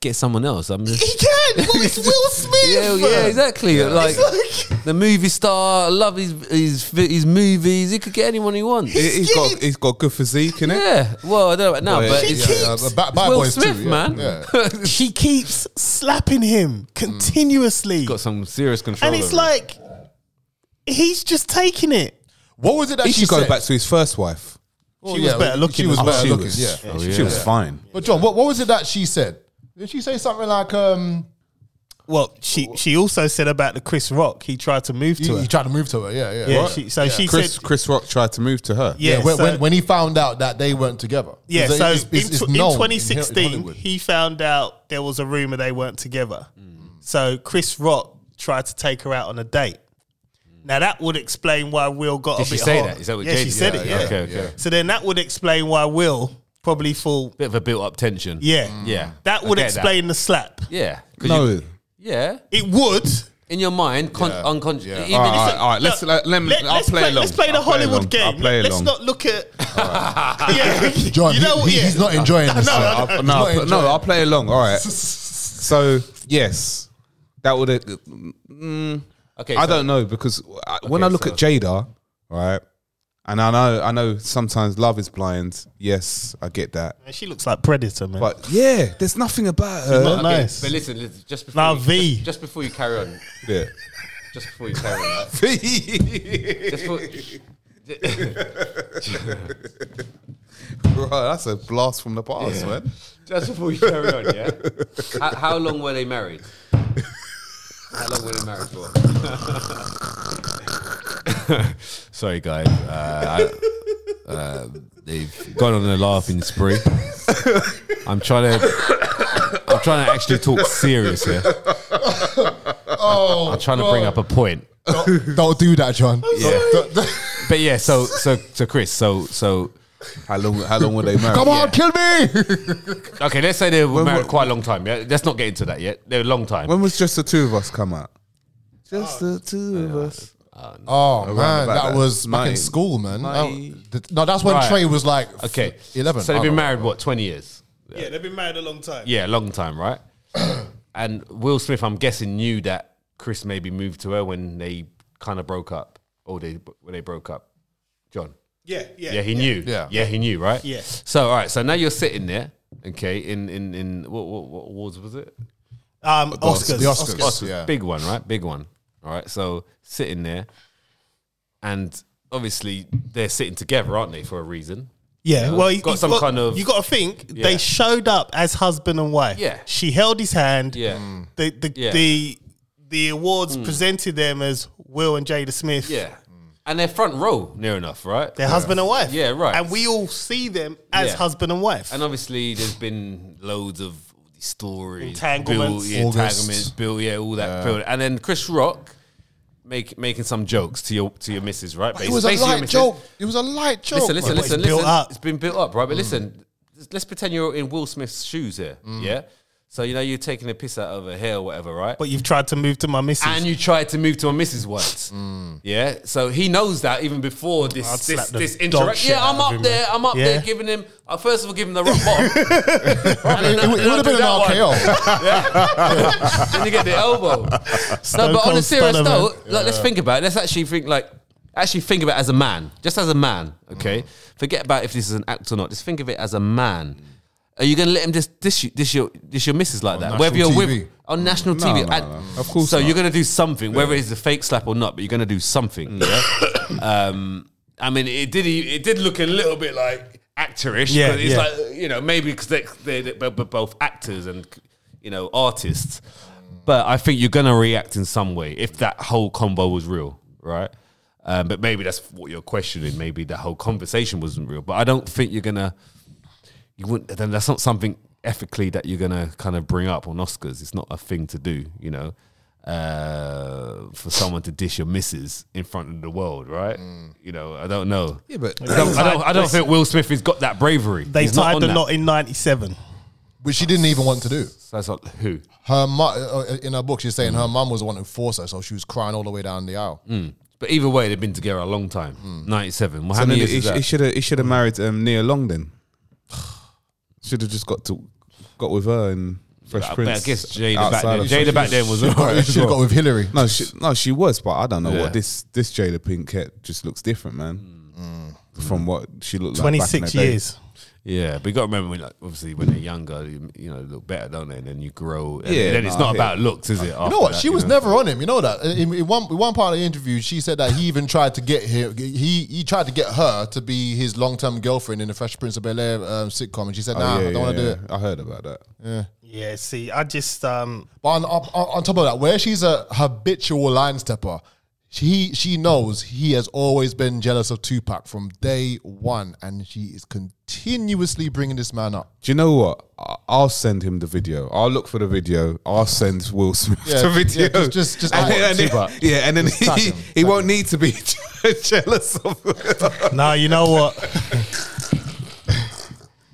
Speaker 3: get someone else. I'm just,
Speaker 2: He can. Well, it's Will Smith.
Speaker 3: yeah, yeah, exactly. Like,
Speaker 2: It's like
Speaker 3: the movie star, I love his his his movies. He could get anyone he wants.
Speaker 4: He- he's got he's got good physique, innit?
Speaker 3: yeah. Well, I don't know about now,
Speaker 4: Well,
Speaker 3: but
Speaker 4: yeah,
Speaker 3: it's,
Speaker 5: yeah, yeah,
Speaker 2: keeps-
Speaker 5: but Bad- Bad
Speaker 3: Will
Speaker 5: Boys too,
Speaker 3: Smith,
Speaker 5: yeah,
Speaker 3: man.
Speaker 5: yeah.
Speaker 2: she keeps slapping him continuously.
Speaker 3: Mm. got some serious control.
Speaker 2: and it's
Speaker 3: over it.
Speaker 2: like he's just taking it.
Speaker 5: What was it that
Speaker 4: He
Speaker 5: she
Speaker 4: should go
Speaker 5: said?
Speaker 4: back to his first wife.
Speaker 5: Well,
Speaker 2: She was better looking
Speaker 5: She was
Speaker 2: as well.
Speaker 5: better
Speaker 4: she
Speaker 5: looking.
Speaker 4: was,
Speaker 5: Yeah.
Speaker 4: she was fine.
Speaker 5: But John, what, what was it that she said? Did she say something like um?
Speaker 2: Well, she she also said about the Chris Rock. He tried to move to
Speaker 5: He,
Speaker 2: her.
Speaker 5: he tried to move to her. Yeah, yeah.
Speaker 2: yeah,
Speaker 5: What?
Speaker 2: she, so she
Speaker 4: Chris
Speaker 2: said.
Speaker 4: Chris Rock tried to move to her.
Speaker 2: Yeah,
Speaker 5: when,
Speaker 2: so,
Speaker 5: when, when he found out that they weren't together.
Speaker 2: yeah,
Speaker 5: It's-
Speaker 2: so
Speaker 5: it's- it's-
Speaker 2: in,
Speaker 5: it's
Speaker 2: tw- in
Speaker 5: known in Hol- in
Speaker 2: 2016,
Speaker 5: Hollywood.
Speaker 2: he found out there was a rumor they weren't together.
Speaker 5: Mm.
Speaker 2: So Chris Rock tried to take her out on a date. Now that would explain why Will got
Speaker 3: Did
Speaker 2: a
Speaker 3: she
Speaker 2: bit
Speaker 3: say
Speaker 2: hot.
Speaker 3: that? Is that what
Speaker 2: yeah,
Speaker 3: Jade-
Speaker 2: she said
Speaker 3: yeah,
Speaker 2: it. Yeah.
Speaker 3: okay, okay.
Speaker 2: So then that would explain why Will probably thought,
Speaker 3: Bit of a built up tension.
Speaker 2: yeah,
Speaker 3: Mm. Yeah.
Speaker 2: that would
Speaker 3: I get
Speaker 2: explain the slap.
Speaker 3: Yeah. 'Cause
Speaker 4: No.
Speaker 3: you- yeah.
Speaker 2: It would.
Speaker 3: In your mind, con- unconscious. Even
Speaker 4: All right, all right, all right, let's
Speaker 2: Look,
Speaker 4: let, let, me-
Speaker 2: let-
Speaker 4: I'll
Speaker 2: let's
Speaker 4: play, along.
Speaker 2: Let's play the
Speaker 4: I'll
Speaker 2: Hollywood
Speaker 4: along.
Speaker 2: game.
Speaker 4: I'll play
Speaker 2: let's
Speaker 4: along.
Speaker 2: not look at. yeah,
Speaker 5: John,
Speaker 2: you know what?
Speaker 5: he, he-
Speaker 2: yeah.
Speaker 5: he's not enjoying this.
Speaker 2: no,
Speaker 4: I'll- no,
Speaker 5: not
Speaker 4: I'll, no,
Speaker 5: enjoying
Speaker 4: I'll play along. All right. So yes, that would. Mm,
Speaker 3: Okay,
Speaker 4: I
Speaker 3: so-
Speaker 4: don't know because I, when
Speaker 3: Okay,
Speaker 4: I look
Speaker 3: so-
Speaker 4: at Jada, right, and I know, I know, sometimes love is blind. Yes, I get that,
Speaker 2: She looks like Predator, man.
Speaker 4: but yeah, there's nothing about her.
Speaker 2: not-
Speaker 3: Okay,
Speaker 2: Nice.
Speaker 3: But listen, listen, just before
Speaker 2: Now
Speaker 3: you,
Speaker 2: V.
Speaker 3: Just, just before you carry on,
Speaker 4: Yeah.
Speaker 3: just before you carry on, just before,
Speaker 4: Bro, that's a blast from the past, man.
Speaker 3: Just before you carry on, yeah. how, how long were they married? How long were they married for? Sorry, guys. Uh, I- uh, they've gone on a laughing spree. I'm trying to. I'm trying to actually talk serious here.
Speaker 5: Oh,
Speaker 3: I'm trying to bring up a point.
Speaker 5: Don't, don't do that, John. Don't- don't-
Speaker 3: But yeah, so so so Chris, so so
Speaker 4: How long? How long were they married?
Speaker 5: Come on, kill me.
Speaker 3: okay, let's say they were married
Speaker 4: were-
Speaker 3: quite a long time. Yeah, let's not get into that yet. They're a long time.
Speaker 4: When was just the two of us come out? Just the two of us.
Speaker 5: Oh man,
Speaker 4: about
Speaker 5: that,
Speaker 4: that.
Speaker 5: was back in
Speaker 4: 90.
Speaker 5: school, man. That-
Speaker 4: 90.
Speaker 5: th- no, that's when
Speaker 3: Right.
Speaker 5: Trey was like
Speaker 3: Okay,
Speaker 5: eleven.
Speaker 3: So they've
Speaker 5: Oh,
Speaker 3: been
Speaker 5: no.
Speaker 3: married what twenty years?
Speaker 2: Yeah, they've been married a long time.
Speaker 3: Yeah, a long time, right? and Will Smith, I'm guessing, knew that Chris maybe moved to her when they kind of broke up, or they when they broke up. John.
Speaker 2: yeah, yeah.
Speaker 3: Yeah, he knew.
Speaker 5: Yeah.
Speaker 3: yeah, he knew, right?
Speaker 2: Yeah.
Speaker 3: So, all right. So now you're sitting there, okay? In in in what what, what awards was it?
Speaker 2: Um, Oscars.
Speaker 5: The Oscars.
Speaker 3: Oscars,
Speaker 5: Yeah.
Speaker 3: big one, right? Big one. All right. So sitting there, and obviously they're sitting together, aren't they, for a reason?
Speaker 2: Yeah, well, you
Speaker 3: got some
Speaker 2: got,
Speaker 3: kind of-
Speaker 2: You got to think they showed up as husband and wife.
Speaker 3: Yeah.
Speaker 2: she held his hand.
Speaker 3: Yeah. Mm.
Speaker 2: the the
Speaker 3: Yeah.
Speaker 2: the, the awards presented them as Will and Jada Smith.
Speaker 3: Yeah.
Speaker 5: Mm.
Speaker 3: And they're front row, near enough, right?
Speaker 2: they're husband and wife.
Speaker 3: Yeah, right.
Speaker 2: And we all see them as
Speaker 3: Yeah.
Speaker 2: husband and wife.
Speaker 3: And obviously, there's been loads of stories,
Speaker 2: Entanglements.
Speaker 3: Bill, yeah,
Speaker 5: All this.
Speaker 3: entanglements, Bill, yeah, all that. Bill. And then Chris Rock make, making some jokes to your to your missus, right?
Speaker 5: It was a
Speaker 3: Basically, your
Speaker 5: light
Speaker 3: missus.
Speaker 5: joke. It was a light joke.
Speaker 3: Listen, listen,
Speaker 5: man.
Speaker 3: listen,
Speaker 2: built
Speaker 3: listen.
Speaker 2: up. Mm.
Speaker 3: It's been built up, right? But listen, let's pretend you're in Will Smith's shoes here,
Speaker 2: Mm.
Speaker 3: yeah. So you know you're taking a piss out of her hair or whatever, right?
Speaker 2: but you've tried to move to my missus.
Speaker 3: and you tried to move to a Mrs. once. Yeah. So he knows that even before this
Speaker 2: Mm. I'd slap
Speaker 3: this,
Speaker 2: the
Speaker 3: this
Speaker 2: dog
Speaker 3: interaction.
Speaker 2: shit
Speaker 3: Yeah, I'm
Speaker 2: out of
Speaker 3: up
Speaker 2: him,
Speaker 3: there.
Speaker 2: man.
Speaker 3: I'm up there
Speaker 2: Yeah.
Speaker 3: giving him. Uh, first of all, giving him the rock bottom.
Speaker 5: It, it would have been an RKO.
Speaker 3: then you get the elbow. no,
Speaker 2: Stone
Speaker 3: but on a
Speaker 2: Cold
Speaker 3: serious
Speaker 2: Stunner,
Speaker 3: note, like, let's think about it. Let's actually think like actually think about it as a man, just as a man. Okay, forget about if this is an act or not. Just think of it as a man. Are you going to let him just dish you, dish your dish your missus like that? Whether you're
Speaker 5: national
Speaker 3: with
Speaker 5: TV.
Speaker 3: on national TV,
Speaker 4: no,
Speaker 3: and-
Speaker 4: no. Of course
Speaker 3: So
Speaker 4: not.
Speaker 3: you're going to do something, whether it's a fake slap or not, but you're going to do
Speaker 4: Mm.
Speaker 3: something. Yeah. um, I mean, it did it did look a little bit like actorish.
Speaker 2: Yeah,
Speaker 3: 'cause it's
Speaker 2: yeah.
Speaker 3: like you know, maybe because they, they, they, are both actors and, you know, artists. But I think you're going to react in some way if that whole combo was real, right? Um, but maybe that's what you're questioning. Maybe that whole conversation wasn't real. But I don't think you're going to, you wouldn't, then that's not something ethically that you're going to kind of bring up on Oscars. It's not a thing to do, you know, uh, for someone to dish your missus in front of the world, right? You know, I don't know.
Speaker 4: Yeah, but
Speaker 3: I don't, I don't, I don't think Will Smith has got that bravery.
Speaker 2: they
Speaker 3: He's
Speaker 2: tied
Speaker 3: on
Speaker 2: the
Speaker 3: that.
Speaker 2: knot in '97.
Speaker 5: Which she didn't even want to do.
Speaker 3: So that's not who.
Speaker 5: Her mum, in her book, she's saying her mum was the one who forced her, so she was crying all the way down the aisle.
Speaker 4: Mm.
Speaker 3: But either way, they've been together a long time. Ninety-seven. Well, how
Speaker 4: So then
Speaker 3: many years is
Speaker 4: he
Speaker 3: that? Mm.
Speaker 4: should have he should have married um, Nia Long then. Should have just got to got with her and Fresh
Speaker 3: I,
Speaker 4: Prince.
Speaker 3: I guess Jada back
Speaker 4: outside
Speaker 3: then.
Speaker 4: of-
Speaker 3: Jada back then was
Speaker 5: She got, she got with Hillary.
Speaker 4: No, she, no, she was, but I don't know
Speaker 3: Yeah.
Speaker 4: what this this Jada Pinkett just looks different, man, from what she looked like. back in the
Speaker 2: 26
Speaker 4: day.
Speaker 2: years.
Speaker 3: yeah. But you got to remember, when, like, obviously, when they're younger, you, you know, they look better, don't they? And then you grow. And
Speaker 4: Yeah,
Speaker 3: Then it's
Speaker 4: nah,
Speaker 3: not
Speaker 4: yeah.
Speaker 3: about looks, is it?
Speaker 5: You know what? She was never on him. You know that. In, in one in one part of the interview, she said that he even tried to get him. He he tried to get her to be his long term girlfriend in the Fresh Prince of Bel Air um, sitcom, and she said,
Speaker 4: Oh,
Speaker 5: "Nah,
Speaker 4: yeah,
Speaker 5: I don't want to
Speaker 4: yeah,
Speaker 5: do it."
Speaker 4: yeah. I heard about that.
Speaker 2: Yeah, see, I just um,
Speaker 5: But on, on, on top of that, where she's a habitual line stepper, she she knows he has always been jealous of Tupac from day one, and she is continuously bringing this man up.
Speaker 4: Do you know what? I- I'll send him the video. I'll look for the video. I'll send Will Smith
Speaker 5: Yeah,
Speaker 4: the
Speaker 5: yeah,
Speaker 4: video.
Speaker 5: just- just- just
Speaker 4: and
Speaker 5: add
Speaker 4: then,
Speaker 5: it
Speaker 4: and
Speaker 5: to
Speaker 4: then,
Speaker 5: that.
Speaker 4: yeah, and then
Speaker 5: Just tag
Speaker 4: he,
Speaker 5: him,
Speaker 4: he
Speaker 5: tag
Speaker 4: won't need to be jealous of.
Speaker 2: no, you know what?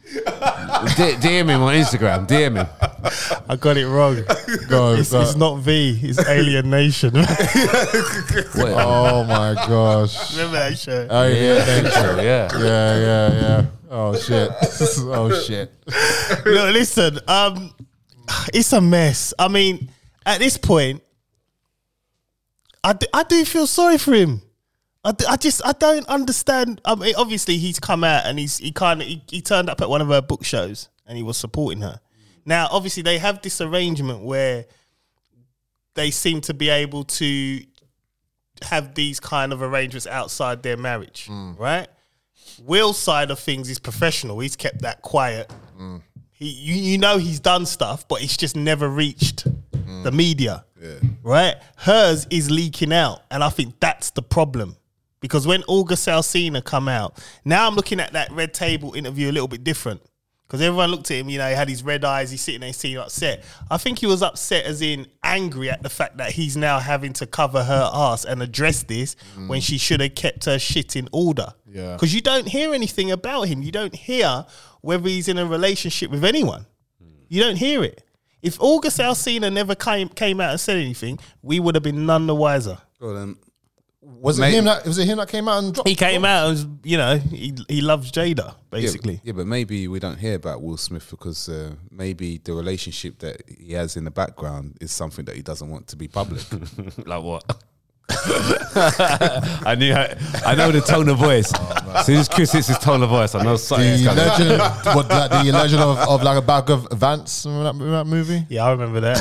Speaker 3: D- DM him on Instagram. DM him.
Speaker 2: I got it wrong.
Speaker 5: Go,
Speaker 2: It's, it's not V, it's Alien Nation. Remember
Speaker 5: oh my gosh!
Speaker 2: that show?
Speaker 5: Oh yeah, thank you.
Speaker 3: yeah.
Speaker 5: yeah, yeah, yeah. Oh shit! oh shit!
Speaker 2: Look, listen, um, it's a mess. I mean, at this point, I do, I do feel sorry for him. I, d- I just I don't understand. I mean, obviously he's come out and he's he kind of he, he turned up at one of her book shows and he was supporting her. Now, obviously, they have this arrangement where they seem to be able to have these kind of arrangements outside their marriage, right? Will's side of things is professional. He's kept that quiet. He, you, you know he's done stuff, but it's just never reached the media, right? Hers is leaking out, and I think that's the problem. Because when Olga Salsina come out, now I'm looking at that red table interview a little bit different. because everyone looked at him. You know, he had his red eyes. He's sitting there, he's seemed upset. I think he was upset, as in angry at the fact that he's now having to cover her ass and address this when she should have kept her shit in order.
Speaker 5: Yeah.
Speaker 2: because you don't hear anything about him. You don't hear whether he's in a relationship with anyone. You don't hear it. If August Alsina never came came out and said anything, we would have been none the wiser.
Speaker 4: Go on,
Speaker 5: Was it
Speaker 4: Mate.
Speaker 5: him that was it him that came out and dropped?
Speaker 2: He came out and was, you know he he loves Jada
Speaker 4: Yeah,
Speaker 2: basically.
Speaker 4: Yeah, but maybe we don't hear about Will Smith because uh, maybe the relationship that he has in the background is something that he doesn't want to be public.
Speaker 3: Like what? I knew. How, I know the tone of voice. so this Chris hits his tone of voice. I know something's
Speaker 5: The
Speaker 3: coming.
Speaker 5: legend, what, like, the legend of, of like a bag of Vance. Remember that, remember that movie?
Speaker 2: Yeah, I remember that.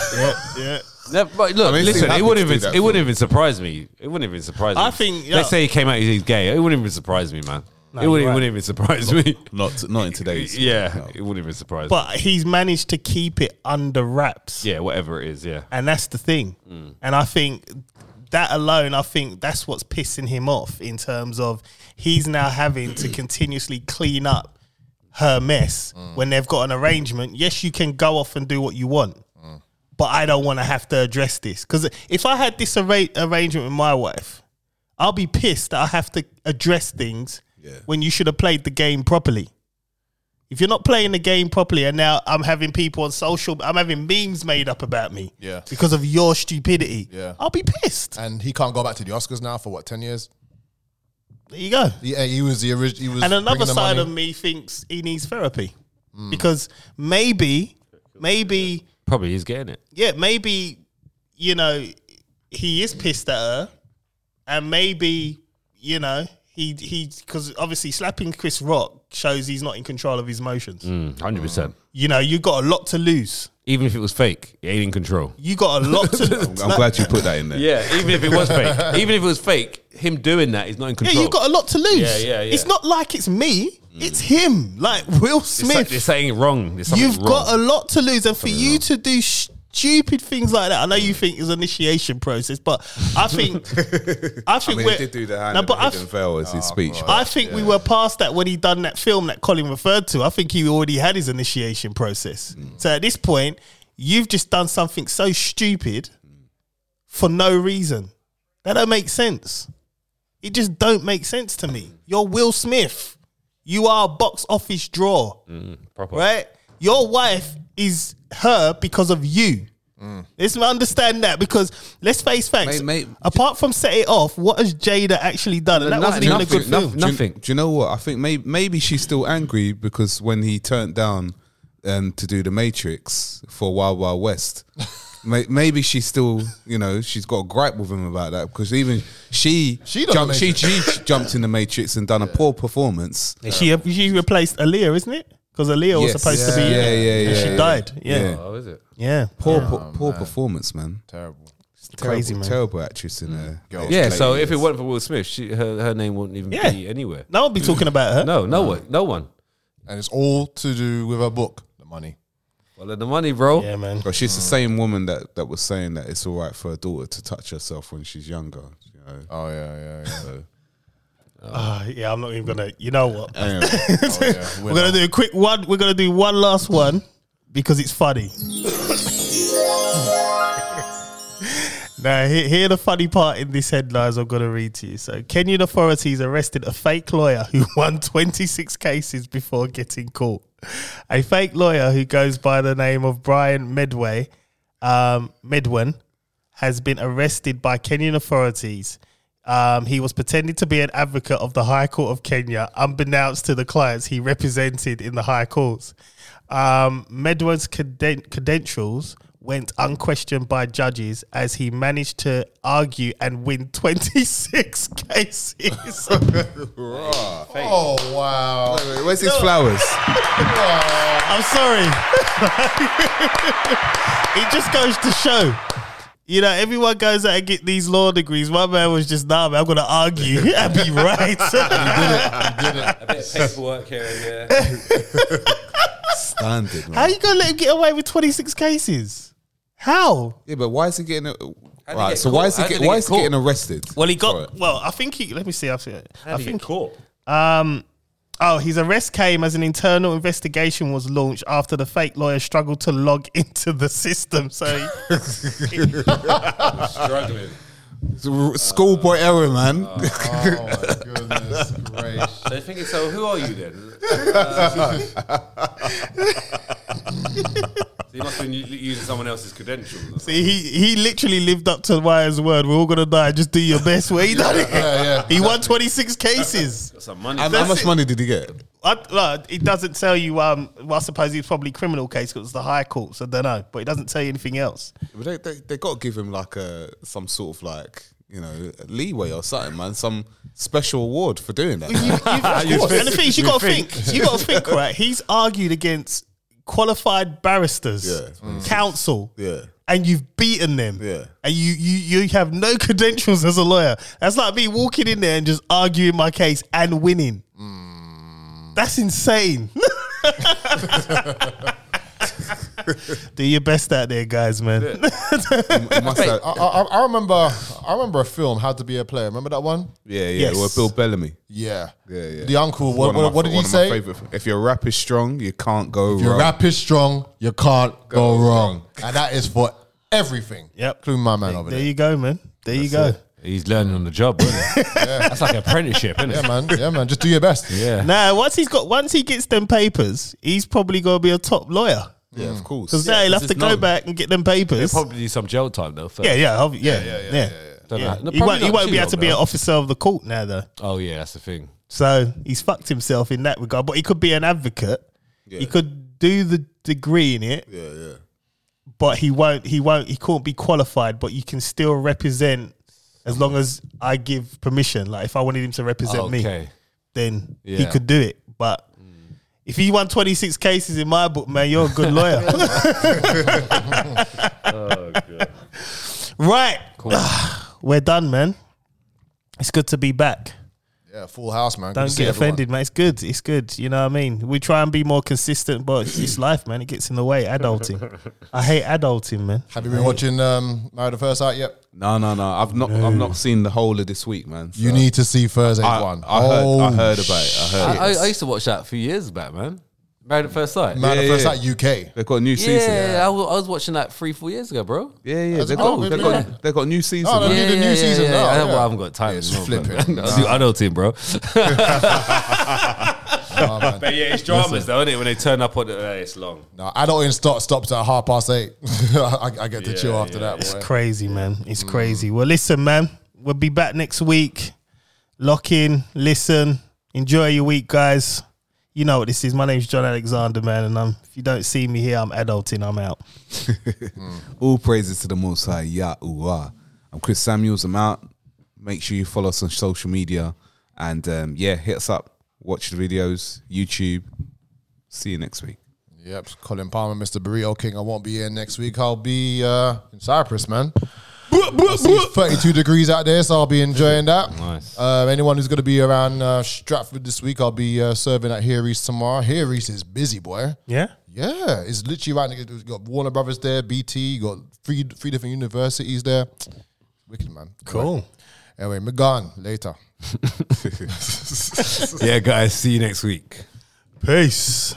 Speaker 2: Yeah, yeah.
Speaker 3: No, but look,
Speaker 4: I mean,
Speaker 3: listen.
Speaker 4: Steve
Speaker 3: It
Speaker 4: Happy to
Speaker 3: wouldn't
Speaker 4: do
Speaker 3: even.
Speaker 4: that
Speaker 3: It wouldn't even surprise me. It wouldn't even surprise me.
Speaker 2: I think, yeah.
Speaker 3: Let's say he came out. He's gay. It wouldn't even surprise me, man. it wouldn't,
Speaker 2: you're right.
Speaker 3: wouldn't even surprise me.
Speaker 4: not not in today's.
Speaker 3: yeah,
Speaker 4: no.
Speaker 3: it wouldn't even surprise. me.
Speaker 2: But he's managed to keep it under wraps,
Speaker 3: Yeah, whatever it is. Yeah.
Speaker 2: and that's the thing. And I think that alone, I think that's what's pissing him off in terms of he's now having to continuously clean up her mess
Speaker 5: Mm.
Speaker 2: when they've got an arrangement. Yes, you can go off and do what you want.
Speaker 5: Mm.
Speaker 2: But I don't want to have to address this because if I had this arra- arrangement with my wife, I'll be pissed that I have to address things
Speaker 4: Yeah.
Speaker 2: when you should have played the game properly. If you're not playing the game properly, and now I'm having people on social, I'm having memes made up about me,
Speaker 5: Yeah.
Speaker 2: because of your stupidity.
Speaker 5: Yeah.
Speaker 2: I'll be pissed.
Speaker 5: And he can't go back to the Oscars now for what ten years.
Speaker 2: There you go.
Speaker 5: Yeah, he was the original. He was
Speaker 2: and another
Speaker 5: bringing the
Speaker 2: side
Speaker 5: money. Mm.
Speaker 2: of me thinks he needs therapy because maybe, maybe,
Speaker 3: Probably he's getting it.
Speaker 2: yeah, maybe, you know, he is pissed at her, and maybe, you know, he he because obviously slapping Chris Rock shows he's not in control of his emotions.
Speaker 3: Mm, Hundred percent.
Speaker 2: You know, you got a lot to lose.
Speaker 3: Even if it was fake, it ain't in control.
Speaker 2: You got a lot to
Speaker 3: Oh,
Speaker 2: lose.
Speaker 4: I'm glad you put that in there.
Speaker 3: Yeah, even if it was fake. Even if it was fake, him doing that is not in
Speaker 2: Yeah,
Speaker 3: control.
Speaker 2: you got a lot to lose.
Speaker 3: Yeah, yeah, yeah. Mm.
Speaker 2: It's not like it's me. It's him. Like Will
Speaker 3: It's like-
Speaker 2: Smith.
Speaker 3: It's saying wrong. There's something
Speaker 2: You've
Speaker 3: wrong.
Speaker 2: got a lot to lose, and for you to do stupid things like that, I know you think it's an initiation process, but I think I
Speaker 4: I
Speaker 2: think
Speaker 4: mean,
Speaker 2: we're,
Speaker 4: he did do the hand
Speaker 2: No,
Speaker 4: of
Speaker 2: but I
Speaker 4: the hidden
Speaker 2: f-
Speaker 4: veil as his speech.
Speaker 2: I think we were past that when he done that film that Colin referred to. I think he already had his initiation process. So at this point, you've just done something so stupid for no reason. That don't make sense. It just don't make sense to me. You're Will Smith. You are a box office draw.
Speaker 3: Proper.
Speaker 2: Right? Your wife is her because of you. Let's understand that because let's face facts.
Speaker 4: Mate, mate.
Speaker 2: Apart from set it off, what has Jada actually done? And that wasn't even a good
Speaker 4: Do
Speaker 2: film.
Speaker 4: you-
Speaker 3: Nothing.
Speaker 4: Do, you know what? I think maybe, maybe she's still angry because when he turned down um, to do the Matrix for Wild Wild West, may, maybe she's still, you know, she's got a gripe with him about that because even she
Speaker 5: She done
Speaker 4: jumped,
Speaker 5: the
Speaker 4: she,
Speaker 5: Matrix.
Speaker 4: she jumped in the Matrix and done a poor performance.
Speaker 2: She she replaced Aaliyah, isn't it? Because Aaliyah
Speaker 4: Um,
Speaker 2: was
Speaker 4: Yes.
Speaker 2: supposed to be
Speaker 4: Yeah,
Speaker 2: in it,
Speaker 4: yeah, yeah,
Speaker 2: and she
Speaker 4: yeah.
Speaker 2: died. Yeah, yeah.
Speaker 4: Yeah.
Speaker 3: Oh, is it?
Speaker 4: Poor, poor, poor performance, man.
Speaker 5: terrible.
Speaker 2: crazy,
Speaker 4: terrible,
Speaker 2: man.
Speaker 4: terrible actress
Speaker 2: Mm.
Speaker 4: in there.
Speaker 5: Girl.
Speaker 3: Yeah. So if it weren't for Will Smith, she, her her name wouldn't even
Speaker 2: Yeah.
Speaker 3: be anywhere.
Speaker 2: No one be talking about her.
Speaker 3: No, no one, no one.
Speaker 5: And it's all to do with her book, the money.
Speaker 3: Well, then the money, bro.
Speaker 2: Yeah, man.
Speaker 4: But she's the
Speaker 2: Mm.
Speaker 4: same woman that, that was saying that it's all right for her daughter to touch herself when she's younger. You know?
Speaker 5: Oh yeah, yeah, yeah.
Speaker 2: Ah, yeah, I'm not even gonna. You know what?
Speaker 4: Anyway.
Speaker 2: We're gonna do a quick one. We're gonna do one last one because it's funny. now, here, here the funny part in this headlines I'm gonna read to you. So, Kenyan authorities arrested a fake lawyer who won 26 cases before getting caught. A fake lawyer who goes by the name of Brian Medway, um, Medwin, has been arrested by Kenyan authorities. Um, he was pretending to be an advocate of the High Court of Kenya, unbeknownst to the clients he represented in the High Courts. Um, Medwan's creden- credentials went unquestioned by judges as he managed to argue and win 26 cases.
Speaker 5: Oh wow.
Speaker 4: Wait, wait, Where's his flowers?
Speaker 2: I'm sorry. it just goes to show. You know, everyone goes out and get these law degrees. My man was just, nah, man, I'm going to argue and be right.
Speaker 3: Paperwork here and there.
Speaker 4: Standard. Man.
Speaker 2: How you going to let him get away with 26 cases? How?
Speaker 4: Yeah, but why is he getting?
Speaker 3: he
Speaker 4: right,
Speaker 3: get
Speaker 4: so why
Speaker 3: caught?
Speaker 4: is he,
Speaker 3: How did
Speaker 4: get,
Speaker 3: he
Speaker 4: why
Speaker 3: get
Speaker 4: is he getting
Speaker 3: caught?
Speaker 4: arrested?
Speaker 2: Well, he got,
Speaker 4: Sorry.
Speaker 2: well, I think he, let me see. I, see, I think,
Speaker 3: caught.
Speaker 2: um, Oh, his arrest came as an internal investigation was launched after the fake lawyer struggled to log into the system. So,
Speaker 3: Struggling.
Speaker 4: Schoolboy error, man.
Speaker 5: Oh my goodness gracious.
Speaker 3: So you think so? Who are you then? so you must have been u- using someone else's credentials.
Speaker 2: see, he he literally lived up to Wyatt's word. We're all gonna die. Just do your best. Where he done it.
Speaker 5: yeah,
Speaker 2: He won twenty six cases.
Speaker 3: Got some money.
Speaker 4: And how
Speaker 2: That's
Speaker 4: much
Speaker 2: it.
Speaker 4: money did he get?
Speaker 2: I, well, it doesn't tell you. Um, well, I suppose it's probably criminal case 'cause it was the High Court. So I don't know, but it doesn't tell you anything else.
Speaker 4: But they, they they got to give him like a some sort of like you know leeway or something, man. Some special award for doing that. man.
Speaker 2: Of course. And the thing is, you got to think. You got to think, right? He's argued against qualified barristers,
Speaker 4: Yeah.
Speaker 2: counsel,
Speaker 4: Yeah.
Speaker 2: and you've beaten them,
Speaker 4: Yeah.
Speaker 2: and you you you have no credentials as a lawyer. That's like me walking in there and just arguing my case and winning. That's insane. Do your best out there, guys, man.
Speaker 4: He must
Speaker 5: I,
Speaker 4: have-
Speaker 5: I, I remember I remember a film, How to Be a Player. Remember that one?
Speaker 4: yeah, yeah.
Speaker 2: Yes.
Speaker 4: Well, Bill Bellamy.
Speaker 5: Yeah.
Speaker 4: Yeah, yeah.
Speaker 5: The uncle, what,
Speaker 4: One of
Speaker 5: what,
Speaker 4: my-
Speaker 5: what did he
Speaker 4: one of my
Speaker 5: say?
Speaker 4: favourite f- If your rap is strong, you can't go
Speaker 5: Your
Speaker 4: wrong.
Speaker 5: rap is strong, you can't go,
Speaker 4: Go
Speaker 5: wrong.
Speaker 4: wrong.
Speaker 5: And that is for everything.
Speaker 2: Yep.
Speaker 5: Including my man over
Speaker 2: There
Speaker 5: there.
Speaker 2: you go, man. There you go.
Speaker 3: He's learning on the job. Isn't he? That's like an apprenticeship, isn't
Speaker 5: Yeah,
Speaker 3: it?
Speaker 5: man. Yeah, man. Just do your best.
Speaker 3: Yeah.
Speaker 2: Now, once he's got, once he gets them papers, he's probably gonna be a top lawyer
Speaker 4: Yeah,
Speaker 5: Mm.
Speaker 4: of course.
Speaker 2: because
Speaker 4: Yeah,
Speaker 2: now he'll have to
Speaker 4: it's
Speaker 2: go
Speaker 4: known.
Speaker 2: back and get them papers.
Speaker 3: Probably do some jail time though. First.
Speaker 2: Yeah, yeah, obvi- yeah, yeah, yeah.
Speaker 3: Don't know.
Speaker 2: Yeah.
Speaker 3: No, probably
Speaker 2: he won't, he
Speaker 3: not
Speaker 2: won't
Speaker 3: too
Speaker 2: be able to
Speaker 3: long,
Speaker 2: be an
Speaker 3: though.
Speaker 2: officer of the court now, though.
Speaker 3: Oh yeah, that's the thing.
Speaker 2: So he's fucked himself in that regard. But he could be an advocate. He could do the degree in it,
Speaker 4: Yeah, yeah.
Speaker 2: but he won't. He won't. He can't be qualified. But you can still represent as long as I give permission. Like if I wanted him to represent me,
Speaker 3: Okay.
Speaker 2: then he
Speaker 3: Yeah.
Speaker 2: could do it. But if he won twenty six cases in my book, man, you're a good lawyer.
Speaker 4: Oh,
Speaker 2: Right, we're done, man. It's good to be back.
Speaker 5: Yeah, full house, man. Good to
Speaker 2: Don't
Speaker 5: see
Speaker 2: get
Speaker 5: everyone.
Speaker 2: offended, mate. It's good. It's good. You know what I mean? We try and be more consistent, but it's, it's life, man. It gets in the way. Adulting. I hate adulting, man.
Speaker 5: Have you been watching um, Married at First Sight yet?
Speaker 4: No, no, no. I've not. I've not seen the whole of this week, man.
Speaker 5: You
Speaker 4: So
Speaker 5: need to see Thursday's
Speaker 4: I,
Speaker 5: one. Oh,
Speaker 4: I heard. I heard
Speaker 5: shit.
Speaker 4: about it. I heard.
Speaker 3: I, I, I used to watch that a few years back, man. Married at first sight.
Speaker 5: Married
Speaker 4: Yeah,
Speaker 5: at First
Speaker 4: yeah.
Speaker 5: Sight UK.
Speaker 4: They've got a new
Speaker 3: yeah,
Speaker 4: season.
Speaker 3: I, was, I was watching that three, four years ago, bro.
Speaker 4: Yeah, yeah.
Speaker 5: Has it
Speaker 4: They've got,
Speaker 5: got-
Speaker 4: they've,
Speaker 5: yeah.
Speaker 4: got, they've got a new season.
Speaker 5: Oh, no,
Speaker 4: man.
Speaker 5: you do the new season now,
Speaker 3: I, haven't-
Speaker 5: yeah.
Speaker 3: I haven't got time.
Speaker 5: It's
Speaker 3: anymore, man.
Speaker 5: flipping.
Speaker 3: I'll do adulting, bro.
Speaker 5: Oh, man.
Speaker 3: But yeah, it's dramas though, isn't it? When they turn up on the, uh, it's long.
Speaker 5: No, adulting start stops at half past eight. I, I get to chill after that.
Speaker 2: It's
Speaker 5: Boy.
Speaker 2: crazy, man.
Speaker 5: Mm.
Speaker 2: It's crazy. Well, listen, man. We'll be back next week. Lock in, listen, enjoy your week, guys. You know what this is. My name's John Alexander, man, and I'm, if you don't see me here, I'm adulting. I'm out.
Speaker 4: All praises to the Most High, Yahuwah. I'm Chris Samuels. I'm out. Make sure you follow us on social media, and um, yeah, hit us up. Watch the videos, YouTube. See you next week.
Speaker 5: Yep, Colin Palmer, Mr. Burrito King. I won't be here next week. I'll be uh, in Cyprus, man. It's 32 degrees out there, so I'll be enjoying that.
Speaker 3: Nice.
Speaker 5: Um, anyone who's going to be around uh, Stratford this week, I'll be uh, serving at Harry's tomorrow. Harry's is busy, boy.
Speaker 2: Yeah?
Speaker 5: Yeah, it's literally right. next- You got Warner Brothers there, BT. You got three three different universities there. Wicked man.
Speaker 2: Cool.
Speaker 5: Anyway, me gone later.
Speaker 3: yeah, guys. See you next week.
Speaker 2: Peace.